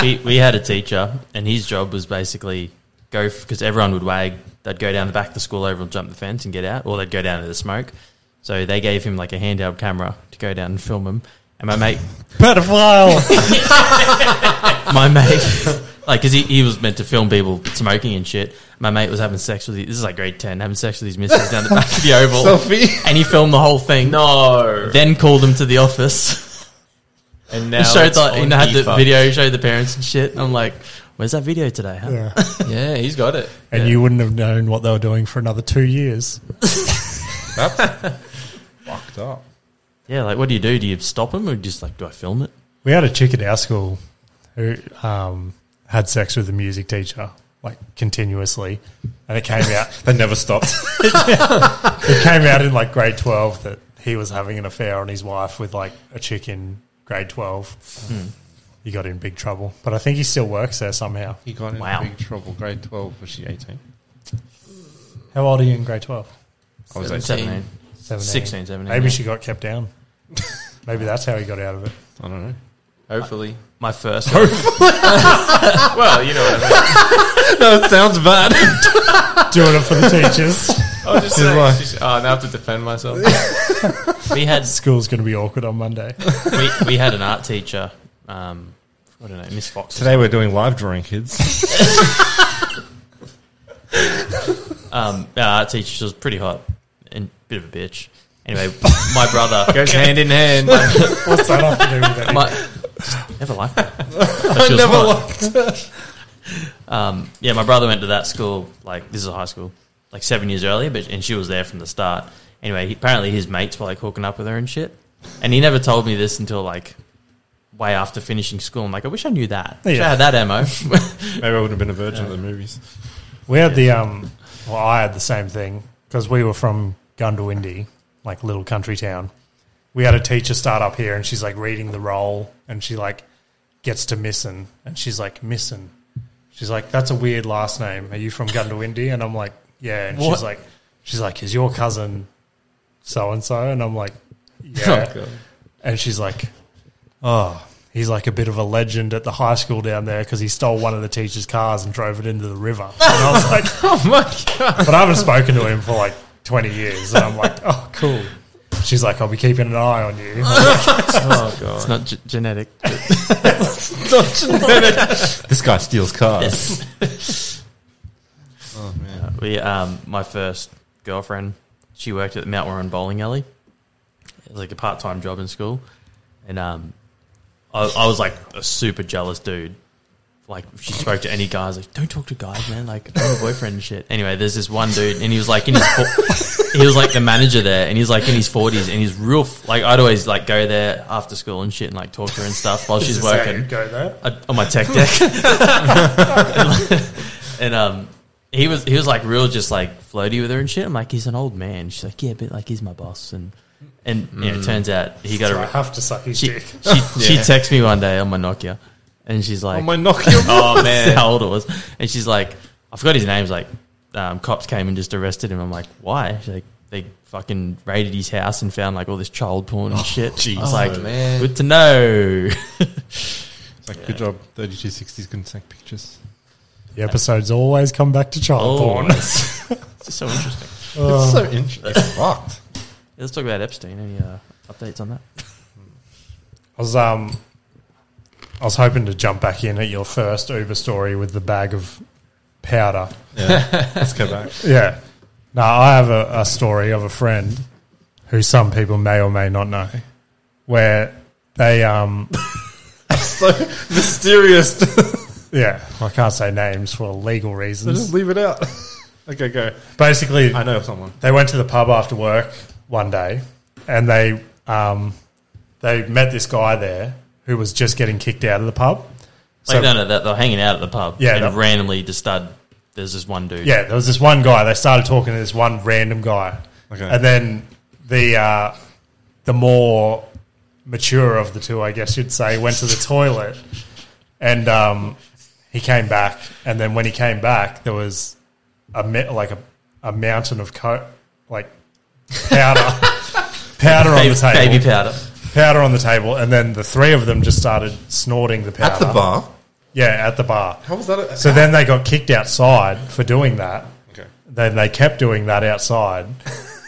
[SPEAKER 2] we, we had a teacher, and his job was basically go because everyone would wag. They'd go down the back of the school over and jump the fence and get out, or they'd go down to the smoke. So they gave him like a handheld camera to go down and film him. And my mate,
[SPEAKER 3] Pedophile.
[SPEAKER 2] my mate, like, because he, he was meant to film people smoking and shit. My mate was having sex with his, this is like grade 10, having sex with his missus down the back of the oval.
[SPEAKER 4] Selfie.
[SPEAKER 2] and he filmed the whole thing.
[SPEAKER 4] No.
[SPEAKER 2] Then called him to the office.
[SPEAKER 4] And
[SPEAKER 2] He
[SPEAKER 4] now
[SPEAKER 2] showed
[SPEAKER 4] it's
[SPEAKER 2] like, he
[SPEAKER 4] on
[SPEAKER 2] had the
[SPEAKER 4] eFuck.
[SPEAKER 2] video, showed the parents and shit. And I'm like, where's that video today, huh?
[SPEAKER 3] yeah.
[SPEAKER 4] Yeah, he's got it.
[SPEAKER 3] And you wouldn't have known what they were doing for another two years.
[SPEAKER 1] Fucked up.
[SPEAKER 2] Yeah, like what do you do? Do you stop him or just like do I film it?
[SPEAKER 3] We had a chick at our school who um, had sex with a music teacher, like continuously. And it came out,
[SPEAKER 1] They never stopped.
[SPEAKER 3] it came out in like grade 12 that he was having an affair on his wife with like a chick in grade 12.
[SPEAKER 1] Hmm.
[SPEAKER 3] He got in big trouble. But I think he still works there somehow.
[SPEAKER 1] he got in
[SPEAKER 2] Wow.
[SPEAKER 1] big trouble. Grade twelve was she eighteen?
[SPEAKER 3] How old are you in grade 12?
[SPEAKER 1] I was
[SPEAKER 4] 17.
[SPEAKER 2] 17.
[SPEAKER 3] 17.
[SPEAKER 2] 16, 17.
[SPEAKER 3] Maybe
[SPEAKER 2] yeah.
[SPEAKER 3] she got kept down. Maybe that's how he got out of it.
[SPEAKER 1] I don't know.
[SPEAKER 4] Hopefully.
[SPEAKER 2] My first.
[SPEAKER 4] well, you know what I mean.
[SPEAKER 1] no, it sounds bad.
[SPEAKER 3] Doing it for the teachers.
[SPEAKER 4] I was just
[SPEAKER 1] She's
[SPEAKER 4] saying.
[SPEAKER 1] like-
[SPEAKER 4] she's- oh, now I have to defend myself.
[SPEAKER 2] we had
[SPEAKER 3] School's going to be awkward on Monday.
[SPEAKER 2] we, we had an art teacher. Um, I don't know, Miss Fox.
[SPEAKER 1] Today we're doing live drawing, kids.
[SPEAKER 2] Um, our art teacher she was pretty hot and bit of a bitch. Anyway, my brother
[SPEAKER 4] Goes hand in hand.
[SPEAKER 2] Oh,
[SPEAKER 3] What's that have to do with anything?
[SPEAKER 2] my, just never liked her. But she was hot. um, yeah, my brother went to that school. Like this is a high school, like seven years earlier, but and she was there from the start. Anyway, he, apparently his mates were like hooking up with her and shit, and he never told me this until like way after finishing school. I'm like, I wish I knew that. Wish I
[SPEAKER 3] Yeah.
[SPEAKER 2] had that mo.
[SPEAKER 1] Maybe I would have been a virgin at the movies.
[SPEAKER 3] We had the um, well, I had the same thing because we were from Gundawindi, like little country town. We had a teacher start up here, and she's like reading the roll, and she like gets to Missin, and she's like Missin. She's like, "That's a weird last name. Are you from Gundawindi?" And I'm like, "Yeah." And
[SPEAKER 2] What?
[SPEAKER 3] she's like, "She's like, is your cousin so and so?" And I'm like, "Yeah." and she's like, "Oh." He's like a bit of a legend at the high school down there because he stole one of the teacher's cars and drove it into the river. And I was like,
[SPEAKER 4] oh my god.
[SPEAKER 3] but I haven't spoken to him for like 20 years. And I'm like, oh, cool. She's like, I'll be keeping an eye on you.
[SPEAKER 4] oh god.
[SPEAKER 2] It's not g- genetic.
[SPEAKER 1] this guy steals cars.
[SPEAKER 2] Yes.
[SPEAKER 1] Oh
[SPEAKER 2] Uh,
[SPEAKER 1] man.
[SPEAKER 2] we, um, my first girlfriend, she worked at Mount Warren Bowling Alley. It was like a part time job in school, and um, I, I was like a super jealous dude. Like if she spoke to any guys, like don't talk to guys, man. Like I'm a boyfriend and shit. Anyway, there's this one dude, and he was like in his, for- he was like the manager there, and he's like in his forties, and he's real f- like I'd always like go there after school and shit, and like talk to her and stuff while she's
[SPEAKER 3] Is this how you
[SPEAKER 2] working.
[SPEAKER 3] Go there.
[SPEAKER 2] I- uh, on my tech deck. and um, he was he was like real, just like flirty with her and shit. I'm like, he's an old man. She's like, yeah, but like he's my boss. And and you know, it turns out he got
[SPEAKER 3] So I
[SPEAKER 2] a.
[SPEAKER 3] have to suck his
[SPEAKER 2] She
[SPEAKER 3] dick.
[SPEAKER 2] she, she texts me one day on my Nokia, and she's like,
[SPEAKER 1] Oh my Nokia.
[SPEAKER 2] oh man, how old it was. And she's like, I forgot his name. He's like, um, cops came and just arrested him. I'm like, why? She's like, they fucking raided his house and found like all this child porn and shit. I was
[SPEAKER 4] Oh,
[SPEAKER 2] like,
[SPEAKER 4] man.
[SPEAKER 2] good to know.
[SPEAKER 1] It's like good job. Thirty two sixties couldn't take pictures.
[SPEAKER 3] The episodes always come back to child porn.
[SPEAKER 2] Oh. it's just so interesting.
[SPEAKER 1] It's
[SPEAKER 3] Oh.
[SPEAKER 1] so interesting. It's fucked.
[SPEAKER 2] Yeah, let's talk about Epstein. Any uh, updates on that?
[SPEAKER 3] I was um, I was hoping to jump back in at your first Uber story with the bag of powder.
[SPEAKER 1] Yeah. Let's go back.
[SPEAKER 3] Yeah. No, I have a, a story of a friend who some people may or may not know, where they um,
[SPEAKER 1] So mysterious.
[SPEAKER 3] yeah, I can't say names for legal
[SPEAKER 1] Just
[SPEAKER 3] reasons.
[SPEAKER 1] leave it out. Okay, go.
[SPEAKER 3] Basically,
[SPEAKER 1] I know someone.
[SPEAKER 3] they went to the pub after work one day and they um, they met this guy there who was just getting kicked out of the pub.
[SPEAKER 2] like, no, no, they're, they're hanging out at the pub.
[SPEAKER 3] Yeah,
[SPEAKER 2] and
[SPEAKER 3] that-
[SPEAKER 2] randomly just started. There's this one dude.
[SPEAKER 3] Yeah, there was this one guy. They started talking to this one random guy,
[SPEAKER 1] Okay.
[SPEAKER 3] and then the uh, the more mature of the two, I guess you'd say, went to the toilet, and um, he came back. And then when he came back, there was a mi- like a, a mountain of co- like powder powder on
[SPEAKER 2] baby,
[SPEAKER 3] the table,
[SPEAKER 2] baby powder.
[SPEAKER 3] powder on the table, and then the three of them just started snorting the powder
[SPEAKER 1] At the bar.
[SPEAKER 3] Yeah, at the bar.
[SPEAKER 1] How was that? A,
[SPEAKER 3] So then they got kicked outside for doing that
[SPEAKER 1] okay.
[SPEAKER 3] then they kept doing that outside.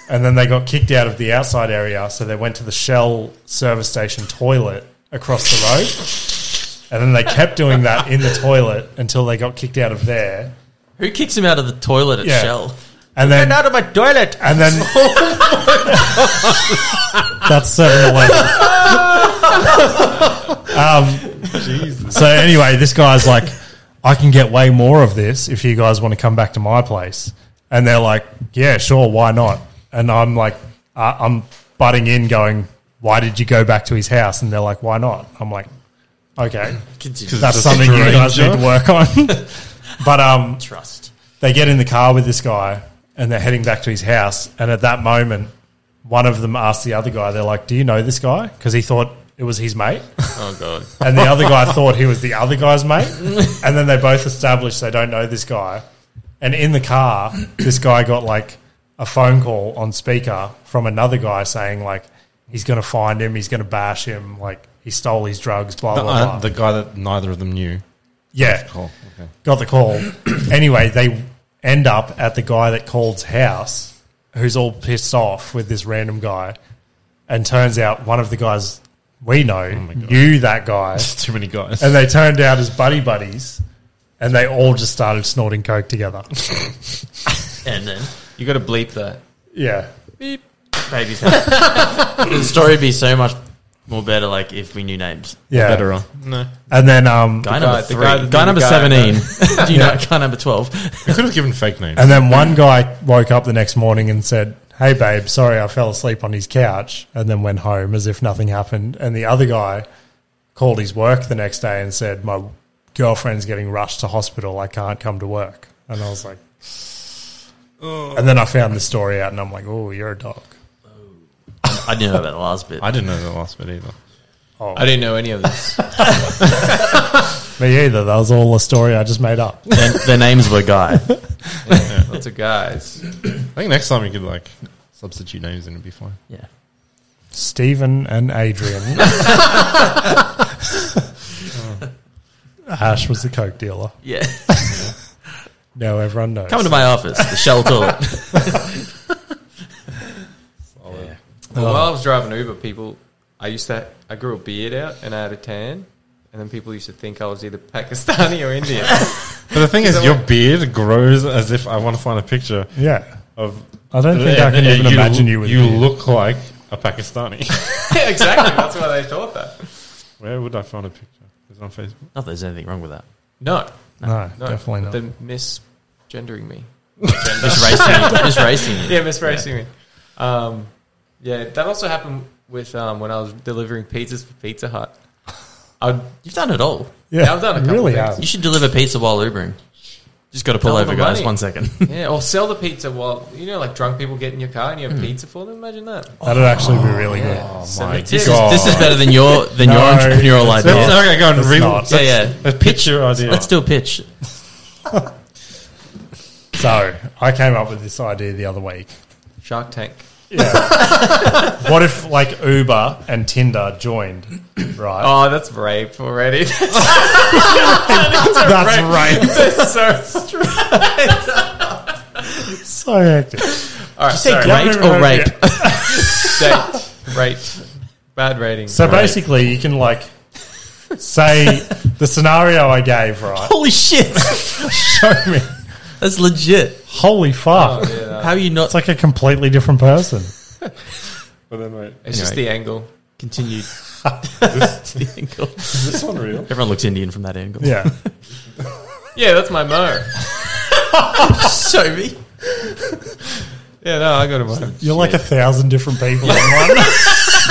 [SPEAKER 3] and then they got kicked out of the outside area, so they went to the Shell service station toilet across the road. And then they kept doing that in the toilet until they got kicked out of there.
[SPEAKER 2] Who kicks him out of the toilet at
[SPEAKER 3] Yeah.
[SPEAKER 2] Shell?
[SPEAKER 3] And then
[SPEAKER 2] of my toilet.
[SPEAKER 3] and then that's seven eleven. um, so anyway, this guy's like, I can get way more of this if you guys want to come back to my place, and they're like, Yeah, sure, why not? And I'm like, uh, I'm butting in, going, Why did you go back to his house? And they're like, Why not? I'm like, Okay,
[SPEAKER 2] Continue.
[SPEAKER 3] that's
[SPEAKER 1] a
[SPEAKER 3] something you guys need
[SPEAKER 1] stranger.
[SPEAKER 3] to work on. but um,
[SPEAKER 2] Trust.
[SPEAKER 3] they get in the car with this guy and they're heading back to his house. And at that moment, one of them asked the other guy, they're like, Do you know this guy? Because he thought it was his mate.
[SPEAKER 2] Oh god.
[SPEAKER 3] And the other guy thought he was the other guy's mate. And then they both established they don't know this guy. And in the car, this guy got like a phone call on speaker from another guy saying, like, he's going to find him, he's going to bash him, like, he stole his drugs, blah,
[SPEAKER 1] The,
[SPEAKER 3] blah, blah.
[SPEAKER 1] uh, the guy that neither of them knew.
[SPEAKER 3] yeah
[SPEAKER 1] Cool. Okay.
[SPEAKER 3] got the call. anyway, they end up at the guy that called's house, who's all pissed off with this random guy, and turns out one of the guys we know knew that guy,
[SPEAKER 1] Too many guys.
[SPEAKER 3] and they turned out as buddy buddies, and they all just started snorting coke together.
[SPEAKER 2] And then
[SPEAKER 4] You got to bleep that.
[SPEAKER 3] yeah,
[SPEAKER 2] beep. Baby powder. the story would be so much more better like if we knew names.
[SPEAKER 3] yeah.
[SPEAKER 1] Better. No.
[SPEAKER 3] And then um,
[SPEAKER 2] Guy
[SPEAKER 4] The
[SPEAKER 2] number
[SPEAKER 4] guy- the
[SPEAKER 2] three.
[SPEAKER 4] guy that
[SPEAKER 2] Guy,
[SPEAKER 4] knew the
[SPEAKER 2] number
[SPEAKER 4] guy,
[SPEAKER 2] seventeen. Do you
[SPEAKER 3] Yeah.
[SPEAKER 2] know guy number twelve?
[SPEAKER 1] We could have given fake names.
[SPEAKER 3] and then one guy woke up the next morning and said. Hey babe, sorry I fell asleep on his couch and then went home as if nothing happened. And the other guy called his work the next day and said, My girlfriend's getting rushed to hospital. I can't come to work. And I was like, And then I found the story out and I'm like, Oh, you're a dog.
[SPEAKER 2] I didn't know about the last bit.
[SPEAKER 1] I didn't know the last bit either.
[SPEAKER 3] Oh,
[SPEAKER 4] I didn't know any of this.
[SPEAKER 3] me either. That was all a story I just made up.
[SPEAKER 2] Their, their names were Guy.
[SPEAKER 4] Lots of guys.
[SPEAKER 1] I think next time you could like substitute names and it'd be fine.
[SPEAKER 2] Yeah.
[SPEAKER 3] Stephen and Adrian. Ash was the coke dealer.
[SPEAKER 2] Yeah.
[SPEAKER 3] Now everyone knows.
[SPEAKER 2] Come to my office, the Shell toilet.
[SPEAKER 1] Solid.
[SPEAKER 4] Well,
[SPEAKER 3] Oh.
[SPEAKER 4] While I was driving Uber, people, I used to, I grew a beard out and I had a tan, and then people used to think I was either Pakistani or Indian.
[SPEAKER 1] But the thing
[SPEAKER 4] Is
[SPEAKER 1] is,
[SPEAKER 4] that
[SPEAKER 1] your
[SPEAKER 4] what-
[SPEAKER 1] beard grows as if I want to find a picture
[SPEAKER 3] Yeah.
[SPEAKER 1] of.
[SPEAKER 3] I don't think I can
[SPEAKER 1] Yeah,
[SPEAKER 3] even imagine you with
[SPEAKER 1] You
[SPEAKER 3] a beard.
[SPEAKER 1] look like a Pakistani.
[SPEAKER 4] yeah, exactly. That's why they thought that.
[SPEAKER 1] Where would I find a picture? Is it on Facebook?
[SPEAKER 2] Not that there's anything wrong with that.
[SPEAKER 4] No,
[SPEAKER 3] No,
[SPEAKER 4] no,
[SPEAKER 3] definitely not.
[SPEAKER 4] They're misgendering me.
[SPEAKER 2] Just racing, just racing.
[SPEAKER 4] Yeah, misracing me. Um, yeah, that also happened with um, when I was delivering pizzas for Pizza Hut. I
[SPEAKER 2] You've done it all.
[SPEAKER 4] Yeah, I've done a
[SPEAKER 3] you
[SPEAKER 4] couple
[SPEAKER 3] really
[SPEAKER 4] things.
[SPEAKER 3] have.
[SPEAKER 2] You should deliver pizza while Ubering. Just got to pull
[SPEAKER 4] Double
[SPEAKER 2] over,
[SPEAKER 4] the
[SPEAKER 2] guys.
[SPEAKER 4] money.
[SPEAKER 2] One second.
[SPEAKER 4] yeah, or sell the pizza while you know, like drunk people get in your car and you have pizza for them. Imagine that.
[SPEAKER 3] That'd actually be really good.
[SPEAKER 4] Yeah.
[SPEAKER 1] Oh
[SPEAKER 4] Send
[SPEAKER 1] my
[SPEAKER 4] it to-
[SPEAKER 1] God.
[SPEAKER 2] This is better than your than your
[SPEAKER 3] No.
[SPEAKER 2] entrepreneurial
[SPEAKER 1] Let's,
[SPEAKER 2] idea.
[SPEAKER 1] okay, go and
[SPEAKER 3] It's
[SPEAKER 1] re-
[SPEAKER 3] not.
[SPEAKER 2] yeah, yeah.
[SPEAKER 1] A picture idea.
[SPEAKER 2] Let's do a pitch.
[SPEAKER 3] So I came up with this idea the other week.
[SPEAKER 4] Shark Tank.
[SPEAKER 3] Yeah. what if like Uber and Tinder joined? Right.
[SPEAKER 4] Oh, that's rape already.
[SPEAKER 3] That's right.
[SPEAKER 4] That's so
[SPEAKER 3] so hectic.
[SPEAKER 4] all right.
[SPEAKER 2] Say
[SPEAKER 4] Sorry,
[SPEAKER 3] Yeah,
[SPEAKER 2] great
[SPEAKER 3] no, no,
[SPEAKER 2] or rape?
[SPEAKER 3] yeah.
[SPEAKER 4] date, rape, bad rating.
[SPEAKER 3] So basically, you can like say the scenario I gave. Right.
[SPEAKER 2] Holy shit!
[SPEAKER 3] Show me.
[SPEAKER 2] That's legit.
[SPEAKER 3] Holy fuck.
[SPEAKER 4] Oh, yeah, that-
[SPEAKER 2] How are you not
[SPEAKER 3] It's like a completely different person.
[SPEAKER 1] But then wait,
[SPEAKER 4] it's just
[SPEAKER 2] Anyway.
[SPEAKER 4] the angle.
[SPEAKER 2] continued?
[SPEAKER 1] is
[SPEAKER 2] the angle.
[SPEAKER 1] this one real?
[SPEAKER 2] Everyone looks Indian from that angle.
[SPEAKER 3] Yeah.
[SPEAKER 4] Yeah, that's my mo.
[SPEAKER 2] so me.
[SPEAKER 4] Yeah, no, I got a mo.
[SPEAKER 3] You're like a thousand different people in one.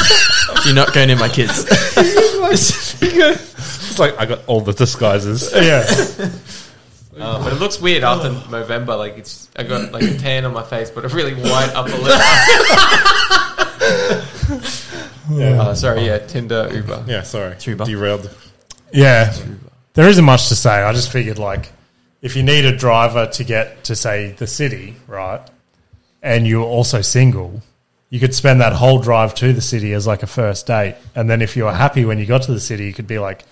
[SPEAKER 2] You're not going near my kids.
[SPEAKER 1] It's like I got all the disguises.
[SPEAKER 3] Yeah.
[SPEAKER 4] Uh, but it looks weird after November. Like it's, I got like a tan on my face, but a really white upper lip.
[SPEAKER 3] Yeah.
[SPEAKER 4] Uh, sorry, yeah, Tinder, Uber.
[SPEAKER 1] Yeah, sorry.
[SPEAKER 2] Tuba.
[SPEAKER 1] Derailed.
[SPEAKER 3] Yeah. There isn't much to say. I just figured, like, if you need a driver to get to, say, the city, right, and you're also single, you could spend that whole drive to the city as, like, a first date. And then if you were happy when you got to the city, you could be like,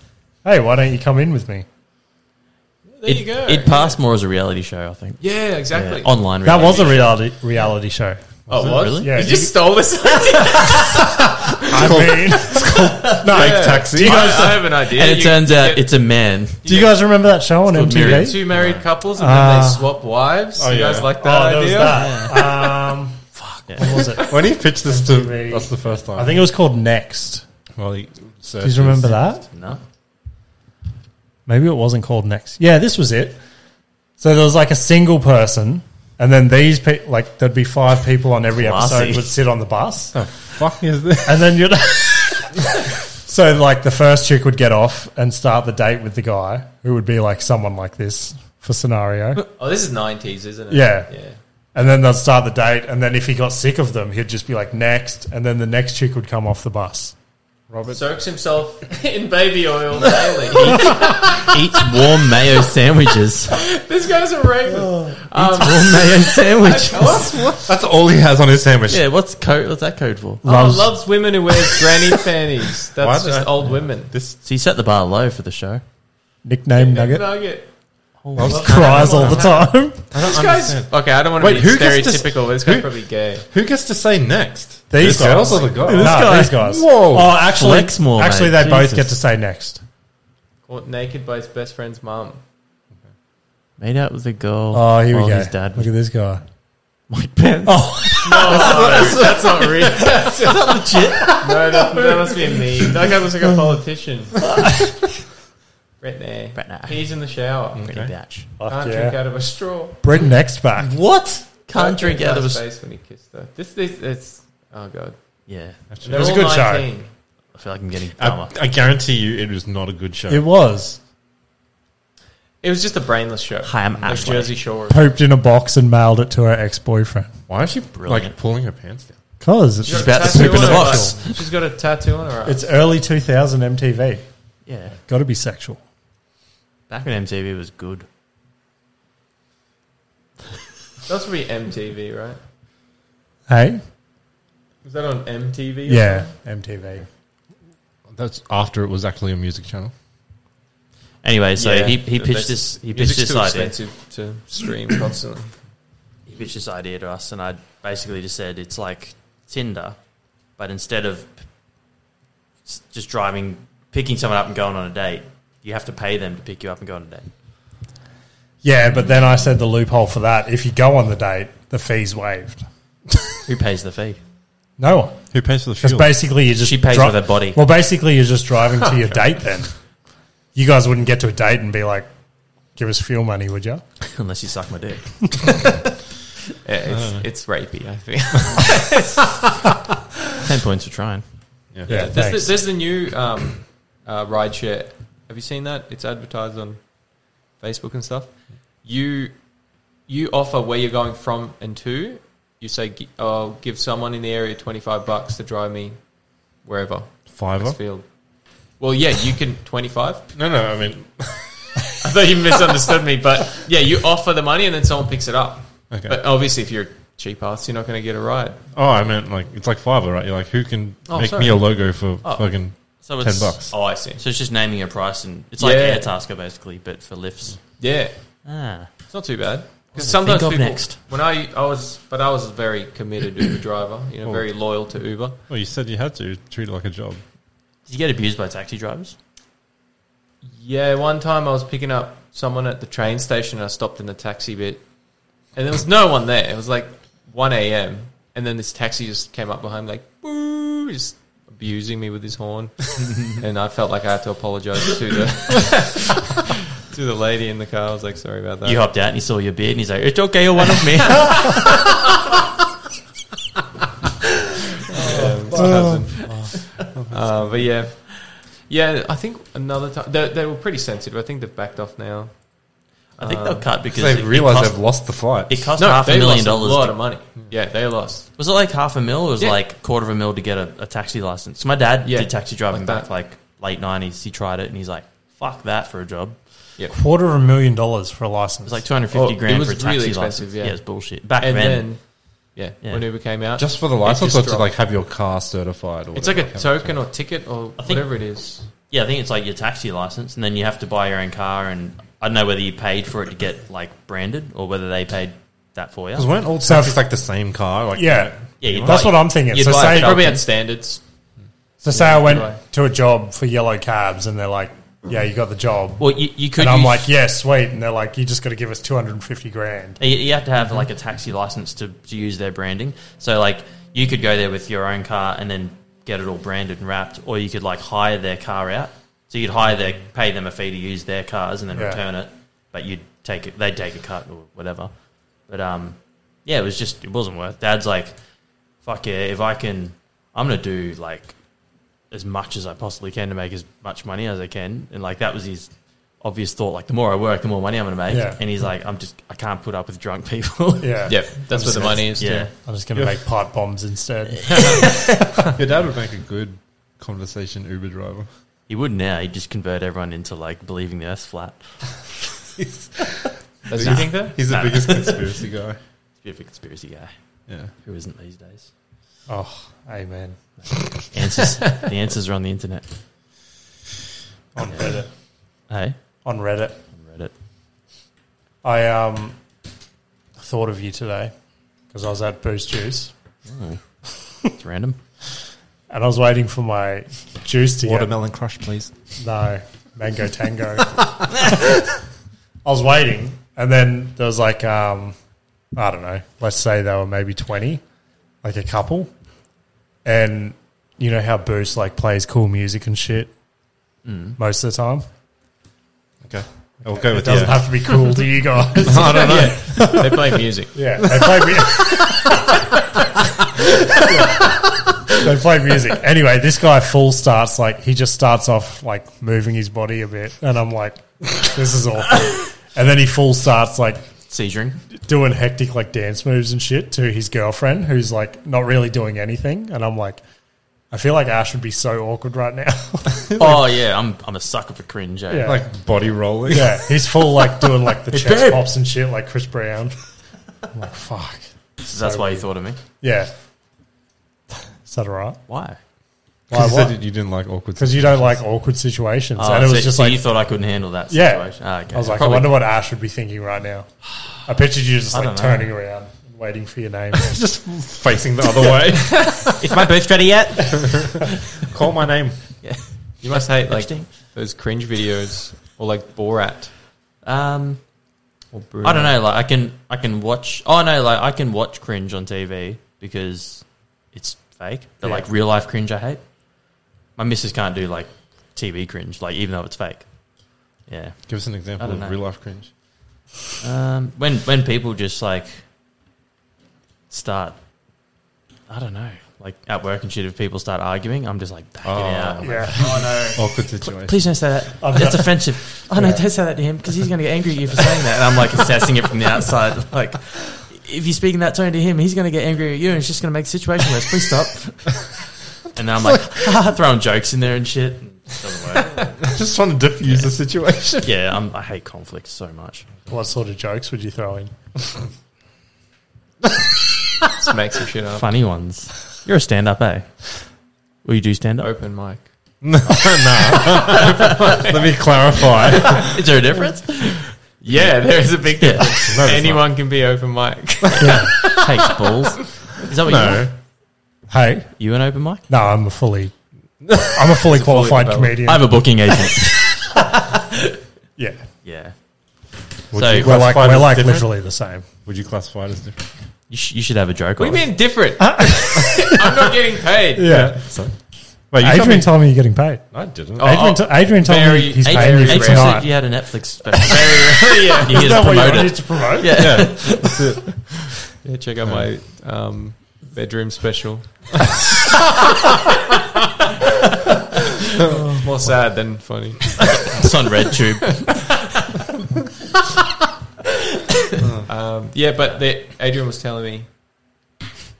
[SPEAKER 3] hey, why don't you come in with me?
[SPEAKER 4] There
[SPEAKER 2] it,
[SPEAKER 4] you go.
[SPEAKER 2] It passed more as a reality show, I think.
[SPEAKER 4] Yeah, exactly.
[SPEAKER 2] Yeah, online.
[SPEAKER 3] That
[SPEAKER 2] reality.
[SPEAKER 3] was a reality reality show.
[SPEAKER 4] oh,
[SPEAKER 2] Was it
[SPEAKER 4] what?
[SPEAKER 2] really?
[SPEAKER 3] Yeah.
[SPEAKER 4] You just stole this. idea.
[SPEAKER 3] I mean, no,
[SPEAKER 1] Fake taxi.
[SPEAKER 3] Do you, guys,
[SPEAKER 4] I, I have an idea.
[SPEAKER 2] and it
[SPEAKER 4] You
[SPEAKER 2] turns out
[SPEAKER 4] get
[SPEAKER 2] it's a man.
[SPEAKER 3] do you guys remember that show on
[SPEAKER 2] called Mirrors.
[SPEAKER 3] MTV?
[SPEAKER 4] two married couples and then
[SPEAKER 3] Ah.
[SPEAKER 4] they swap wives.
[SPEAKER 1] Oh,
[SPEAKER 4] you
[SPEAKER 1] yeah.
[SPEAKER 4] guys like
[SPEAKER 3] Oh,
[SPEAKER 4] that
[SPEAKER 3] there was
[SPEAKER 4] idea?
[SPEAKER 3] that. Um, fuck,
[SPEAKER 2] Yeah.
[SPEAKER 3] what was it?
[SPEAKER 1] When he pitched this to
[SPEAKER 3] Maybe.
[SPEAKER 1] that's the first time.
[SPEAKER 3] I think it was called Next.
[SPEAKER 1] Well, he
[SPEAKER 3] Do you remember that?
[SPEAKER 2] No.
[SPEAKER 3] Maybe it wasn't called Next. Yeah, this was it. So there was like a single person, and then these people, like there'd be five people on every
[SPEAKER 2] Classy.
[SPEAKER 3] episode would sit on the bus,
[SPEAKER 1] The fuck is this?
[SPEAKER 3] and then you'd. so like the first chick would get off and start the date with the guy who would be like someone like this for scenario,
[SPEAKER 4] Oh, this is nineties, isn't it?
[SPEAKER 3] Yeah.
[SPEAKER 4] yeah.
[SPEAKER 3] and then they'd start the date, and then if he got sick of them, he'd just be like next, and then the next chick would come off the bus.
[SPEAKER 1] Robert.
[SPEAKER 4] Soaks himself in baby oil daily.
[SPEAKER 2] Eats warm mayo sandwiches.
[SPEAKER 4] this guy's a rapist.
[SPEAKER 1] Oh.
[SPEAKER 2] warm mayo sandwiches.
[SPEAKER 1] That's all he has on his sandwich.
[SPEAKER 2] Yeah, what's code? What's that code for?
[SPEAKER 3] Uh,
[SPEAKER 4] Oh, loves women who wears granny panties.
[SPEAKER 1] Why
[SPEAKER 4] That's
[SPEAKER 1] did
[SPEAKER 4] just
[SPEAKER 1] I-
[SPEAKER 4] old women.
[SPEAKER 1] This
[SPEAKER 2] So you set the bar low for the show.
[SPEAKER 3] nickname Nugget
[SPEAKER 4] Nugget.
[SPEAKER 3] cries all the time.
[SPEAKER 1] I don't
[SPEAKER 4] This guy's
[SPEAKER 1] understand.
[SPEAKER 4] okay. I don't want to
[SPEAKER 1] Wait,
[SPEAKER 4] be
[SPEAKER 1] who gets to-
[SPEAKER 4] stereotypical. but This guy's
[SPEAKER 1] who-
[SPEAKER 4] probably gay.
[SPEAKER 1] Who gets to say next?
[SPEAKER 3] These
[SPEAKER 1] the girls or the guys?
[SPEAKER 3] No,
[SPEAKER 2] guy.
[SPEAKER 3] these guys.
[SPEAKER 1] Whoa.
[SPEAKER 3] Oh, actually,
[SPEAKER 2] Flex more,
[SPEAKER 3] actually,
[SPEAKER 2] mate.
[SPEAKER 3] they both
[SPEAKER 2] Jesus.
[SPEAKER 3] get to say next.
[SPEAKER 4] Caught naked by his best friend's mum.
[SPEAKER 2] Made out with a girl.
[SPEAKER 3] Oh, here we
[SPEAKER 2] while
[SPEAKER 3] go.
[SPEAKER 2] His dad
[SPEAKER 3] Look
[SPEAKER 2] was
[SPEAKER 3] at this guy.
[SPEAKER 2] Mike Pence.
[SPEAKER 3] Oh,
[SPEAKER 4] that's not real. that's not legit. No, that, that must be a meme. That guy looks like a politician. Britney.
[SPEAKER 2] Britney.
[SPEAKER 4] He's in the shower.
[SPEAKER 2] Pretty
[SPEAKER 1] Okay.
[SPEAKER 2] batch.
[SPEAKER 4] Can't drink out of a straw.
[SPEAKER 3] Brett next back.
[SPEAKER 2] What? Can't drink out of a.
[SPEAKER 4] his
[SPEAKER 2] s-
[SPEAKER 4] face when he kissed her. This, this, it's oh god.
[SPEAKER 2] Yeah,
[SPEAKER 4] They're
[SPEAKER 3] was a
[SPEAKER 4] all
[SPEAKER 3] good show.
[SPEAKER 4] 19.
[SPEAKER 2] I feel like I'm getting
[SPEAKER 3] Uh,
[SPEAKER 2] dumber.
[SPEAKER 1] I, I guarantee you, it was not a good show.
[SPEAKER 3] It was
[SPEAKER 4] It was just a brainless show.
[SPEAKER 2] Hi, I'm
[SPEAKER 4] like
[SPEAKER 2] Ashley.
[SPEAKER 4] Jersey Shore.
[SPEAKER 3] pooped in a box and mailed it to her ex boyfriend.
[SPEAKER 1] Why is she
[SPEAKER 2] Brilliant.
[SPEAKER 1] like pulling her pants down?
[SPEAKER 3] Cause it's,
[SPEAKER 4] She's
[SPEAKER 2] about
[SPEAKER 4] got
[SPEAKER 2] to poop
[SPEAKER 4] tattoo
[SPEAKER 2] in a
[SPEAKER 4] on her
[SPEAKER 2] box.
[SPEAKER 4] arm. She's got a tattoo on her arm.
[SPEAKER 3] it's early two thousand MTV.
[SPEAKER 2] yeah,
[SPEAKER 3] Got to be sexual.
[SPEAKER 2] back when MTV was good.
[SPEAKER 4] That's probably MTV, right?
[SPEAKER 3] Hey,
[SPEAKER 4] Was that on MTV? or
[SPEAKER 3] yeah, MTV.
[SPEAKER 1] That's after it was actually a music channel.
[SPEAKER 2] Anyway, so
[SPEAKER 4] Yeah.
[SPEAKER 2] he, he
[SPEAKER 4] That's-
[SPEAKER 2] pitched this he pitched
[SPEAKER 4] Music's
[SPEAKER 2] this
[SPEAKER 4] too
[SPEAKER 2] idea.
[SPEAKER 4] expensive to stream constantly.
[SPEAKER 2] He pitched this idea to us, and I basically just said it's like Tinder, But instead of p- s- just driving, picking someone up and going on a date, you have to pay them to pick you up and go on a date.
[SPEAKER 3] Yeah, but then I said the loophole for that. If you go on the date, the fee's waived.
[SPEAKER 2] Who pays the fee?
[SPEAKER 3] No one.
[SPEAKER 1] Who pays for the
[SPEAKER 3] Because
[SPEAKER 1] fuel?
[SPEAKER 3] basically you're just
[SPEAKER 2] She pays
[SPEAKER 3] dri-
[SPEAKER 2] with her body.
[SPEAKER 3] Well, basically you're just driving to your date. Then you guys wouldn't get to a date and be like, "Give us fuel money, would you?"
[SPEAKER 2] Unless you suck my dick.
[SPEAKER 4] Yeah, it's, it's rapey, I think.
[SPEAKER 2] 10 points for trying.
[SPEAKER 1] yeah.
[SPEAKER 3] Yeah,
[SPEAKER 4] There's
[SPEAKER 3] thanks.
[SPEAKER 4] the, there's the new um, uh, rideshare. Have you seen that? It's advertised on Facebook and stuff. You you offer where you're going from and to. You say, "Gi- "I'll give someone in the area twenty five bucks to drive me wherever."
[SPEAKER 1] Fiver?
[SPEAKER 4] Westfield. Well, yeah, you can twenty five.
[SPEAKER 1] No, no, I mean,
[SPEAKER 4] I thought you misunderstood me, but yeah, you offer the money and then someone picks it up.
[SPEAKER 1] okay.
[SPEAKER 4] But obviously, if you're cheap ass, you're not going to get a ride.
[SPEAKER 1] oh, I meant like, it's like Fiverr, right? You're like, who can
[SPEAKER 4] Oh,
[SPEAKER 1] make
[SPEAKER 4] sorry.
[SPEAKER 1] me a logo for
[SPEAKER 2] Oh.
[SPEAKER 1] fucking
[SPEAKER 2] So
[SPEAKER 1] 10
[SPEAKER 2] it's,
[SPEAKER 1] bucks?
[SPEAKER 4] Oh, I see.
[SPEAKER 2] So it's just naming a price and it's like
[SPEAKER 4] Yeah.
[SPEAKER 2] Airtasker basically, but for lifts.
[SPEAKER 4] Yeah,
[SPEAKER 2] Ah.
[SPEAKER 4] It's not too bad. Because
[SPEAKER 2] What do they
[SPEAKER 4] sometimes
[SPEAKER 2] think of
[SPEAKER 4] people,
[SPEAKER 2] next?
[SPEAKER 4] when I, I was, but I was a very committed Uber driver, you know,
[SPEAKER 1] Oh.
[SPEAKER 4] very loyal to Uber.
[SPEAKER 1] Well, you said you had to treat it like a job.
[SPEAKER 2] Did you get abused by taxi drivers?
[SPEAKER 4] Yeah, one time I was picking up someone at the train station and I stopped in the taxi bit and there was no one there. It was like 1 a.m. And then this taxi just came up behind me like, boo, just abusing me with his horn. and I felt like I had to apologize to the, to the lady in the car. I was like, sorry about that.
[SPEAKER 2] You hopped out and he saw your beard and he's like, it's okay, you're one of me.
[SPEAKER 4] Yeah, it's
[SPEAKER 1] Oh.
[SPEAKER 4] cousin. Uh, but yeah, yeah. I think another time they, they were pretty sensitive. I think they've backed off now.
[SPEAKER 2] I think
[SPEAKER 4] Um,
[SPEAKER 2] they'll cut because
[SPEAKER 1] Because
[SPEAKER 2] it-
[SPEAKER 1] they
[SPEAKER 2] it
[SPEAKER 1] realized
[SPEAKER 2] cost-
[SPEAKER 1] they've lost the fight.
[SPEAKER 2] It cost
[SPEAKER 4] No,
[SPEAKER 2] half a
[SPEAKER 4] they
[SPEAKER 2] million
[SPEAKER 4] lost a
[SPEAKER 2] dollars. Hmm.
[SPEAKER 4] lot
[SPEAKER 2] to-
[SPEAKER 4] of money. Yeah, they lost.
[SPEAKER 2] was it like half a mil? Or was it
[SPEAKER 4] Yeah.
[SPEAKER 2] like quarter of a mil to get a, a taxi license? My dad
[SPEAKER 4] Yeah.
[SPEAKER 2] did taxi driving
[SPEAKER 4] Like that.
[SPEAKER 2] back like late nineties. He tried it and he's like, "Fuck that for a job." It
[SPEAKER 3] Quarter of a million dollars for a license.
[SPEAKER 2] was like two hundred fifty
[SPEAKER 4] Oh,
[SPEAKER 2] grand
[SPEAKER 4] it was
[SPEAKER 2] for a taxi
[SPEAKER 4] really
[SPEAKER 2] license.
[SPEAKER 4] expensive,
[SPEAKER 2] Yeah.
[SPEAKER 4] yeah.
[SPEAKER 2] it's bullshit. Back
[SPEAKER 4] And
[SPEAKER 2] then,
[SPEAKER 4] then, yeah,
[SPEAKER 2] Yeah.
[SPEAKER 4] when Uber came out,
[SPEAKER 1] just for the
[SPEAKER 4] It's
[SPEAKER 1] license
[SPEAKER 4] just
[SPEAKER 1] or to
[SPEAKER 4] dropped.
[SPEAKER 1] like have your car certified or
[SPEAKER 4] it's like
[SPEAKER 1] whatever?
[SPEAKER 4] a token or ticket or
[SPEAKER 2] I think-
[SPEAKER 4] whatever it is.
[SPEAKER 2] yeah, I think it's like your taxi license, and then you have to buy your own car. And I don't know whether you paid for it to get like branded or whether they paid that for you.
[SPEAKER 1] Because weren't all
[SPEAKER 3] So-
[SPEAKER 1] taxis like the same car? Like,
[SPEAKER 3] yeah,
[SPEAKER 2] Yeah, you'd
[SPEAKER 3] That's
[SPEAKER 2] buy-
[SPEAKER 3] what I'm thinking.
[SPEAKER 2] you'd
[SPEAKER 3] So
[SPEAKER 2] buy
[SPEAKER 3] say,
[SPEAKER 2] it up.
[SPEAKER 4] Probably
[SPEAKER 2] okay.
[SPEAKER 4] had standards.
[SPEAKER 3] so say I went
[SPEAKER 4] Right.
[SPEAKER 3] to a job for yellow cabs, and they're like, "Yeah, you got the job,"
[SPEAKER 2] Well, you, you could.
[SPEAKER 3] and I'm
[SPEAKER 2] use-
[SPEAKER 3] like, "Yeah, sweet," and they're like, "You just got to give us two hundred and fifty grand."
[SPEAKER 2] You, you have to
[SPEAKER 3] Mm-hmm.
[SPEAKER 2] have like a taxi license to, to use their branding. So like you could go there with your own car and then get it all branded and wrapped, or you could like hire their car out. So you'd hire their pay them a fee to use their cars and then
[SPEAKER 3] Yeah.
[SPEAKER 2] return it, but you'd take it. They'd take a cut or whatever. But um, yeah, it was just it wasn't worth. Dad's like, fuck yeah, if I can, I'm gonna do like as much as I possibly can to make as much money as I can. And like that was his obvious thought. Like the more I work, the more money I'm gonna make.
[SPEAKER 3] Yeah.
[SPEAKER 2] And he's like, I'm just I can't put up with drunk people.
[SPEAKER 3] Yeah,
[SPEAKER 4] Yep, that's where the money is.
[SPEAKER 2] yeah.
[SPEAKER 4] Too.
[SPEAKER 3] I'm just gonna
[SPEAKER 1] Yeah.
[SPEAKER 3] make pipe bombs instead.
[SPEAKER 1] Your dad would make a good conversation Uber driver.
[SPEAKER 2] He would now. He'd just convert everyone into like believing the Earth's flat.
[SPEAKER 4] Does he think that?
[SPEAKER 1] He's the biggest conspiracy guy.
[SPEAKER 2] He's a bit of a conspiracy guy
[SPEAKER 1] Yeah.
[SPEAKER 2] who isn't these days.
[SPEAKER 3] Oh, amen.
[SPEAKER 2] Answers. the answers are on the internet.
[SPEAKER 3] On
[SPEAKER 2] Yeah.
[SPEAKER 3] Reddit,
[SPEAKER 2] Hey,
[SPEAKER 3] on Reddit,
[SPEAKER 2] on Reddit.
[SPEAKER 3] I um thought of you today because I was at Boost Juice.
[SPEAKER 2] It's random.
[SPEAKER 3] And I was waiting for my juice to
[SPEAKER 1] crush, please.
[SPEAKER 3] get no mango tango. I was waiting, and then there was like um, I don't know. Let's say they were maybe twenty, like a couple, and you know how Boost like plays cool music and shit most of the time.
[SPEAKER 1] Okay. I'll go
[SPEAKER 3] It
[SPEAKER 1] with
[SPEAKER 3] doesn't
[SPEAKER 1] that.
[SPEAKER 3] have to be cool to you guys.
[SPEAKER 1] I don't know.
[SPEAKER 4] they play music.
[SPEAKER 3] Yeah, they play music. they play music. Anyway, this guy full starts like he just starts off like moving his body a bit, and I'm like, this is awful. And then he full starts like
[SPEAKER 2] Seizuring.
[SPEAKER 3] doing hectic like dance moves and shit to his girlfriend, who's like not really doing anything, and I'm like. I feel like Ash would be so awkward right now.
[SPEAKER 2] oh yeah, I'm I'm a sucker for cringe. Eh?
[SPEAKER 3] Yeah.
[SPEAKER 1] Like body rolling.
[SPEAKER 3] yeah, he's full like doing like the chest
[SPEAKER 1] babe.
[SPEAKER 3] pops and shit, like Chris Brown. I'm like, fuck.
[SPEAKER 2] So that's why you thought of me.
[SPEAKER 3] Yeah. Is that all right?
[SPEAKER 2] Why?
[SPEAKER 1] Because you
[SPEAKER 3] Why-
[SPEAKER 1] said you didn't like awkward
[SPEAKER 3] Because you don't like awkward situations.
[SPEAKER 2] Oh,
[SPEAKER 3] and it was
[SPEAKER 2] so,
[SPEAKER 3] just
[SPEAKER 2] so
[SPEAKER 3] like,
[SPEAKER 2] you thought I couldn't handle that
[SPEAKER 3] Yeah.
[SPEAKER 2] situation. Ah, okay.
[SPEAKER 3] I was like,
[SPEAKER 2] Probably-
[SPEAKER 3] I wonder what Ash would be thinking right now. I pictured you just
[SPEAKER 2] I
[SPEAKER 3] like
[SPEAKER 2] don't know.
[SPEAKER 3] turning around. waiting for your name.
[SPEAKER 1] just facing the other way.
[SPEAKER 2] Is my booth ready yet?
[SPEAKER 1] Call my name.
[SPEAKER 4] You must hate like
[SPEAKER 2] Interesting.
[SPEAKER 4] those cringe videos or like Borat
[SPEAKER 2] Um,
[SPEAKER 4] or Bruno.
[SPEAKER 2] I don't know. Like I can, I can watch. Oh no, like I can watch cringe on TV because it's fake. But
[SPEAKER 3] Yeah.
[SPEAKER 2] like real life cringe, I hate. My missus can't do like TV cringe, like even though it's fake. Yeah.
[SPEAKER 1] Give us an
[SPEAKER 2] I
[SPEAKER 1] example
[SPEAKER 2] don't
[SPEAKER 1] of
[SPEAKER 2] know.
[SPEAKER 1] real life cringe.
[SPEAKER 2] Um, when when people just like start, I don't know, like at work and shit. If people start arguing, I'm just like backing
[SPEAKER 1] Oh.
[SPEAKER 2] out. I'm like,
[SPEAKER 3] yeah.
[SPEAKER 2] Oh,
[SPEAKER 1] Awkward situation.
[SPEAKER 2] Please don't say that.
[SPEAKER 3] I've
[SPEAKER 2] That's
[SPEAKER 3] done-
[SPEAKER 2] offensive. Oh no,
[SPEAKER 3] Yeah.
[SPEAKER 2] don't say that to him because he's going to get angry at you for saying that. And I'm like assessing it from the outside. Like, if you're speaking that tone to him, he's going to get angry at you, and it's just going to make the situation worse. Please stop. and then I'm like throwing jokes in there and shit. and It doesn't work.
[SPEAKER 1] just trying to diffuse the situation.
[SPEAKER 2] Yeah, I'm, I hate conflict so much.
[SPEAKER 3] What sort of jokes would you throw in?
[SPEAKER 4] Just make some shit up.
[SPEAKER 2] Funny ones. You're a stand-up, eh? Well, you do stand-up.
[SPEAKER 4] Open mic.
[SPEAKER 1] no, no. Let me clarify.
[SPEAKER 2] Is there a difference?
[SPEAKER 4] Yeah, there is a big
[SPEAKER 2] Yeah.
[SPEAKER 1] No, there's
[SPEAKER 4] Anyone can be open mic.
[SPEAKER 2] Takes balls. Is that
[SPEAKER 1] not.
[SPEAKER 2] what you are?
[SPEAKER 1] No.
[SPEAKER 3] Hey,
[SPEAKER 2] You an open mic?
[SPEAKER 3] no, I'm a fully, I'm a fully qualified
[SPEAKER 4] developed.
[SPEAKER 3] comedian.
[SPEAKER 2] I'm a booking agent.
[SPEAKER 3] yeah,
[SPEAKER 2] yeah.
[SPEAKER 1] Would
[SPEAKER 2] So-
[SPEAKER 1] you
[SPEAKER 3] we're like
[SPEAKER 1] classify it
[SPEAKER 3] we're
[SPEAKER 1] as
[SPEAKER 3] like
[SPEAKER 1] different?
[SPEAKER 3] literally the same.
[SPEAKER 1] Would you classify it as different?
[SPEAKER 2] You, sh- you should have a joke.
[SPEAKER 4] What
[SPEAKER 2] on
[SPEAKER 4] do you mean different? I'm not getting paid.
[SPEAKER 3] Yeah,
[SPEAKER 1] Wait, you told
[SPEAKER 3] Adrian told me you're getting paid.
[SPEAKER 1] me. I didn't.
[SPEAKER 4] Oh,
[SPEAKER 3] Adrian, t- Adrian told
[SPEAKER 4] very-
[SPEAKER 3] me he's
[SPEAKER 2] Adrian,
[SPEAKER 3] paying you
[SPEAKER 2] Adrian
[SPEAKER 3] for
[SPEAKER 2] said
[SPEAKER 3] tonight.
[SPEAKER 2] you had an Netflix special. Very yeah. You need to
[SPEAKER 3] Is that what you
[SPEAKER 2] promote
[SPEAKER 3] wanted
[SPEAKER 2] it.
[SPEAKER 3] to promote?
[SPEAKER 2] Yeah.
[SPEAKER 1] yeah.
[SPEAKER 4] Yeah, check out my um, bedroom special. More sad than funny.
[SPEAKER 2] It's on RedTube.
[SPEAKER 4] Um, yeah, but the, Adrian was telling me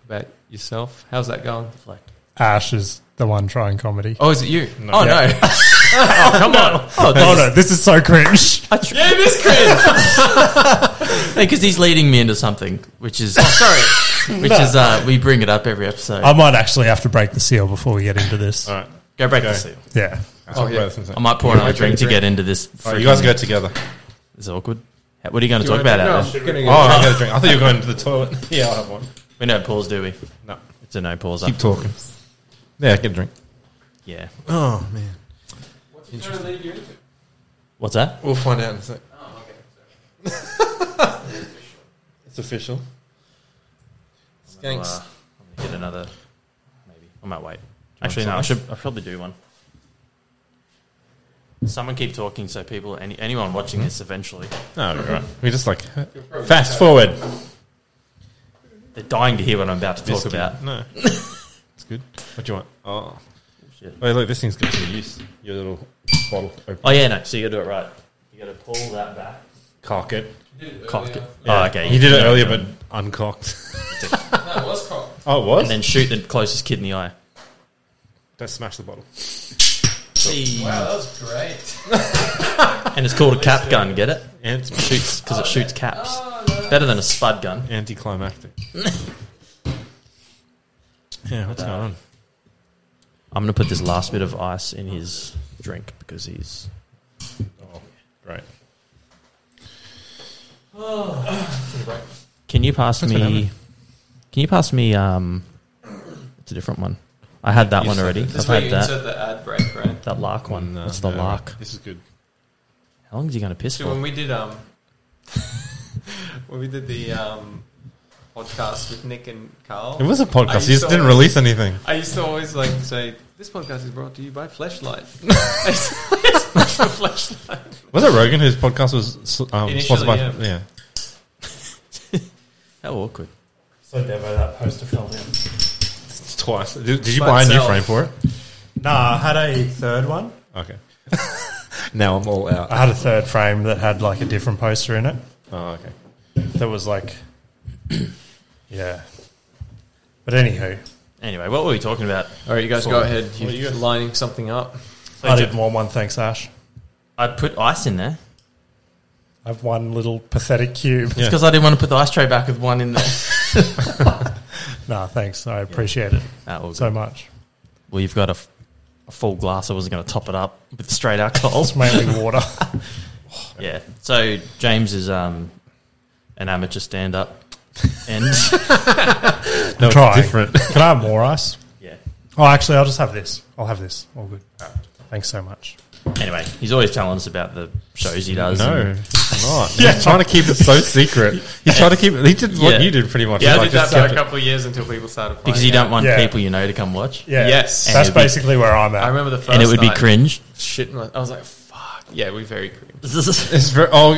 [SPEAKER 4] about yourself. How's that going?
[SPEAKER 3] Ash is the one trying comedy.
[SPEAKER 4] Oh, is it you?
[SPEAKER 2] Oh no! oh come on! Oh,
[SPEAKER 3] Oh
[SPEAKER 2] this
[SPEAKER 3] no, this is so cringe.
[SPEAKER 2] is- yeah, this cringe. Because he's leading me into something, which is Oh, sorry, which is uh, we bring it up every episode.
[SPEAKER 3] I might actually have to break the seal before we get into this.
[SPEAKER 1] All right.
[SPEAKER 2] go break
[SPEAKER 1] okay.
[SPEAKER 2] the seal.
[SPEAKER 3] Yeah.
[SPEAKER 1] Oh,
[SPEAKER 4] yeah.
[SPEAKER 1] yeah.
[SPEAKER 2] I might pour another drink to get into this.
[SPEAKER 1] All right, you guys
[SPEAKER 2] freaking-
[SPEAKER 1] go together.
[SPEAKER 2] It's awkward. What are you going to
[SPEAKER 4] You
[SPEAKER 2] talk
[SPEAKER 4] wanna
[SPEAKER 2] about?
[SPEAKER 4] take-
[SPEAKER 2] Adam?
[SPEAKER 4] no, I'm gonna
[SPEAKER 1] Oh,
[SPEAKER 4] go.
[SPEAKER 1] I got a drink. I thought you were going to the toilet. Yeah, I'll have one.
[SPEAKER 2] We don't pause, do we?
[SPEAKER 1] No.
[SPEAKER 2] It's a no pause.
[SPEAKER 1] Keep talking. Yeah, get a drink.
[SPEAKER 2] Yeah.
[SPEAKER 1] Oh, man.
[SPEAKER 2] What's that?
[SPEAKER 1] We'll find out in a sec. Oh, okay. it's official. Skanks.
[SPEAKER 2] I'll, uh, I'll get another. Maybe I might wait. Actually, no. I
[SPEAKER 1] want
[SPEAKER 2] should. I will probably do one. Someone keep talking, so people, any, anyone watching this, eventually,
[SPEAKER 1] No, Oh, you're right. We just like fast forward.
[SPEAKER 2] they're dying to hear what I'm about to talk
[SPEAKER 1] Biscuit.
[SPEAKER 2] about.
[SPEAKER 1] No. it's good. What do you want? Oh.
[SPEAKER 2] Shit.
[SPEAKER 1] Wait, look, this thing's got to use. Your little bottle. Open.
[SPEAKER 2] Oh yeah, no. So you got to do it right. You got to pull that back,
[SPEAKER 1] Cock it.
[SPEAKER 2] cock it.
[SPEAKER 1] Yeah.
[SPEAKER 2] Oh, okay.
[SPEAKER 1] You did it earlier, but uncocked.
[SPEAKER 4] No, it was cocked.
[SPEAKER 1] Oh, it was?
[SPEAKER 2] and then shoot the closest kid in the eye.
[SPEAKER 1] Don't smash the bottle.
[SPEAKER 4] Wow, that was great.
[SPEAKER 2] And it's called a cap gun. Get it?
[SPEAKER 1] Ant-
[SPEAKER 2] Shoots because it shoots caps. Better than a spud gun.
[SPEAKER 1] anticlimactic. yeah, what's going on?
[SPEAKER 2] I'm gonna put this last bit of ice in his drink because he's
[SPEAKER 1] Oh, great.
[SPEAKER 2] Can you pass
[SPEAKER 1] That's what
[SPEAKER 2] me? Can you pass me? Um, it's a different one. I had that
[SPEAKER 1] You
[SPEAKER 2] one
[SPEAKER 1] said
[SPEAKER 2] already.
[SPEAKER 1] it.
[SPEAKER 2] I've
[SPEAKER 4] That's where
[SPEAKER 2] had
[SPEAKER 4] you
[SPEAKER 2] that.
[SPEAKER 4] insert the ad break, right?
[SPEAKER 2] That lark one.
[SPEAKER 1] No,
[SPEAKER 2] That's the
[SPEAKER 1] no,
[SPEAKER 2] lark.
[SPEAKER 1] This is good.
[SPEAKER 2] How long is he going to piss
[SPEAKER 4] So when
[SPEAKER 2] for?
[SPEAKER 4] we did um, when we did the um, podcast with Nick and Carl,
[SPEAKER 1] It was a
[SPEAKER 4] I
[SPEAKER 1] podcast. You just
[SPEAKER 4] saw-
[SPEAKER 1] didn't release anything.
[SPEAKER 4] I used to always like say, "This podcast is brought to you by Fleshlight." Fleshlight.
[SPEAKER 1] Was it Rogan whose podcast was um,
[SPEAKER 4] Initially,
[SPEAKER 1] sponsored by? Yeah.
[SPEAKER 4] yeah.
[SPEAKER 2] How awkward.
[SPEAKER 3] So Devo, that poster fell down.
[SPEAKER 1] It's twice. Did, did you
[SPEAKER 4] By
[SPEAKER 1] buy a new
[SPEAKER 4] itself.
[SPEAKER 1] frame for it?
[SPEAKER 3] Nah, I had a third one.
[SPEAKER 1] Okay. now I'm all out.
[SPEAKER 3] I had a third frame that had like a different poster in it.
[SPEAKER 1] Oh, okay.
[SPEAKER 3] That was like, yeah. But anywho,
[SPEAKER 2] Anyway, what were we talking about?
[SPEAKER 4] All right, you guys go ahead. You're
[SPEAKER 1] you got?
[SPEAKER 4] lining something up.
[SPEAKER 3] I didn't want one. Thanks, Ash.
[SPEAKER 2] I put ice in there.
[SPEAKER 3] I've one little pathetic cube.
[SPEAKER 1] Yeah.
[SPEAKER 2] It's because I didn't want to put the ice tray back with one in there.
[SPEAKER 3] Nah, thanks. I appreciate it
[SPEAKER 2] Ah, all
[SPEAKER 3] so
[SPEAKER 2] good.
[SPEAKER 3] much.
[SPEAKER 2] well, you've got a, f- a full glass. I wasn't going to top it up with straight alcohol.
[SPEAKER 3] It's mainly water.
[SPEAKER 2] yeah. So James is um, an amateur stand-up. And
[SPEAKER 1] No, it's
[SPEAKER 3] Try.
[SPEAKER 1] different.
[SPEAKER 3] Can I have more ice?
[SPEAKER 2] yeah.
[SPEAKER 3] Oh, actually, I'll just have this. I'll have this. All good. Thanks so much.
[SPEAKER 2] Anyway, he's always telling us about the shows he does.
[SPEAKER 1] No,
[SPEAKER 2] and-
[SPEAKER 1] it's not. He's trying to keep it so secret. He's trying to keep. He did what
[SPEAKER 2] Yeah.
[SPEAKER 1] you did pretty much.
[SPEAKER 2] Yeah, I
[SPEAKER 1] He's
[SPEAKER 2] did
[SPEAKER 1] like, just
[SPEAKER 2] that for
[SPEAKER 1] kept
[SPEAKER 4] a
[SPEAKER 1] it-
[SPEAKER 4] couple of years until people started
[SPEAKER 2] because
[SPEAKER 4] finding
[SPEAKER 2] you don't
[SPEAKER 4] out.
[SPEAKER 2] want
[SPEAKER 3] Yeah.
[SPEAKER 2] people you know to come watch.
[SPEAKER 3] Yeah.
[SPEAKER 4] Yes.
[SPEAKER 3] That's
[SPEAKER 2] And it'd be-
[SPEAKER 3] basically where I'm at.
[SPEAKER 4] I remember the first.
[SPEAKER 2] and it would be
[SPEAKER 4] night,
[SPEAKER 2] cringe.
[SPEAKER 4] Shit, my- I was like, "Fuck." Yeah, we're very cringe.
[SPEAKER 1] It's very. Oh,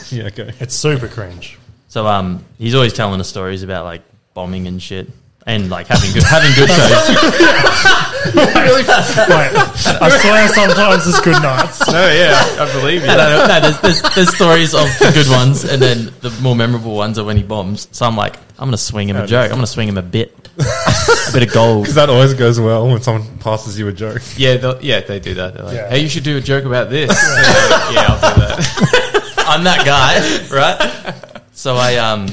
[SPEAKER 1] yeah. Go.
[SPEAKER 3] it's super cringe.
[SPEAKER 2] so um, he's always telling us stories about like bombing and shit, and like having good having good shows.
[SPEAKER 3] Wait, I swear sometimes it's good nights.
[SPEAKER 4] No, yeah, I believe
[SPEAKER 2] no, no, no, there's, there's, there's stories of the good ones, and then the more memorable ones are when he bombs. So I'm like, I'm gonna swing him a joke. I'm gonna swing him a bit, a bit of gold.
[SPEAKER 1] Because that always goes well when someone passes you a joke.
[SPEAKER 4] Yeah, they'll- yeah, they do that. They're like,
[SPEAKER 3] Yeah.
[SPEAKER 4] "Hey, you should do a joke about this." yeah, yeah, I'll do that.
[SPEAKER 2] I'm that guy, right? So I um,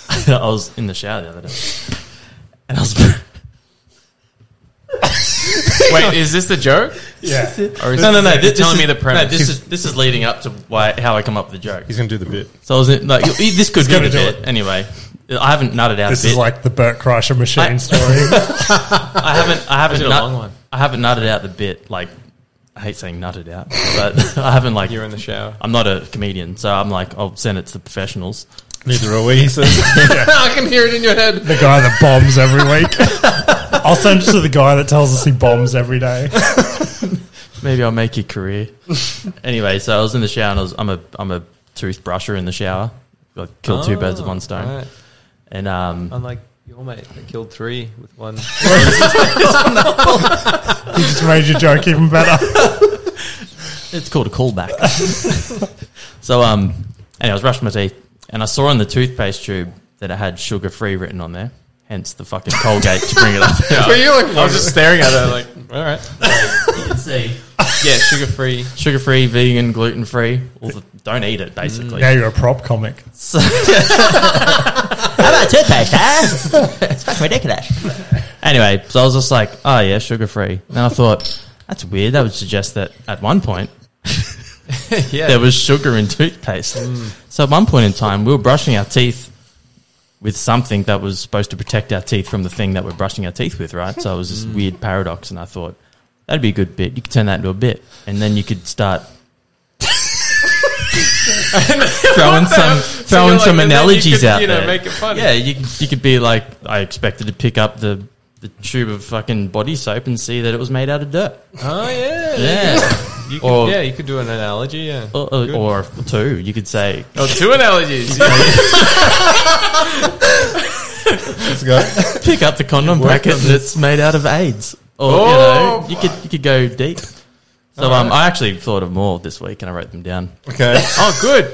[SPEAKER 2] I was in the shower the other day, and I was.
[SPEAKER 4] Wait, is this the joke?
[SPEAKER 3] Yeah.
[SPEAKER 4] Or is
[SPEAKER 2] No, no, no.
[SPEAKER 4] you're
[SPEAKER 2] This,
[SPEAKER 4] telling
[SPEAKER 2] is,
[SPEAKER 4] me the premise.
[SPEAKER 2] No, this is this is leading up to why how I come up with the joke.
[SPEAKER 1] He's gonna do the bit.
[SPEAKER 2] So I was in, like, this could be
[SPEAKER 3] gonna
[SPEAKER 2] the
[SPEAKER 3] do
[SPEAKER 2] bit. Anyway, I haven't nutted out
[SPEAKER 3] This
[SPEAKER 2] a bit.
[SPEAKER 3] is like the Burt Kreischer machine
[SPEAKER 2] I-
[SPEAKER 3] story.
[SPEAKER 2] I haven't I haven't
[SPEAKER 4] Is it a
[SPEAKER 2] nut-
[SPEAKER 4] long one?
[SPEAKER 2] I haven't nutted out the bit. Like, I hate saying nutted out, but I haven't like.
[SPEAKER 4] You're in the shower.
[SPEAKER 2] I'm not a comedian, so I'm like, I'll send it to the professionals.
[SPEAKER 1] Neither are we. He says.
[SPEAKER 4] I can hear it in your head.
[SPEAKER 3] the guy that bombs every week. I'll send it to the guy that tells us he bombs every day.
[SPEAKER 2] Maybe I'll make your career. anyway, so I was in the shower and I was, I'm a I'm a toothbrusher in the shower. I killed two birds with one stone.
[SPEAKER 4] Oh, Alright.
[SPEAKER 2] And um,
[SPEAKER 4] Unlike your mate that killed three with one.
[SPEAKER 3] He just made your joke even better.
[SPEAKER 2] It's called a callback. so, um, anyway, I was brushing my teeth and I saw on the toothpaste tube that it had sugar free written on there, hence the fucking Colgate to bring it up.
[SPEAKER 4] But you like, I was just staring at it, like, all right,
[SPEAKER 2] You can see
[SPEAKER 4] yeah, sugar free.
[SPEAKER 2] sugar free, vegan, gluten free. All the, don't eat it, basically.
[SPEAKER 3] Now you're a prop comic.
[SPEAKER 2] So- How about toothpaste, huh? It's fucking ridiculous. Anyway, so I was just like, oh yeah, sugar free. And I thought, that's weird. That would suggest that at one point
[SPEAKER 4] Yeah,
[SPEAKER 2] there was sugar in toothpaste. So at one point in time, we were brushing our teeth with something that was supposed to protect our teeth from the thing that we're brushing our teeth with, right? So it was this
[SPEAKER 4] Hmm.
[SPEAKER 2] weird paradox, and I thought that'd be a good bit. You could turn that into a bit, and then you could start. throwing some throwing some analogies out
[SPEAKER 4] you know,
[SPEAKER 2] there.
[SPEAKER 4] Make it funny.
[SPEAKER 2] Yeah, you could- you could be like, I expected to pick up the the tube of fucking body soap and see that it was made out of dirt.
[SPEAKER 4] Oh yeah.
[SPEAKER 2] Yeah,
[SPEAKER 4] You could,
[SPEAKER 2] Or-
[SPEAKER 4] yeah, you could do an analogy. Yeah.
[SPEAKER 2] or, or, or two. You could say
[SPEAKER 4] Oh, two analogies.
[SPEAKER 1] Let's go.
[SPEAKER 2] pick up the condom packet that's made out of AIDS. Or
[SPEAKER 4] Oh,
[SPEAKER 2] you know, you could you could go deep. So um, I actually thought of more this week and I wrote them down.
[SPEAKER 1] Okay.
[SPEAKER 4] oh, good.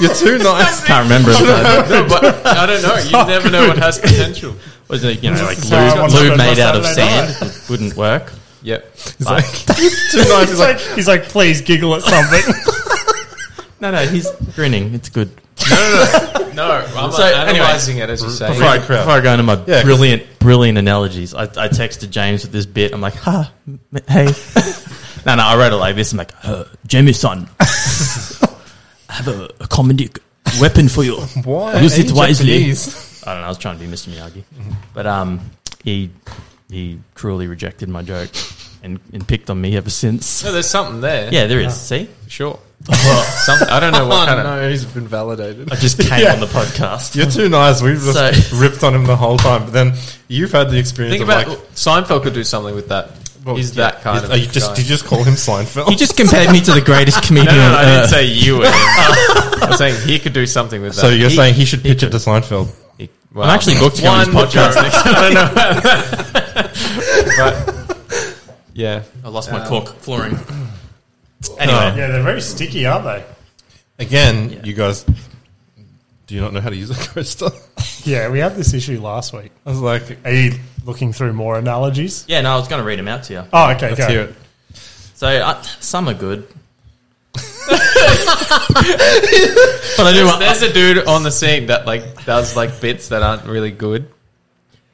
[SPEAKER 1] You're too nice.
[SPEAKER 2] Can't remember. if I-
[SPEAKER 4] No, but I don't know. You never know what has potential.
[SPEAKER 2] was it, you know, like
[SPEAKER 3] is how I
[SPEAKER 2] lube,
[SPEAKER 3] wanted
[SPEAKER 2] lube
[SPEAKER 3] to
[SPEAKER 2] made
[SPEAKER 3] go
[SPEAKER 2] out of
[SPEAKER 3] Saturday night.
[SPEAKER 2] sand wouldn't work.
[SPEAKER 4] Yep.
[SPEAKER 1] He's like, too nice. He's
[SPEAKER 3] He's
[SPEAKER 1] like,
[SPEAKER 3] like, he's like, please giggle at something.
[SPEAKER 2] No, no, he's grinning. It's good.
[SPEAKER 4] No, I'm
[SPEAKER 2] So, anyway.
[SPEAKER 4] analyzing it as you say.
[SPEAKER 1] Before I- Right, crap.
[SPEAKER 2] Before I go into my
[SPEAKER 1] Yeah.
[SPEAKER 2] brilliant, brilliant analogies, I, I texted James with this bit. I'm like, ha, m- hey. no, no, I wrote it like this. I'm like, uh, Jameson, I have a, a comedic weapon for you.
[SPEAKER 1] why?
[SPEAKER 2] Use
[SPEAKER 1] are
[SPEAKER 2] it
[SPEAKER 1] you
[SPEAKER 2] wisely.
[SPEAKER 1] Japanese?
[SPEAKER 2] I don't know. I was trying to be Mr. Miyagi, but um, he he cruelly rejected my joke and, and picked on me ever since.
[SPEAKER 4] No, there's something there.
[SPEAKER 2] Yeah, there is. See,
[SPEAKER 4] for sure. Oh, Some, I don't know what kind of.
[SPEAKER 1] he's been validated.
[SPEAKER 2] I just came
[SPEAKER 1] Yeah.
[SPEAKER 2] on the podcast.
[SPEAKER 1] You're too nice. We've just
[SPEAKER 2] So-
[SPEAKER 1] ripped on him the whole time, but then you've had the experience
[SPEAKER 4] Think
[SPEAKER 1] of
[SPEAKER 4] about
[SPEAKER 1] like,
[SPEAKER 4] Seinfeld could do something with that.
[SPEAKER 1] well,
[SPEAKER 4] He's
[SPEAKER 1] yeah,
[SPEAKER 4] that kind
[SPEAKER 1] he's-
[SPEAKER 4] of.
[SPEAKER 1] Are you just?
[SPEAKER 4] guy.
[SPEAKER 1] Did you just call him Seinfeld?
[SPEAKER 2] You just compared me to the greatest comedian on
[SPEAKER 4] I didn't
[SPEAKER 2] earth.
[SPEAKER 4] say you. Were him. I'm saying he could do something with that.
[SPEAKER 1] so you're
[SPEAKER 2] he-
[SPEAKER 1] saying he should pitch it to Seinfeld?
[SPEAKER 4] He-
[SPEAKER 2] I'm
[SPEAKER 4] well,
[SPEAKER 2] actually booked to go on his
[SPEAKER 4] one
[SPEAKER 2] podcast.
[SPEAKER 4] joke. I don't know. but yeah,
[SPEAKER 2] I lost my cork flooring. Anyway,
[SPEAKER 3] yeah, they're very sticky, aren't they?
[SPEAKER 1] Again,
[SPEAKER 2] Yeah.
[SPEAKER 1] you guys do you not know how to use a coaster?
[SPEAKER 3] Yeah, we had this issue last week.
[SPEAKER 1] I was like,
[SPEAKER 3] Are you looking through more analogies?
[SPEAKER 2] yeah, no, I was going to read them out to you.
[SPEAKER 3] Oh, okay,
[SPEAKER 1] let's
[SPEAKER 3] go.
[SPEAKER 1] hear it.
[SPEAKER 2] So uh, some are good, but I do.
[SPEAKER 4] there's,
[SPEAKER 2] want-
[SPEAKER 4] there's a dude on the scene that like does like bits that aren't really good.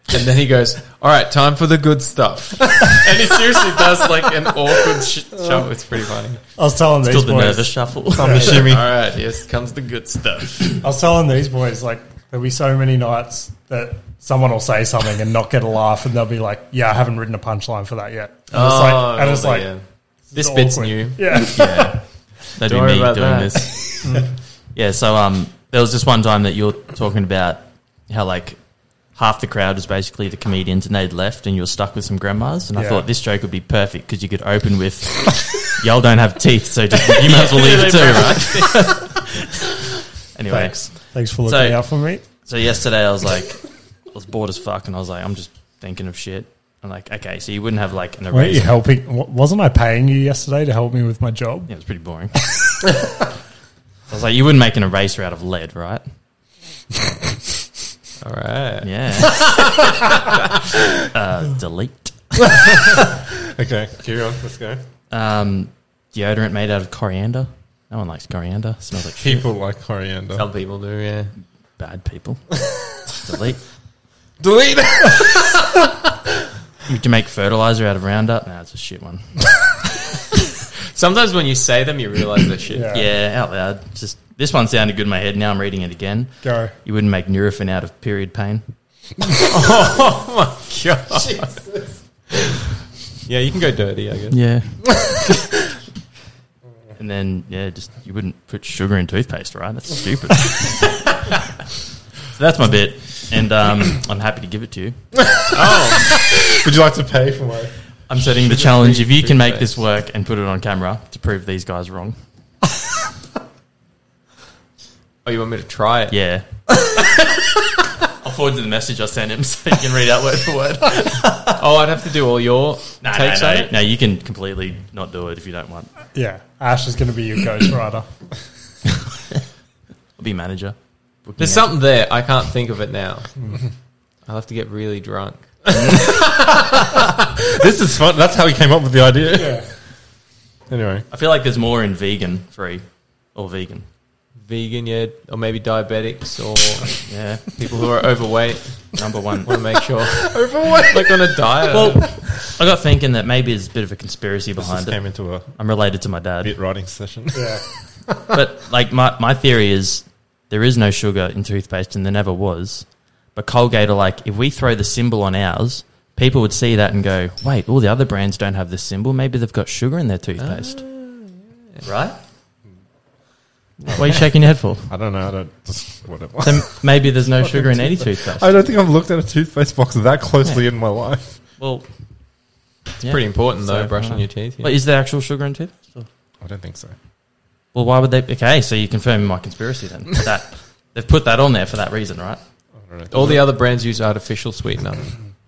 [SPEAKER 4] And then he goes, "All right, time for the good stuff." and he seriously does like an awkward sh- shuffle. It's pretty funny.
[SPEAKER 3] I was telling
[SPEAKER 2] Still
[SPEAKER 3] these
[SPEAKER 2] the
[SPEAKER 3] boys.
[SPEAKER 2] nervous shuffle.
[SPEAKER 4] All right, yes, comes the good stuff.
[SPEAKER 3] I was telling these boys like there'll be so many nights that someone will say something and not get a laugh, and they'll be like, "Yeah, I haven't written a punchline for that yet." And
[SPEAKER 4] Oh,
[SPEAKER 3] it's like, and it's
[SPEAKER 4] lovely,
[SPEAKER 3] like
[SPEAKER 4] yeah.
[SPEAKER 3] this
[SPEAKER 4] this
[SPEAKER 3] is
[SPEAKER 4] bit's
[SPEAKER 3] awkward.
[SPEAKER 4] new.
[SPEAKER 3] Yeah,
[SPEAKER 2] yeah, that'd
[SPEAKER 4] Don't
[SPEAKER 2] be
[SPEAKER 4] worry
[SPEAKER 2] me doing
[SPEAKER 4] about that.
[SPEAKER 2] this. yeah, so um, there was this one time that you were talking about how like half the crowd was basically the comedians and they'd left, and you were stuck with some grandmas. And I
[SPEAKER 3] Yeah.
[SPEAKER 2] thought this joke would be perfect because you could open with, "Y'all don't have teeth, so just, you might as well leave it too, right?" anyway,
[SPEAKER 3] thanks, thanks for
[SPEAKER 2] So-
[SPEAKER 3] looking out for me.
[SPEAKER 2] so yesterday I was like, I was bored as fuck, and I was like, I'm just thinking of shit. I'm like, okay, so you wouldn't have like an
[SPEAKER 3] Weren't you
[SPEAKER 2] eraser.
[SPEAKER 3] helping? w- Wasn't I paying you yesterday to help me with my job?
[SPEAKER 2] Yeah, it was pretty boring. I was like, you wouldn't make an eraser out of lead, right?
[SPEAKER 4] All right.
[SPEAKER 2] Yeah. uh, delete.
[SPEAKER 1] Okay, carry on. Let's go.
[SPEAKER 2] Um, deodorant made out of coriander. No one likes coriander. smells like shit.
[SPEAKER 1] People like coriander.
[SPEAKER 4] Some people do, yeah.
[SPEAKER 2] Bad people. delete.
[SPEAKER 1] Delete.
[SPEAKER 2] You can make fertilizer out of Roundup. Nah, it's a shit one.
[SPEAKER 4] Sometimes when you say them, you realize they're shit.
[SPEAKER 3] Yeah.
[SPEAKER 2] Yeah, out loud. Just this one sounded good in my head. Now I'm reading it again.
[SPEAKER 3] Go.
[SPEAKER 2] You wouldn't make Nurofen out of period pain.
[SPEAKER 4] Yeah, you can go dirty, I guess.
[SPEAKER 2] Yeah. and then yeah, just you wouldn't put sugar in toothpaste, right? That's stupid. so that's my bit, and um, I'm happy to give it to you.
[SPEAKER 1] Would you like to pay for my?
[SPEAKER 2] I'm setting the challenge: if you can make
[SPEAKER 4] toothpaste.
[SPEAKER 2] this work and put it on camera to prove these guys wrong,
[SPEAKER 4] Oh, you want me to try it?
[SPEAKER 2] yeah. I'll forward you the message I sent him so you can read out word for word.
[SPEAKER 4] Oh, I'd have to do all your
[SPEAKER 2] No, no,
[SPEAKER 4] takes eh?
[SPEAKER 2] no,
[SPEAKER 4] on it.
[SPEAKER 2] no, you can completely not do it if you don't want.
[SPEAKER 3] Yeah, Ash is going to be your ghostwriter.
[SPEAKER 2] I'll be manager. Booking
[SPEAKER 4] There's
[SPEAKER 2] agent.
[SPEAKER 4] something there. I can't think of it now. I'll have to get really drunk.
[SPEAKER 1] This is fun. That's how he came up with the idea.
[SPEAKER 3] yeah,
[SPEAKER 1] Anyway,
[SPEAKER 2] I feel like there's more in vegan free or vegan.
[SPEAKER 4] Vegan, yeah, or maybe diabetics or
[SPEAKER 2] Yeah,
[SPEAKER 4] people who are overweight.
[SPEAKER 2] number one.
[SPEAKER 4] Want to make sure overweight, like on a diet.
[SPEAKER 2] Well, I got thinking that maybe there's a bit of a conspiracy
[SPEAKER 1] this just
[SPEAKER 2] behind it.
[SPEAKER 1] came into a
[SPEAKER 2] I'm related to my dad,
[SPEAKER 1] bit writing session.
[SPEAKER 3] yeah.
[SPEAKER 2] but like my my theory is there is no sugar in toothpaste, and there never was. But Colgate are like, if we throw the symbol on ours, people would see that and go, "Wait, all the other brands don't have this symbol. Maybe they've got sugar in their toothpaste, right?" What are you shaking your head for?
[SPEAKER 1] I don't know. I don't. Just whatever.
[SPEAKER 2] So maybe there's no sugar in any toothpaste.
[SPEAKER 1] I don't think I've looked at a toothpaste box that closely in my life.
[SPEAKER 2] Well, it's
[SPEAKER 4] pretty important though,
[SPEAKER 2] So,
[SPEAKER 4] brushing
[SPEAKER 2] uh,
[SPEAKER 4] your teeth. yeah.
[SPEAKER 2] But is there actual sugar in toothpaste? or-
[SPEAKER 1] I don't think so.
[SPEAKER 2] Well, why would they? Okay, so you confirm my conspiracy then. That they've put that on there for that reason, right?
[SPEAKER 1] I don't know.
[SPEAKER 4] all the other brands use artificial sweetener.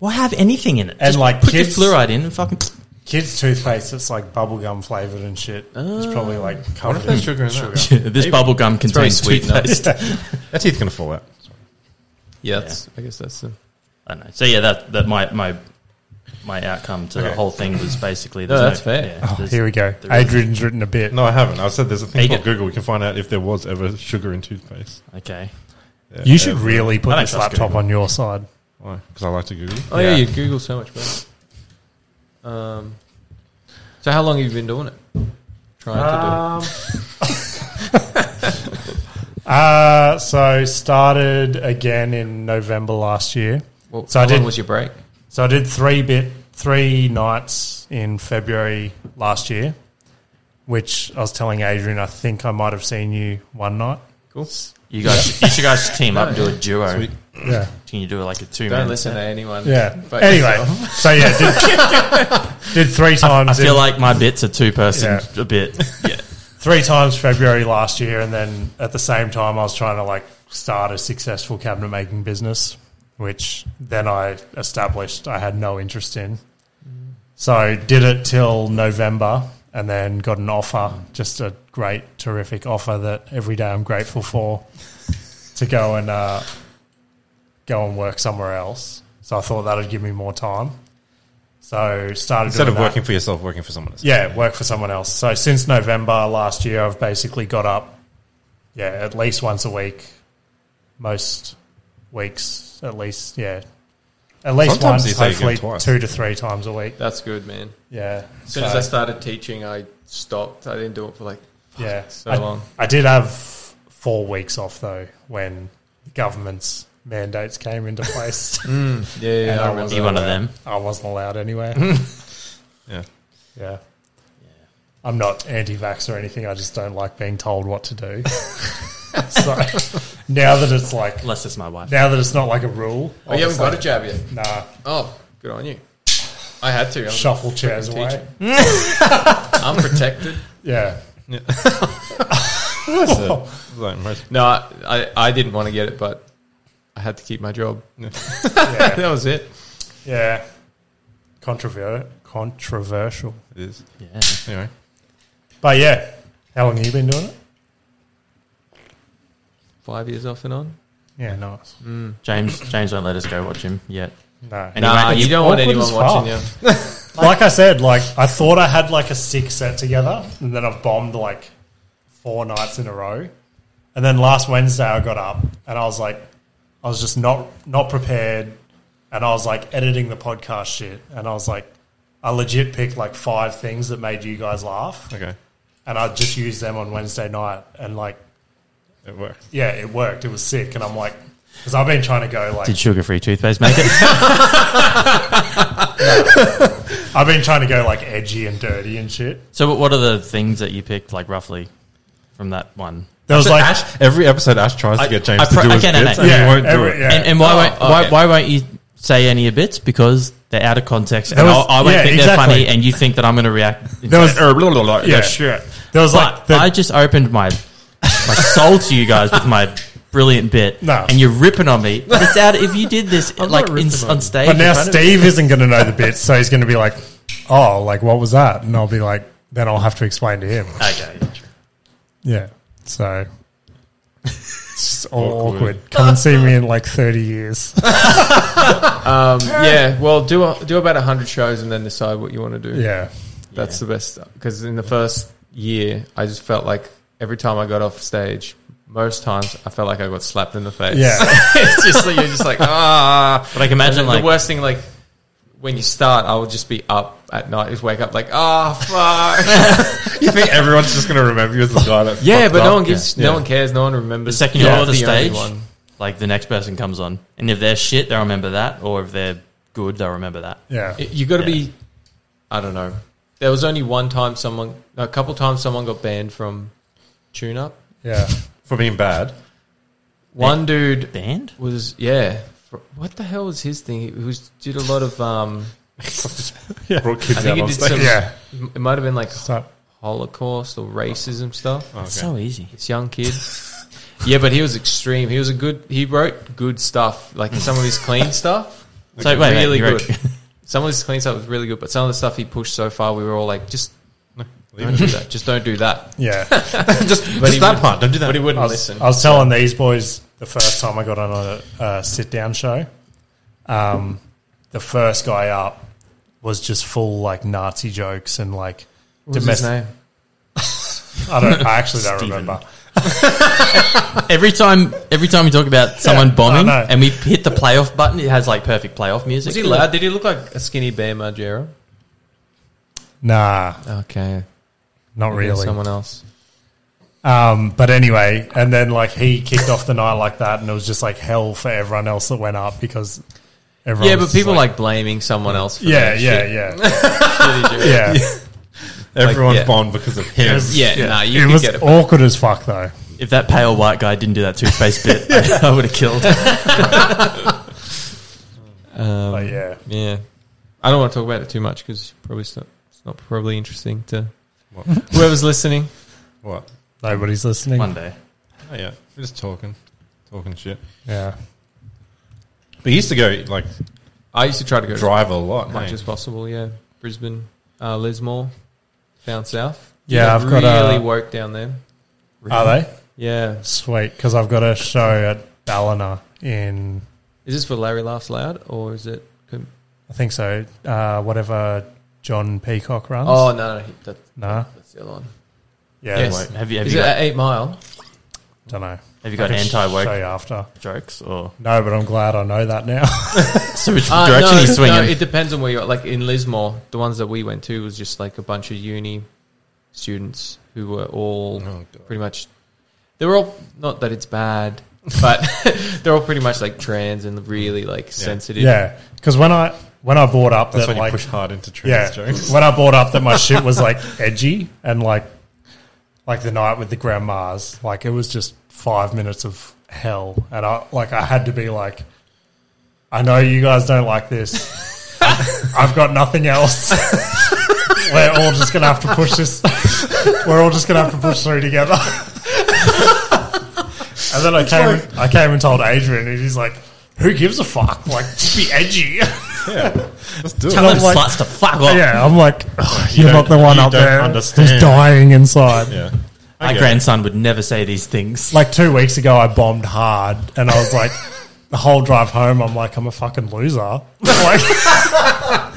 [SPEAKER 2] Well, have anything in it.
[SPEAKER 3] And,
[SPEAKER 2] Just
[SPEAKER 3] like,
[SPEAKER 2] put
[SPEAKER 3] kids-
[SPEAKER 2] your fluoride in and fucking.
[SPEAKER 3] Kids' toothpaste that's like bubblegum flavored and shit. it's probably like covered
[SPEAKER 1] there's
[SPEAKER 3] in
[SPEAKER 1] sugar
[SPEAKER 3] sugar.
[SPEAKER 1] in that?
[SPEAKER 2] this bubble gum
[SPEAKER 4] very
[SPEAKER 2] contains
[SPEAKER 4] sweet
[SPEAKER 2] sweet
[SPEAKER 4] now.
[SPEAKER 2] taste.
[SPEAKER 1] That teeth gonna fall out.
[SPEAKER 4] Yeah, that's, I guess that's the
[SPEAKER 2] I know. So yeah, that that my my my outcome to the
[SPEAKER 1] Okay.
[SPEAKER 2] whole thing was basically.
[SPEAKER 4] No,
[SPEAKER 2] there's
[SPEAKER 4] that's fair.
[SPEAKER 2] Yeah,
[SPEAKER 3] Oh,
[SPEAKER 2] there's-
[SPEAKER 3] here we go.
[SPEAKER 2] there is-
[SPEAKER 3] Adrian's written a bit.
[SPEAKER 1] No, I haven't. I said there's a
[SPEAKER 2] There
[SPEAKER 1] thing
[SPEAKER 2] you
[SPEAKER 1] called
[SPEAKER 2] go.
[SPEAKER 1] Google. We can find out if there was ever sugar in toothpaste.
[SPEAKER 2] Okay.
[SPEAKER 1] Yeah,
[SPEAKER 3] You should
[SPEAKER 1] ever.
[SPEAKER 3] really
[SPEAKER 2] I
[SPEAKER 3] put
[SPEAKER 2] don't
[SPEAKER 3] this
[SPEAKER 2] trust
[SPEAKER 3] laptop
[SPEAKER 2] Google.
[SPEAKER 3] on your side.
[SPEAKER 1] Why? Because I like to Google.
[SPEAKER 4] Oh yeah,
[SPEAKER 2] Yeah.
[SPEAKER 4] you Google so much better. Um, so how long have you been doing it? Trying
[SPEAKER 3] uh, so started again in November last year.
[SPEAKER 4] to do. Well,
[SPEAKER 3] so I
[SPEAKER 4] how
[SPEAKER 3] did-
[SPEAKER 4] long was your break?
[SPEAKER 3] So I did three bit three nights in February last year, which I was telling Adrian I think I might have seen you one night.
[SPEAKER 4] Cool.
[SPEAKER 2] You guys, you should guys team up and do a duo.
[SPEAKER 1] Sweet.
[SPEAKER 3] Yeah.
[SPEAKER 2] Can you do like a two?
[SPEAKER 4] Don't listen to anyone.
[SPEAKER 3] Yeah.
[SPEAKER 4] But
[SPEAKER 3] anyway, so yeah, did, did three times
[SPEAKER 2] I
[SPEAKER 3] in-
[SPEAKER 2] feel like my bit's a two person
[SPEAKER 3] Yeah.
[SPEAKER 2] a bit. Yeah.
[SPEAKER 3] three times February last year, and then at the same time, I was trying to like start a successful cabinet making business, which then I established I had no interest in. So did it till November, and then got an offer, just a great, terrific offer that every day I'm grateful for, to go and uh, go and work somewhere else. So I thought that'd give me more time. So started
[SPEAKER 1] Instead
[SPEAKER 3] doing
[SPEAKER 1] of
[SPEAKER 3] that.
[SPEAKER 1] working for yourself, working for someone else.
[SPEAKER 3] Yeah, work for someone else. So since November last year, I've basically got up, yeah, at least once a week, most weeks at least, yeah, At least
[SPEAKER 1] Sometimes they
[SPEAKER 3] once,
[SPEAKER 1] say you get
[SPEAKER 3] hopefully
[SPEAKER 1] twice.
[SPEAKER 3] two to three times a week.
[SPEAKER 4] That's good, man.
[SPEAKER 3] Yeah.
[SPEAKER 4] As soon as I started teaching, I stopped. I didn't do it for like
[SPEAKER 3] yeah,
[SPEAKER 4] so
[SPEAKER 3] I,
[SPEAKER 4] long.
[SPEAKER 3] I did have four weeks off though when the government's mandates came into place.
[SPEAKER 4] Yeah, yeah,
[SPEAKER 3] And
[SPEAKER 4] I
[SPEAKER 3] I
[SPEAKER 4] remember.
[SPEAKER 3] was-
[SPEAKER 2] You one of them?
[SPEAKER 3] I wasn't allowed anywhere.
[SPEAKER 1] Yeah.
[SPEAKER 3] Yeah. I'm not anti-vax or anything. I just don't like being told what to do. so now that it's like,
[SPEAKER 2] Unless it's my wife.
[SPEAKER 3] now that it's not like a rule,
[SPEAKER 4] Oh, you
[SPEAKER 3] I'll
[SPEAKER 4] haven't
[SPEAKER 3] just
[SPEAKER 4] got a
[SPEAKER 3] like,
[SPEAKER 4] jab yet.
[SPEAKER 3] Nah,
[SPEAKER 4] Oh, good on you. I had to. I'm,
[SPEAKER 3] shuffle chairs
[SPEAKER 4] Fucking
[SPEAKER 3] away.
[SPEAKER 4] I'm protected.
[SPEAKER 3] Yeah,
[SPEAKER 1] So, like most-
[SPEAKER 4] No, I, I, I didn't want to get it, but I had to keep my job.
[SPEAKER 3] yeah,
[SPEAKER 4] That was it.
[SPEAKER 3] yeah. Controver- controversial,
[SPEAKER 1] it is.
[SPEAKER 2] Yeah.
[SPEAKER 1] Anyway,
[SPEAKER 3] but yeah. How long have you been doing it?
[SPEAKER 4] Five years off and on.
[SPEAKER 3] Yeah, nice.
[SPEAKER 2] James James won't let us go watch him yet.
[SPEAKER 3] No,
[SPEAKER 2] And
[SPEAKER 4] Nah,
[SPEAKER 2] he
[SPEAKER 4] you
[SPEAKER 2] won't-
[SPEAKER 4] don't want
[SPEAKER 3] awkward
[SPEAKER 4] anyone
[SPEAKER 3] as
[SPEAKER 4] watching you.
[SPEAKER 3] like I said, like I thought I had like a six set together, and then I've bombed like four nights in a row. And then last Wednesday, I got up and I was like, I was just not not prepared, and I was like editing the podcast shit, and I was like, I legit picked like five things that made you guys laugh,
[SPEAKER 1] okay,
[SPEAKER 3] and I just used them on Wednesday night, and like,
[SPEAKER 1] it worked.
[SPEAKER 3] yeah, it worked. It was sick, and I'm like, because I've been trying to go like
[SPEAKER 2] Did sugar free toothpaste make it?
[SPEAKER 3] I've been trying to go like edgy and dirty and shit.
[SPEAKER 2] so what- what are the things that you picked like roughly from that one?
[SPEAKER 3] There was
[SPEAKER 1] So
[SPEAKER 3] like
[SPEAKER 1] Ash, every episode, Ash tries
[SPEAKER 2] I-
[SPEAKER 1] to get James
[SPEAKER 2] I
[SPEAKER 1] to
[SPEAKER 2] pr-
[SPEAKER 1] do
[SPEAKER 2] I
[SPEAKER 1] his
[SPEAKER 2] can,
[SPEAKER 1] bits,
[SPEAKER 2] I-
[SPEAKER 1] and
[SPEAKER 3] Yeah,
[SPEAKER 1] he won't do
[SPEAKER 3] every-
[SPEAKER 1] it.
[SPEAKER 3] yeah.
[SPEAKER 2] And, and why,
[SPEAKER 4] Oh,
[SPEAKER 2] won't, why
[SPEAKER 4] okay.
[SPEAKER 2] why won't you say any of bits? Because they're out of context,
[SPEAKER 3] There
[SPEAKER 2] and
[SPEAKER 3] was-
[SPEAKER 2] I'll- I won't
[SPEAKER 3] yeah,
[SPEAKER 2] think
[SPEAKER 3] exactly.
[SPEAKER 2] they're funny, and you think that I'm going to react.
[SPEAKER 3] There was-
[SPEAKER 2] Er, blah, blah, blah,
[SPEAKER 3] yeah,
[SPEAKER 2] that shit.
[SPEAKER 3] There was
[SPEAKER 2] But
[SPEAKER 3] like the,
[SPEAKER 2] I just opened my my soul to you guys with my brilliant bit,
[SPEAKER 3] No.
[SPEAKER 2] and you're ripping on me. But it's out. If you did this like in,
[SPEAKER 1] ripping on
[SPEAKER 2] on
[SPEAKER 1] you.
[SPEAKER 2] stage,
[SPEAKER 3] But now
[SPEAKER 2] in front of-
[SPEAKER 3] Steve isn't going to know the bits, so he's going to be like, "Oh, like what was that?" And I'll be like, "Then I'll have to explain to him."
[SPEAKER 2] okay,
[SPEAKER 3] Yeah. So it's just all
[SPEAKER 1] Awkward.
[SPEAKER 3] awkward. Come and see me in like thirty years.
[SPEAKER 4] Um, yeah, well, do a, do about hundred shows and then decide what you want to do.
[SPEAKER 3] Yeah.
[SPEAKER 4] that's the best. Because in the first year, I just felt like every time I got off stage, most times I felt like I got slapped in the face.
[SPEAKER 3] Yeah.
[SPEAKER 4] it's just like you're just like ah.
[SPEAKER 2] but I can imagine
[SPEAKER 4] And then
[SPEAKER 2] like
[SPEAKER 4] the worst thing, like when you start, I would just be up at night, just wake up like ah fuck.
[SPEAKER 1] You think everyone's just going to remember you as the guy that?
[SPEAKER 4] yeah,
[SPEAKER 1] fucked
[SPEAKER 4] but
[SPEAKER 1] up?
[SPEAKER 4] no one gives,
[SPEAKER 1] Yeah.
[SPEAKER 4] no one cares, no one remembers.
[SPEAKER 2] the second you're
[SPEAKER 4] Yeah,
[SPEAKER 2] on the,
[SPEAKER 4] only
[SPEAKER 2] stage,
[SPEAKER 4] one.
[SPEAKER 2] like the next person comes on, and if they're shit, they'll remember that, or if they're good, they'll remember that.
[SPEAKER 3] Yeah.
[SPEAKER 4] Y- You got to
[SPEAKER 2] Yeah.
[SPEAKER 4] be. I don't know. There was only one time someone, a couple times someone got banned from Tune Up.
[SPEAKER 3] Yeah.
[SPEAKER 1] for being bad.
[SPEAKER 4] One dude
[SPEAKER 2] Band?
[SPEAKER 4] was yeah. fr- What the hell was his thing? He was did a lot of um.
[SPEAKER 1] Brought kids
[SPEAKER 4] I think
[SPEAKER 1] out
[SPEAKER 4] he
[SPEAKER 1] on
[SPEAKER 4] did
[SPEAKER 1] stage.
[SPEAKER 4] some.
[SPEAKER 3] Yeah.
[SPEAKER 4] It might have been like
[SPEAKER 3] So
[SPEAKER 4] Holocaust or racism stuff.
[SPEAKER 1] Oh, okay.
[SPEAKER 2] It's so easy.
[SPEAKER 4] This young kid. yeah, but he was extreme. He was a good. He wrote good stuff, like some of his clean stuff.
[SPEAKER 2] So wait, wait,
[SPEAKER 4] really
[SPEAKER 2] you
[SPEAKER 4] good.
[SPEAKER 2] reckon-
[SPEAKER 4] Some of his clean stuff was really good, but some of the stuff he pushed so far, we were all like, just
[SPEAKER 1] Leave
[SPEAKER 4] don't
[SPEAKER 1] it.
[SPEAKER 4] do that. Just don't do that.
[SPEAKER 3] yeah.
[SPEAKER 1] just
[SPEAKER 4] he
[SPEAKER 1] just that
[SPEAKER 4] would-
[SPEAKER 1] part. Don't do that.
[SPEAKER 4] But he wouldn't
[SPEAKER 3] I was,
[SPEAKER 4] listen.
[SPEAKER 3] I was telling these boys the first time I got on a, a sit down show, um, the first guy up was just full like Nazi jokes and like
[SPEAKER 4] What was his
[SPEAKER 3] domestic.
[SPEAKER 4] name?
[SPEAKER 3] I don't. I actually don't
[SPEAKER 2] Steven.
[SPEAKER 3] remember.
[SPEAKER 2] Every time, every time we talk about someone
[SPEAKER 3] Yeah, Oh, I
[SPEAKER 2] bombing
[SPEAKER 3] know.
[SPEAKER 2] and we hit the playoff button, it has like perfect playoff music.
[SPEAKER 4] Was he loud? Did he look like a skinny Bear Margera?
[SPEAKER 3] Nah,
[SPEAKER 4] Okay,
[SPEAKER 3] not really.
[SPEAKER 4] someone else.
[SPEAKER 3] Um, but anyway, and then like he kicked off the night like that, and it was just like hell for everyone else that went up because everyone.
[SPEAKER 4] Yeah,
[SPEAKER 3] was
[SPEAKER 4] but
[SPEAKER 3] just
[SPEAKER 4] people like, blaming someone else. For
[SPEAKER 3] yeah,
[SPEAKER 4] that
[SPEAKER 3] yeah,
[SPEAKER 4] shit.
[SPEAKER 3] yeah,
[SPEAKER 4] Shitty joke.
[SPEAKER 3] yeah,
[SPEAKER 1] Everyone's
[SPEAKER 4] yeah.
[SPEAKER 1] bond because of him.
[SPEAKER 4] Yeah, nah, you
[SPEAKER 3] it
[SPEAKER 4] can
[SPEAKER 3] was
[SPEAKER 4] get it.
[SPEAKER 3] awkward as fuck though.
[SPEAKER 2] If that pale white guy didn't do that toothpaste bit, I, would have killed.
[SPEAKER 4] Um,
[SPEAKER 3] But yeah,
[SPEAKER 4] yeah, I don't want to talk about it too much because probably it's not, it's not probably interesting to
[SPEAKER 1] What?
[SPEAKER 4] whoever's listening.
[SPEAKER 1] What?
[SPEAKER 3] nobody's listening.
[SPEAKER 2] One day,
[SPEAKER 1] Oh yeah, we're just talking, talking shit.
[SPEAKER 3] Yeah,
[SPEAKER 1] But he used to go like
[SPEAKER 4] I used to try to go to
[SPEAKER 1] drive a lot.
[SPEAKER 4] as much
[SPEAKER 1] hey?
[SPEAKER 4] as possible. Yeah, Brisbane, uh, Lismore, down south.
[SPEAKER 3] Yeah,
[SPEAKER 4] Got
[SPEAKER 3] I've got uh, a-
[SPEAKER 4] really woke down there.
[SPEAKER 3] are they
[SPEAKER 4] Yeah,
[SPEAKER 3] sweet? Because I've got a show at Ballina in
[SPEAKER 4] is this for Larry laughs loud or is it?
[SPEAKER 3] I think so. Uh, whatever John Peacock runs.
[SPEAKER 4] Oh no, no he- that,
[SPEAKER 3] no,
[SPEAKER 4] that's the other one.
[SPEAKER 3] yeah,
[SPEAKER 4] Yes.
[SPEAKER 2] Wait, have you? Have
[SPEAKER 4] Is
[SPEAKER 2] you
[SPEAKER 4] it
[SPEAKER 2] got,
[SPEAKER 4] at Eight Mile?
[SPEAKER 3] don't know.
[SPEAKER 2] Have you got
[SPEAKER 3] I can
[SPEAKER 2] anti
[SPEAKER 3] Show
[SPEAKER 2] woke
[SPEAKER 3] you after.
[SPEAKER 2] jokes or
[SPEAKER 3] No, but I'm glad I know that now.
[SPEAKER 2] so which
[SPEAKER 4] Uh,
[SPEAKER 2] direction
[SPEAKER 4] no,
[SPEAKER 2] he's swinging?
[SPEAKER 4] No, it depends on where you're. Like in Lismore, the ones that we went to was just like a bunch of uni students who were all
[SPEAKER 1] Oh, God.
[SPEAKER 4] pretty much. They were all not that it's bad, but they're all pretty much like trans and really like sensitive.
[SPEAKER 3] yeah, because when I when I brought up
[SPEAKER 1] That's
[SPEAKER 3] that
[SPEAKER 1] when you
[SPEAKER 3] like
[SPEAKER 1] push hard into trans
[SPEAKER 3] yeah,
[SPEAKER 1] jokes.
[SPEAKER 3] when I brought up that my shit was like edgy and like like the night with the grandmas, like it was just five minutes of hell, and I like I had to be like, I know you guys don't like this. I've got nothing else. We're all just gonna have to push this. We're all just gonna have to push through together. and then I came, I came and told Adrian, and he's like, "Who gives a fuck? Like, just be edgy."
[SPEAKER 1] Let's do
[SPEAKER 2] Tell
[SPEAKER 1] it.
[SPEAKER 3] Hello.
[SPEAKER 2] them
[SPEAKER 3] like-
[SPEAKER 2] sluts to fuck off.
[SPEAKER 3] Yeah, I'm like, "Ugh, you're not the one
[SPEAKER 1] you
[SPEAKER 3] up
[SPEAKER 1] don't
[SPEAKER 3] there
[SPEAKER 1] understand."
[SPEAKER 3] who's dying inside.
[SPEAKER 1] Yeah.
[SPEAKER 2] My
[SPEAKER 1] Okay.
[SPEAKER 2] grandson would never say these things.
[SPEAKER 3] Like two weeks ago, I bombed hard, and I was like, the whole drive home, I'm like, I'm a fucking loser. like,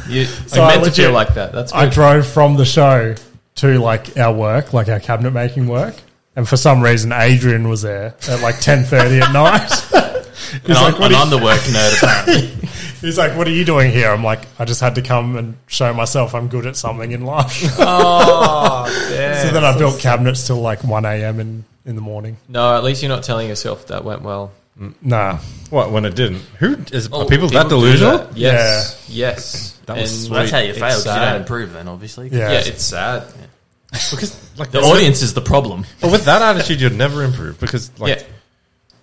[SPEAKER 4] you,
[SPEAKER 3] So
[SPEAKER 4] are
[SPEAKER 3] I
[SPEAKER 4] meant to feel
[SPEAKER 3] legit-
[SPEAKER 4] like that. That's
[SPEAKER 3] I
[SPEAKER 4] good.
[SPEAKER 3] drove from the show to like our work, like our cabinet making work, and for some reason, Adrian was there at like 10:30 at night. He's
[SPEAKER 2] and
[SPEAKER 3] like,
[SPEAKER 2] I'm,
[SPEAKER 3] "What
[SPEAKER 2] and
[SPEAKER 3] are you-
[SPEAKER 2] I'm the work nerd apparently.
[SPEAKER 3] He's like, "What are you doing here?" I'm like, "I just had to come and show myself I'm good at something in life."
[SPEAKER 4] oh, damn.
[SPEAKER 3] so then I built cabinets till like 1 a.m. in in the morning.
[SPEAKER 4] no, at least you're not telling yourself that went well.
[SPEAKER 3] Nah,
[SPEAKER 1] What when it didn't? Who is
[SPEAKER 2] Oh,
[SPEAKER 1] are people,
[SPEAKER 2] people do
[SPEAKER 1] that delusional?
[SPEAKER 4] That- Yes, yes.
[SPEAKER 1] That was sweet.
[SPEAKER 2] Well, that's how you
[SPEAKER 4] It's
[SPEAKER 2] fail because you
[SPEAKER 4] sad.
[SPEAKER 2] don't improve then, obviously.
[SPEAKER 3] Yeah.
[SPEAKER 4] Yeah, it's sad.
[SPEAKER 1] Because like
[SPEAKER 2] The
[SPEAKER 1] there's no-
[SPEAKER 2] audience is the problem.
[SPEAKER 1] but with that attitude, you'd never improve because like
[SPEAKER 4] yeah,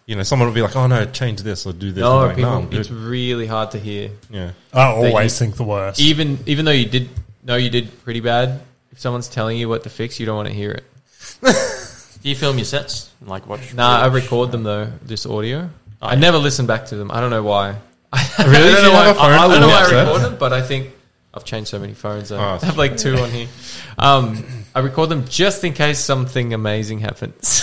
[SPEAKER 1] you know someone will be like, oh no, change this or do this.
[SPEAKER 4] no,
[SPEAKER 1] I'm like,
[SPEAKER 4] people,
[SPEAKER 1] no, I'm
[SPEAKER 4] it's
[SPEAKER 1] good."
[SPEAKER 4] really hard to hear.
[SPEAKER 1] yeah.
[SPEAKER 3] I always
[SPEAKER 4] you-
[SPEAKER 3] think the worst.
[SPEAKER 4] even even though you did know you did pretty bad, if someone's telling you what to fix, you don't want to hear it.
[SPEAKER 2] Do you film your sets? and, Like watch?
[SPEAKER 4] Nah, I record them though, this audio. I
[SPEAKER 2] yeah.
[SPEAKER 4] never listen back to them. I don't know why. I
[SPEAKER 1] Really?
[SPEAKER 4] don't
[SPEAKER 1] Do you
[SPEAKER 4] know why.
[SPEAKER 1] have a phone
[SPEAKER 4] I, I
[SPEAKER 1] for
[SPEAKER 4] don't know why
[SPEAKER 1] that?
[SPEAKER 4] I record them, but I think I've changed so many phones. I
[SPEAKER 1] Oh,
[SPEAKER 4] have like two on here. Um, I record them just in case something amazing happens.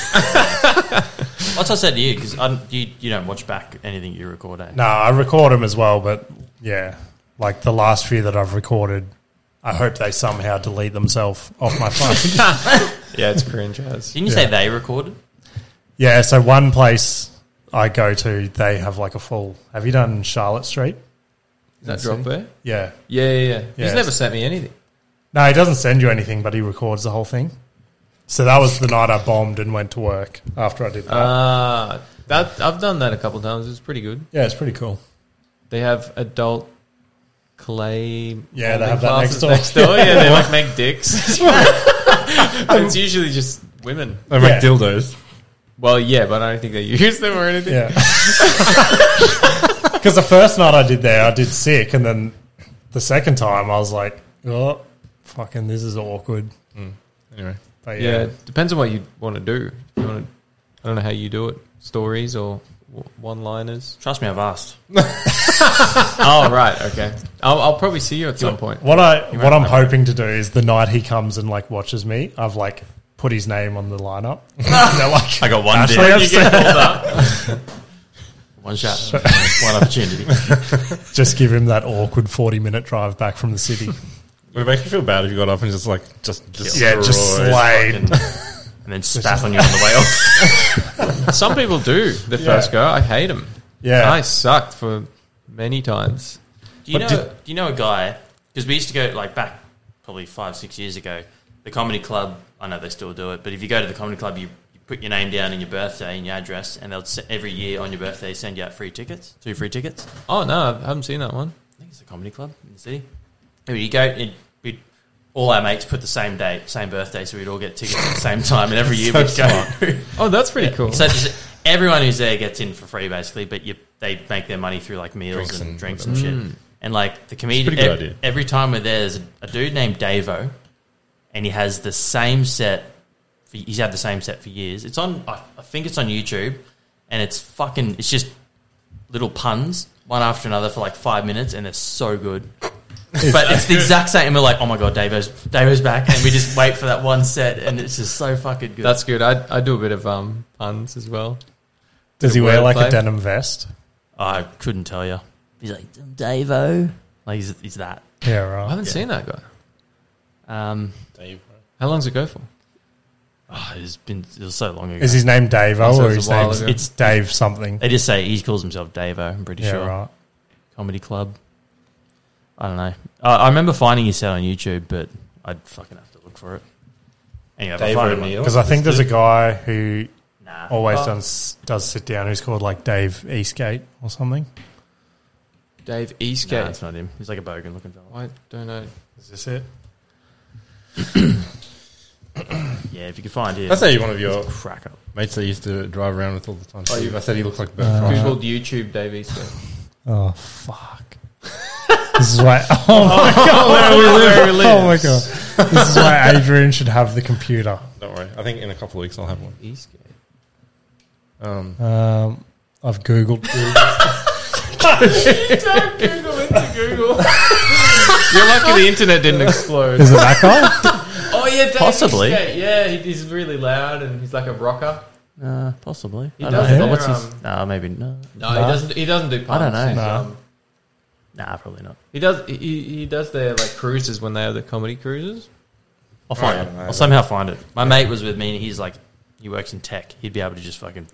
[SPEAKER 2] What's I said to you? Because you you don't watch back anything you record. Eh?
[SPEAKER 3] No, I record them as well, but yeah, like the last few that I've recorded, I hope they somehow delete themselves off my phone.
[SPEAKER 4] yeah, it's cringe as.
[SPEAKER 2] Didn't you say
[SPEAKER 3] Yeah.
[SPEAKER 2] they recorded?
[SPEAKER 3] yeah, so one place I go to, they have like a full. Have you done Charlotte Street?
[SPEAKER 4] Is that drop there?
[SPEAKER 3] Yeah.
[SPEAKER 4] Yeah, yeah, yeah. He's
[SPEAKER 3] Yeah.
[SPEAKER 4] never sent me anything.
[SPEAKER 3] No, he doesn't send you anything, but he records the whole thing. So that was the night I bombed and went to work after I did that.
[SPEAKER 4] Uh, that I've done that a couple times. It's pretty good.
[SPEAKER 3] yeah, it's pretty cool.
[SPEAKER 4] They have adult clay.
[SPEAKER 3] Yeah, they
[SPEAKER 4] molding
[SPEAKER 3] have that
[SPEAKER 4] classes
[SPEAKER 3] next door.
[SPEAKER 4] Yeah, they like make dicks. But it's usually just women.
[SPEAKER 1] I make
[SPEAKER 3] Yeah.
[SPEAKER 1] dildos.
[SPEAKER 4] Well, yeah, but I don't think they use them or anything.
[SPEAKER 3] Yeah. Because the first night I did there, I did sick, and then the second time I was like, oh, fucking, this is awkward.
[SPEAKER 1] Anyway,
[SPEAKER 3] But
[SPEAKER 4] Yeah,
[SPEAKER 3] yeah,
[SPEAKER 4] it depends on what you want to do. If you want to, I don't know how you do it. Stories or w- one-liners.
[SPEAKER 2] Trust me, I've asked.
[SPEAKER 4] oh right, okay. I'll, I'll probably see you at some point.
[SPEAKER 3] what I what I'm hoping to do is the night he comes and like watches me, I've like put his name on the lineup. And they're like,
[SPEAKER 2] I got one
[SPEAKER 3] Ashley,
[SPEAKER 2] dick.
[SPEAKER 3] I've said-
[SPEAKER 2] one shot, one opportunity.
[SPEAKER 3] just give him that awkward 40 minute drive back from the city.
[SPEAKER 1] would it make you feel bad if you got up and just like just
[SPEAKER 3] yeah, just
[SPEAKER 1] destroyed?
[SPEAKER 3] slayed.
[SPEAKER 2] and, and then spat on you on the way off.
[SPEAKER 4] Some people do the first go. I hate them.
[SPEAKER 3] Yeah.
[SPEAKER 4] I sucked for many times.
[SPEAKER 2] Do you
[SPEAKER 4] But
[SPEAKER 2] know? do you know a guy? Because we used to go like back probably five, six years ago. The comedy club. I know they still do it, but if you go to the comedy club, you, you put your name down and your birthday and your address, and they'll s- every year on your birthday send you out free tickets, two free tickets.
[SPEAKER 4] Oh no, I haven't seen that one.
[SPEAKER 2] I think it's a comedy club in the city. Anyway, you go, it, we all our mates put the same date, same birthday, so we'd all get tickets at the same time, and every year
[SPEAKER 1] So
[SPEAKER 2] we'd go.
[SPEAKER 4] Oh, that's pretty cool.
[SPEAKER 2] so just, everyone who's there gets in for free, basically, but you, they make their money through like meals
[SPEAKER 1] Drinks
[SPEAKER 2] and,
[SPEAKER 1] and Mm.
[SPEAKER 2] drinks and shit. And like the comedian,
[SPEAKER 1] pretty good
[SPEAKER 2] ev-
[SPEAKER 1] idea.
[SPEAKER 2] every time we're there, there's a, a dude named Davo, and he has the same set. For, he's had the same set for years. It's on, I, I think it's on YouTube, and it's fucking, it's just little puns one after another for like five minutes, and they're so good. But it's the exact same, and we're like, "Oh my god, Davo's Davo's back!" And we just wait for that one set, and it's just so fucking good.
[SPEAKER 4] That's good. I, I do a bit of um puns as well.
[SPEAKER 3] Does he
[SPEAKER 4] Did it
[SPEAKER 3] wear like
[SPEAKER 4] work,
[SPEAKER 3] a
[SPEAKER 4] babe?
[SPEAKER 3] denim vest?
[SPEAKER 2] I couldn't tell you. He's like Davo. Like he's, he's that.
[SPEAKER 3] Yeah,
[SPEAKER 4] I
[SPEAKER 3] right.
[SPEAKER 4] haven't seen that guy.
[SPEAKER 2] Um,
[SPEAKER 1] Dave.
[SPEAKER 4] How long's it go for?
[SPEAKER 2] Ah, it's been it was so long ago.
[SPEAKER 3] Is his name Dave
[SPEAKER 4] Oh, so
[SPEAKER 3] or
[SPEAKER 4] it's a
[SPEAKER 3] his
[SPEAKER 4] while
[SPEAKER 3] name's
[SPEAKER 4] ago.
[SPEAKER 3] it's Dave something?
[SPEAKER 2] they just say he calls himself Davo. I'm pretty
[SPEAKER 3] Yeah,
[SPEAKER 2] sure.
[SPEAKER 3] right.
[SPEAKER 2] Comedy Club. I don't know. I, I remember finding his set on YouTube, but I'd fucking have to look for it. Anyway, if I
[SPEAKER 5] Dave
[SPEAKER 2] find it, I'm-
[SPEAKER 5] O'Neill.
[SPEAKER 3] Because I think there's a guy who
[SPEAKER 2] Nah.
[SPEAKER 3] always
[SPEAKER 2] Oh.
[SPEAKER 3] does does sit down who's called like Dave Eastgate or something.
[SPEAKER 4] Dave
[SPEAKER 2] Nah,
[SPEAKER 4] Eastgate.
[SPEAKER 2] it's not him. He's like a bogan looking fella.
[SPEAKER 4] I don't know.
[SPEAKER 3] Is this it?
[SPEAKER 2] Yeah, if you could find him,
[SPEAKER 1] That's actually one of your
[SPEAKER 2] he's a cracker.
[SPEAKER 1] mates that you used to drive around with all the time.
[SPEAKER 4] Oh, you-
[SPEAKER 1] I said he looks like Bert
[SPEAKER 3] Uh,
[SPEAKER 1] Kreischer.
[SPEAKER 4] Googled YouTube Dave Eastgate.
[SPEAKER 3] Oh fuck! this is why. Oh my god! Oh my god! This is why Adrian should have the computer.
[SPEAKER 1] Don't worry. I think in a couple of weeks I'll have one.
[SPEAKER 4] Eastgate.
[SPEAKER 1] Um,
[SPEAKER 3] Um, I've googled.
[SPEAKER 4] Don't Google into Google. You're lucky the internet didn't explode.
[SPEAKER 3] is it that guy?
[SPEAKER 4] Oh yeah, Dave
[SPEAKER 2] Possibly.
[SPEAKER 4] Eastgate. Yeah, he- he's really loud and he's like a rocker.
[SPEAKER 2] Uh, possibly.
[SPEAKER 4] He
[SPEAKER 2] I
[SPEAKER 4] does
[SPEAKER 2] don't know.
[SPEAKER 3] their,
[SPEAKER 2] What's his?
[SPEAKER 4] um,
[SPEAKER 2] Nah, maybe no.
[SPEAKER 4] No, he
[SPEAKER 3] Nah.
[SPEAKER 4] doesn't. He doesn't do. Punts.
[SPEAKER 2] I don't know.
[SPEAKER 4] He's,
[SPEAKER 3] Nah.
[SPEAKER 4] um,
[SPEAKER 2] Nah, probably not.
[SPEAKER 4] he does. He, he he does their like cruises when they have the comedy cruises.
[SPEAKER 2] I'll find
[SPEAKER 5] Alright,
[SPEAKER 2] it.
[SPEAKER 5] no,
[SPEAKER 2] I'll
[SPEAKER 5] that-
[SPEAKER 2] somehow find it. My mate was with me, and he's like, he works in tech. He'd be able to just fucking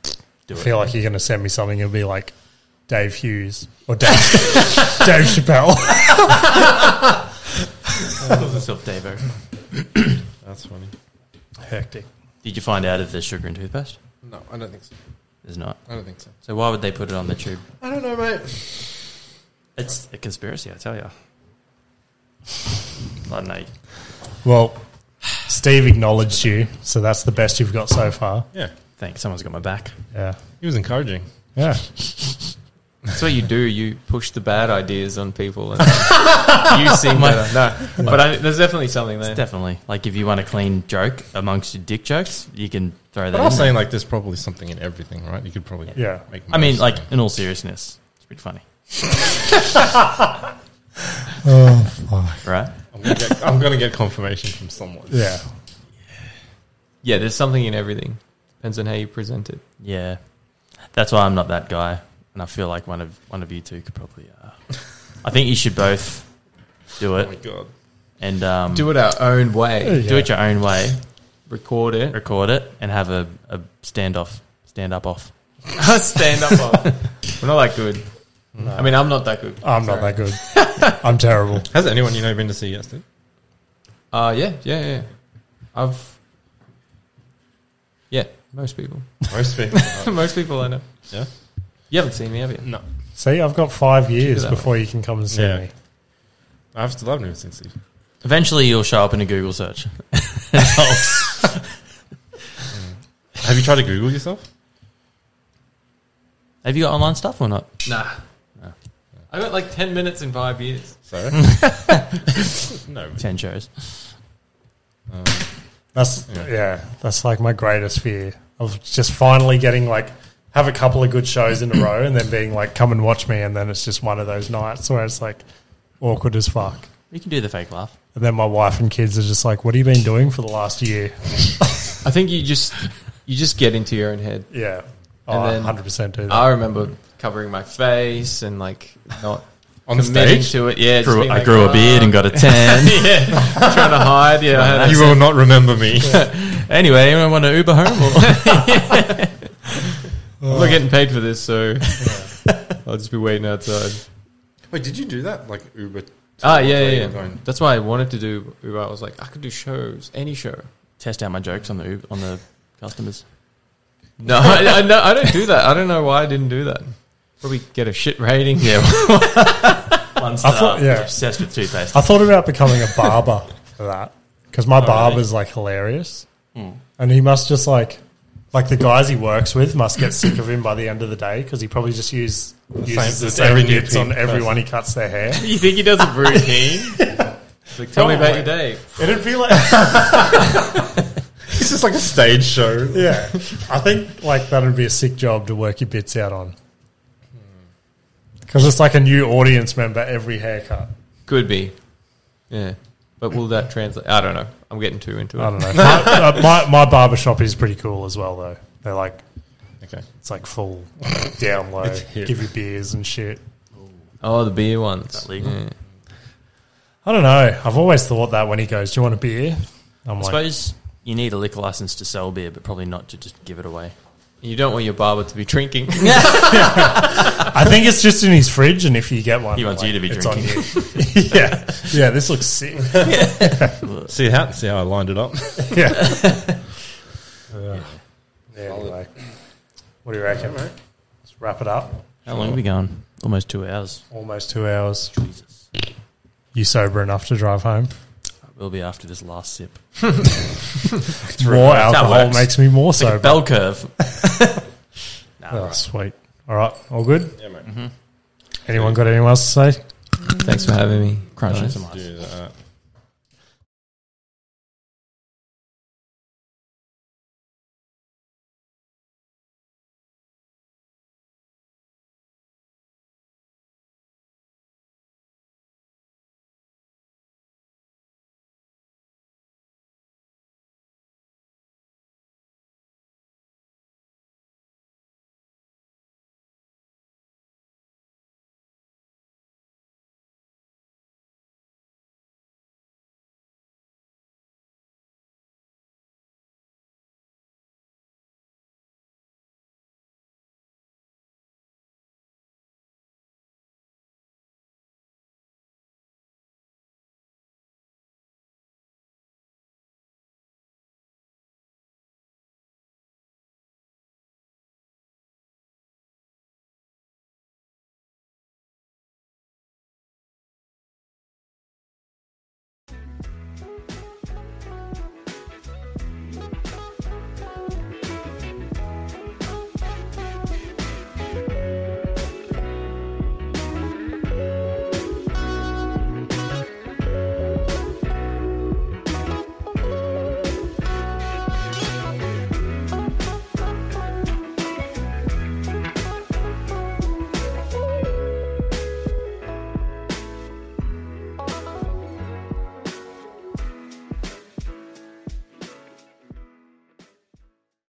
[SPEAKER 2] do
[SPEAKER 3] I
[SPEAKER 2] it.
[SPEAKER 3] feel like you're going to send me something. It'll be like Dave Hughes or Dave Dave Chappelle.
[SPEAKER 2] Calls himself Davo.
[SPEAKER 1] that's funny.
[SPEAKER 3] Hectic.
[SPEAKER 2] Did you find out if there's sugar in toothpaste?
[SPEAKER 1] No, I don't think so.
[SPEAKER 2] There's not.
[SPEAKER 1] I don't think so.
[SPEAKER 2] So why would they put it on the tube?
[SPEAKER 1] I don't know, mate.
[SPEAKER 2] It's a conspiracy, I tell you. I don't know.
[SPEAKER 3] Well, Steve acknowledged you, so that's the best you've got so far.
[SPEAKER 1] Yeah,
[SPEAKER 2] Thanks. Someone's got my back.
[SPEAKER 3] Yeah.
[SPEAKER 1] he was encouraging.
[SPEAKER 3] Yeah.
[SPEAKER 4] That's what you do. You push the bad ideas on people. And you seem better. No, but I, there's definitely something there.
[SPEAKER 2] Definitely. Like if you want a clean joke amongst your dick jokes, you can throw that.
[SPEAKER 1] But I was
[SPEAKER 2] in there.
[SPEAKER 1] saying, like, there's probably something in everything, right? You could probably
[SPEAKER 3] Yeah.
[SPEAKER 1] make.
[SPEAKER 2] I mean,
[SPEAKER 1] most
[SPEAKER 2] like
[SPEAKER 1] things.
[SPEAKER 2] in all seriousness, it's pretty funny,
[SPEAKER 3] Oh, fuck.
[SPEAKER 2] right?
[SPEAKER 1] I'm gonna, get, I'm gonna get confirmation from someone.
[SPEAKER 3] Yeah.
[SPEAKER 4] yeah, there's something in everything. Depends on how you present it.
[SPEAKER 2] Yeah, that's why I'm not that guy, and I feel like one of one of you two could probably. Uh, I think you should both do
[SPEAKER 1] Oh my
[SPEAKER 2] it
[SPEAKER 1] god.
[SPEAKER 2] and um,
[SPEAKER 4] Do it our own way.
[SPEAKER 2] do it your own way,
[SPEAKER 4] Record it.
[SPEAKER 2] record it, and have a, a standoff, stand up off.
[SPEAKER 4] Stand up. on. Uh, We're not that good. I mean, I'm not that good.
[SPEAKER 3] I'm not that good. I'm terrible.
[SPEAKER 1] Has anyone you know been to E see yet, Steve?
[SPEAKER 4] Uh, yeah, yeah, yeah. I've. Yeah, most people.
[SPEAKER 1] Most people.
[SPEAKER 4] most people I know.
[SPEAKER 1] yeah.
[SPEAKER 4] You haven't seen me, have you?
[SPEAKER 1] No,
[SPEAKER 3] See, I've got five years
[SPEAKER 4] that
[SPEAKER 3] before you can come and see
[SPEAKER 1] Yeah.
[SPEAKER 3] me.
[SPEAKER 1] I've still haven't even seen Steve.
[SPEAKER 2] Eventually, you'll show up in a Google search.
[SPEAKER 1] Have you tried to Google yourself?
[SPEAKER 2] Have you got online stuff or not?
[SPEAKER 4] Nah. I got like 10 minutes in five years.
[SPEAKER 1] Sorry. no. but,
[SPEAKER 2] Ten shows.
[SPEAKER 1] Um,
[SPEAKER 3] That's
[SPEAKER 1] Yeah.
[SPEAKER 3] yeah. That's like my greatest fear of just finally getting like have a couple of good shows in a row and then being like come and watch me and then it's just one of those nights where it's like awkward as fuck.
[SPEAKER 2] You can do the fake laugh.
[SPEAKER 3] And then my wife and kids are just like, "What have you been doing for the last year?"
[SPEAKER 4] I think you just you just get into your own head.
[SPEAKER 3] Yeah, Oh,
[SPEAKER 4] And then-
[SPEAKER 3] hundred percent do that.
[SPEAKER 4] I remember covering my face and like not
[SPEAKER 1] on the
[SPEAKER 4] committing
[SPEAKER 1] stage,
[SPEAKER 4] to it. Yeah, just
[SPEAKER 2] Grew-
[SPEAKER 4] being
[SPEAKER 2] I
[SPEAKER 4] like,
[SPEAKER 2] grew
[SPEAKER 1] uh,
[SPEAKER 2] a
[SPEAKER 4] "Ah,"
[SPEAKER 2] beard and got a tan.
[SPEAKER 4] yeah, trying to hide. Yeah, I had
[SPEAKER 1] you will not remember me.
[SPEAKER 2] Anyway, anyone want to Uber home? Or?
[SPEAKER 4] I'm not getting paid for this, so I'll just be waiting outside.
[SPEAKER 1] Wait, did you do that? Like Uber?
[SPEAKER 4] Ah, yeah, yeah, yeah.
[SPEAKER 1] Going-
[SPEAKER 4] That's why I wanted to do Uber. I was like, I could do shows, any show.
[SPEAKER 2] Test out my jokes on the Uber, on the customers.
[SPEAKER 4] No, I, I, no, I don't do that. I don't know why I didn't do that. Probably get a shit rating. Yeah,
[SPEAKER 2] One
[SPEAKER 3] star, thought- yeah.
[SPEAKER 2] obsessed with toothpaste.
[SPEAKER 3] I thought about becoming a barber for that because my barber's like hilarious, and he must just like like the guys he works with must get sick of him by the end of the day because he probably just use, uses
[SPEAKER 1] same-
[SPEAKER 3] the
[SPEAKER 1] every
[SPEAKER 3] same
[SPEAKER 1] new
[SPEAKER 3] bits on
[SPEAKER 1] pin
[SPEAKER 3] everyone he cuts their hair.
[SPEAKER 4] you think he does a routine? like, tell me about your day.
[SPEAKER 3] It'd be like
[SPEAKER 1] It's just like a stage show.
[SPEAKER 3] yeah, I think like that would be a sick job to work your bits out on because it's like a new audience member every haircut.
[SPEAKER 4] Could be. Yeah, but will that translate? I don't know. I'm getting too into it.
[SPEAKER 3] I don't know. my, uh, my my barber shop is pretty cool as well though. They're like
[SPEAKER 1] Okay.
[SPEAKER 3] it's like full down low,
[SPEAKER 1] hip.
[SPEAKER 3] give you beers and shit.
[SPEAKER 4] Oh, the beer ones.
[SPEAKER 2] Not legal.
[SPEAKER 4] Yeah.
[SPEAKER 3] I don't know. I've always thought that when he goes, "Do you want a beer?" I'm
[SPEAKER 2] I
[SPEAKER 3] like,
[SPEAKER 2] suppose you need a liquor license to sell beer, but probably not to just give it away.
[SPEAKER 4] You don't want your barber to be drinking.
[SPEAKER 3] I think it's just in his fridge, and if you get one,
[SPEAKER 2] He wants you to be
[SPEAKER 3] it's on you. yeah, yeah. This looks sick.
[SPEAKER 1] See how see how I lined it up.
[SPEAKER 3] Yeah. yeah. Anyway, what do you reckon, mate? Let's wrap it up.
[SPEAKER 2] How long have we gone? Almost two hours.
[SPEAKER 3] Almost two hours.
[SPEAKER 2] Jesus.
[SPEAKER 3] You sober enough to drive home?
[SPEAKER 2] We'll be after this last sip.
[SPEAKER 3] More
[SPEAKER 2] That's how it
[SPEAKER 3] alcohol
[SPEAKER 2] works.
[SPEAKER 3] makes me more sober.
[SPEAKER 2] Bell curve. nah,
[SPEAKER 3] Oh,
[SPEAKER 2] right.
[SPEAKER 3] sweet. All right, all good. Mm-hmm.
[SPEAKER 1] yeah, mate.
[SPEAKER 3] Anyone got anything else to say?
[SPEAKER 4] Thanks for having me.
[SPEAKER 2] Crunch
[SPEAKER 4] Nice.
[SPEAKER 2] some ice.
[SPEAKER 1] Do that.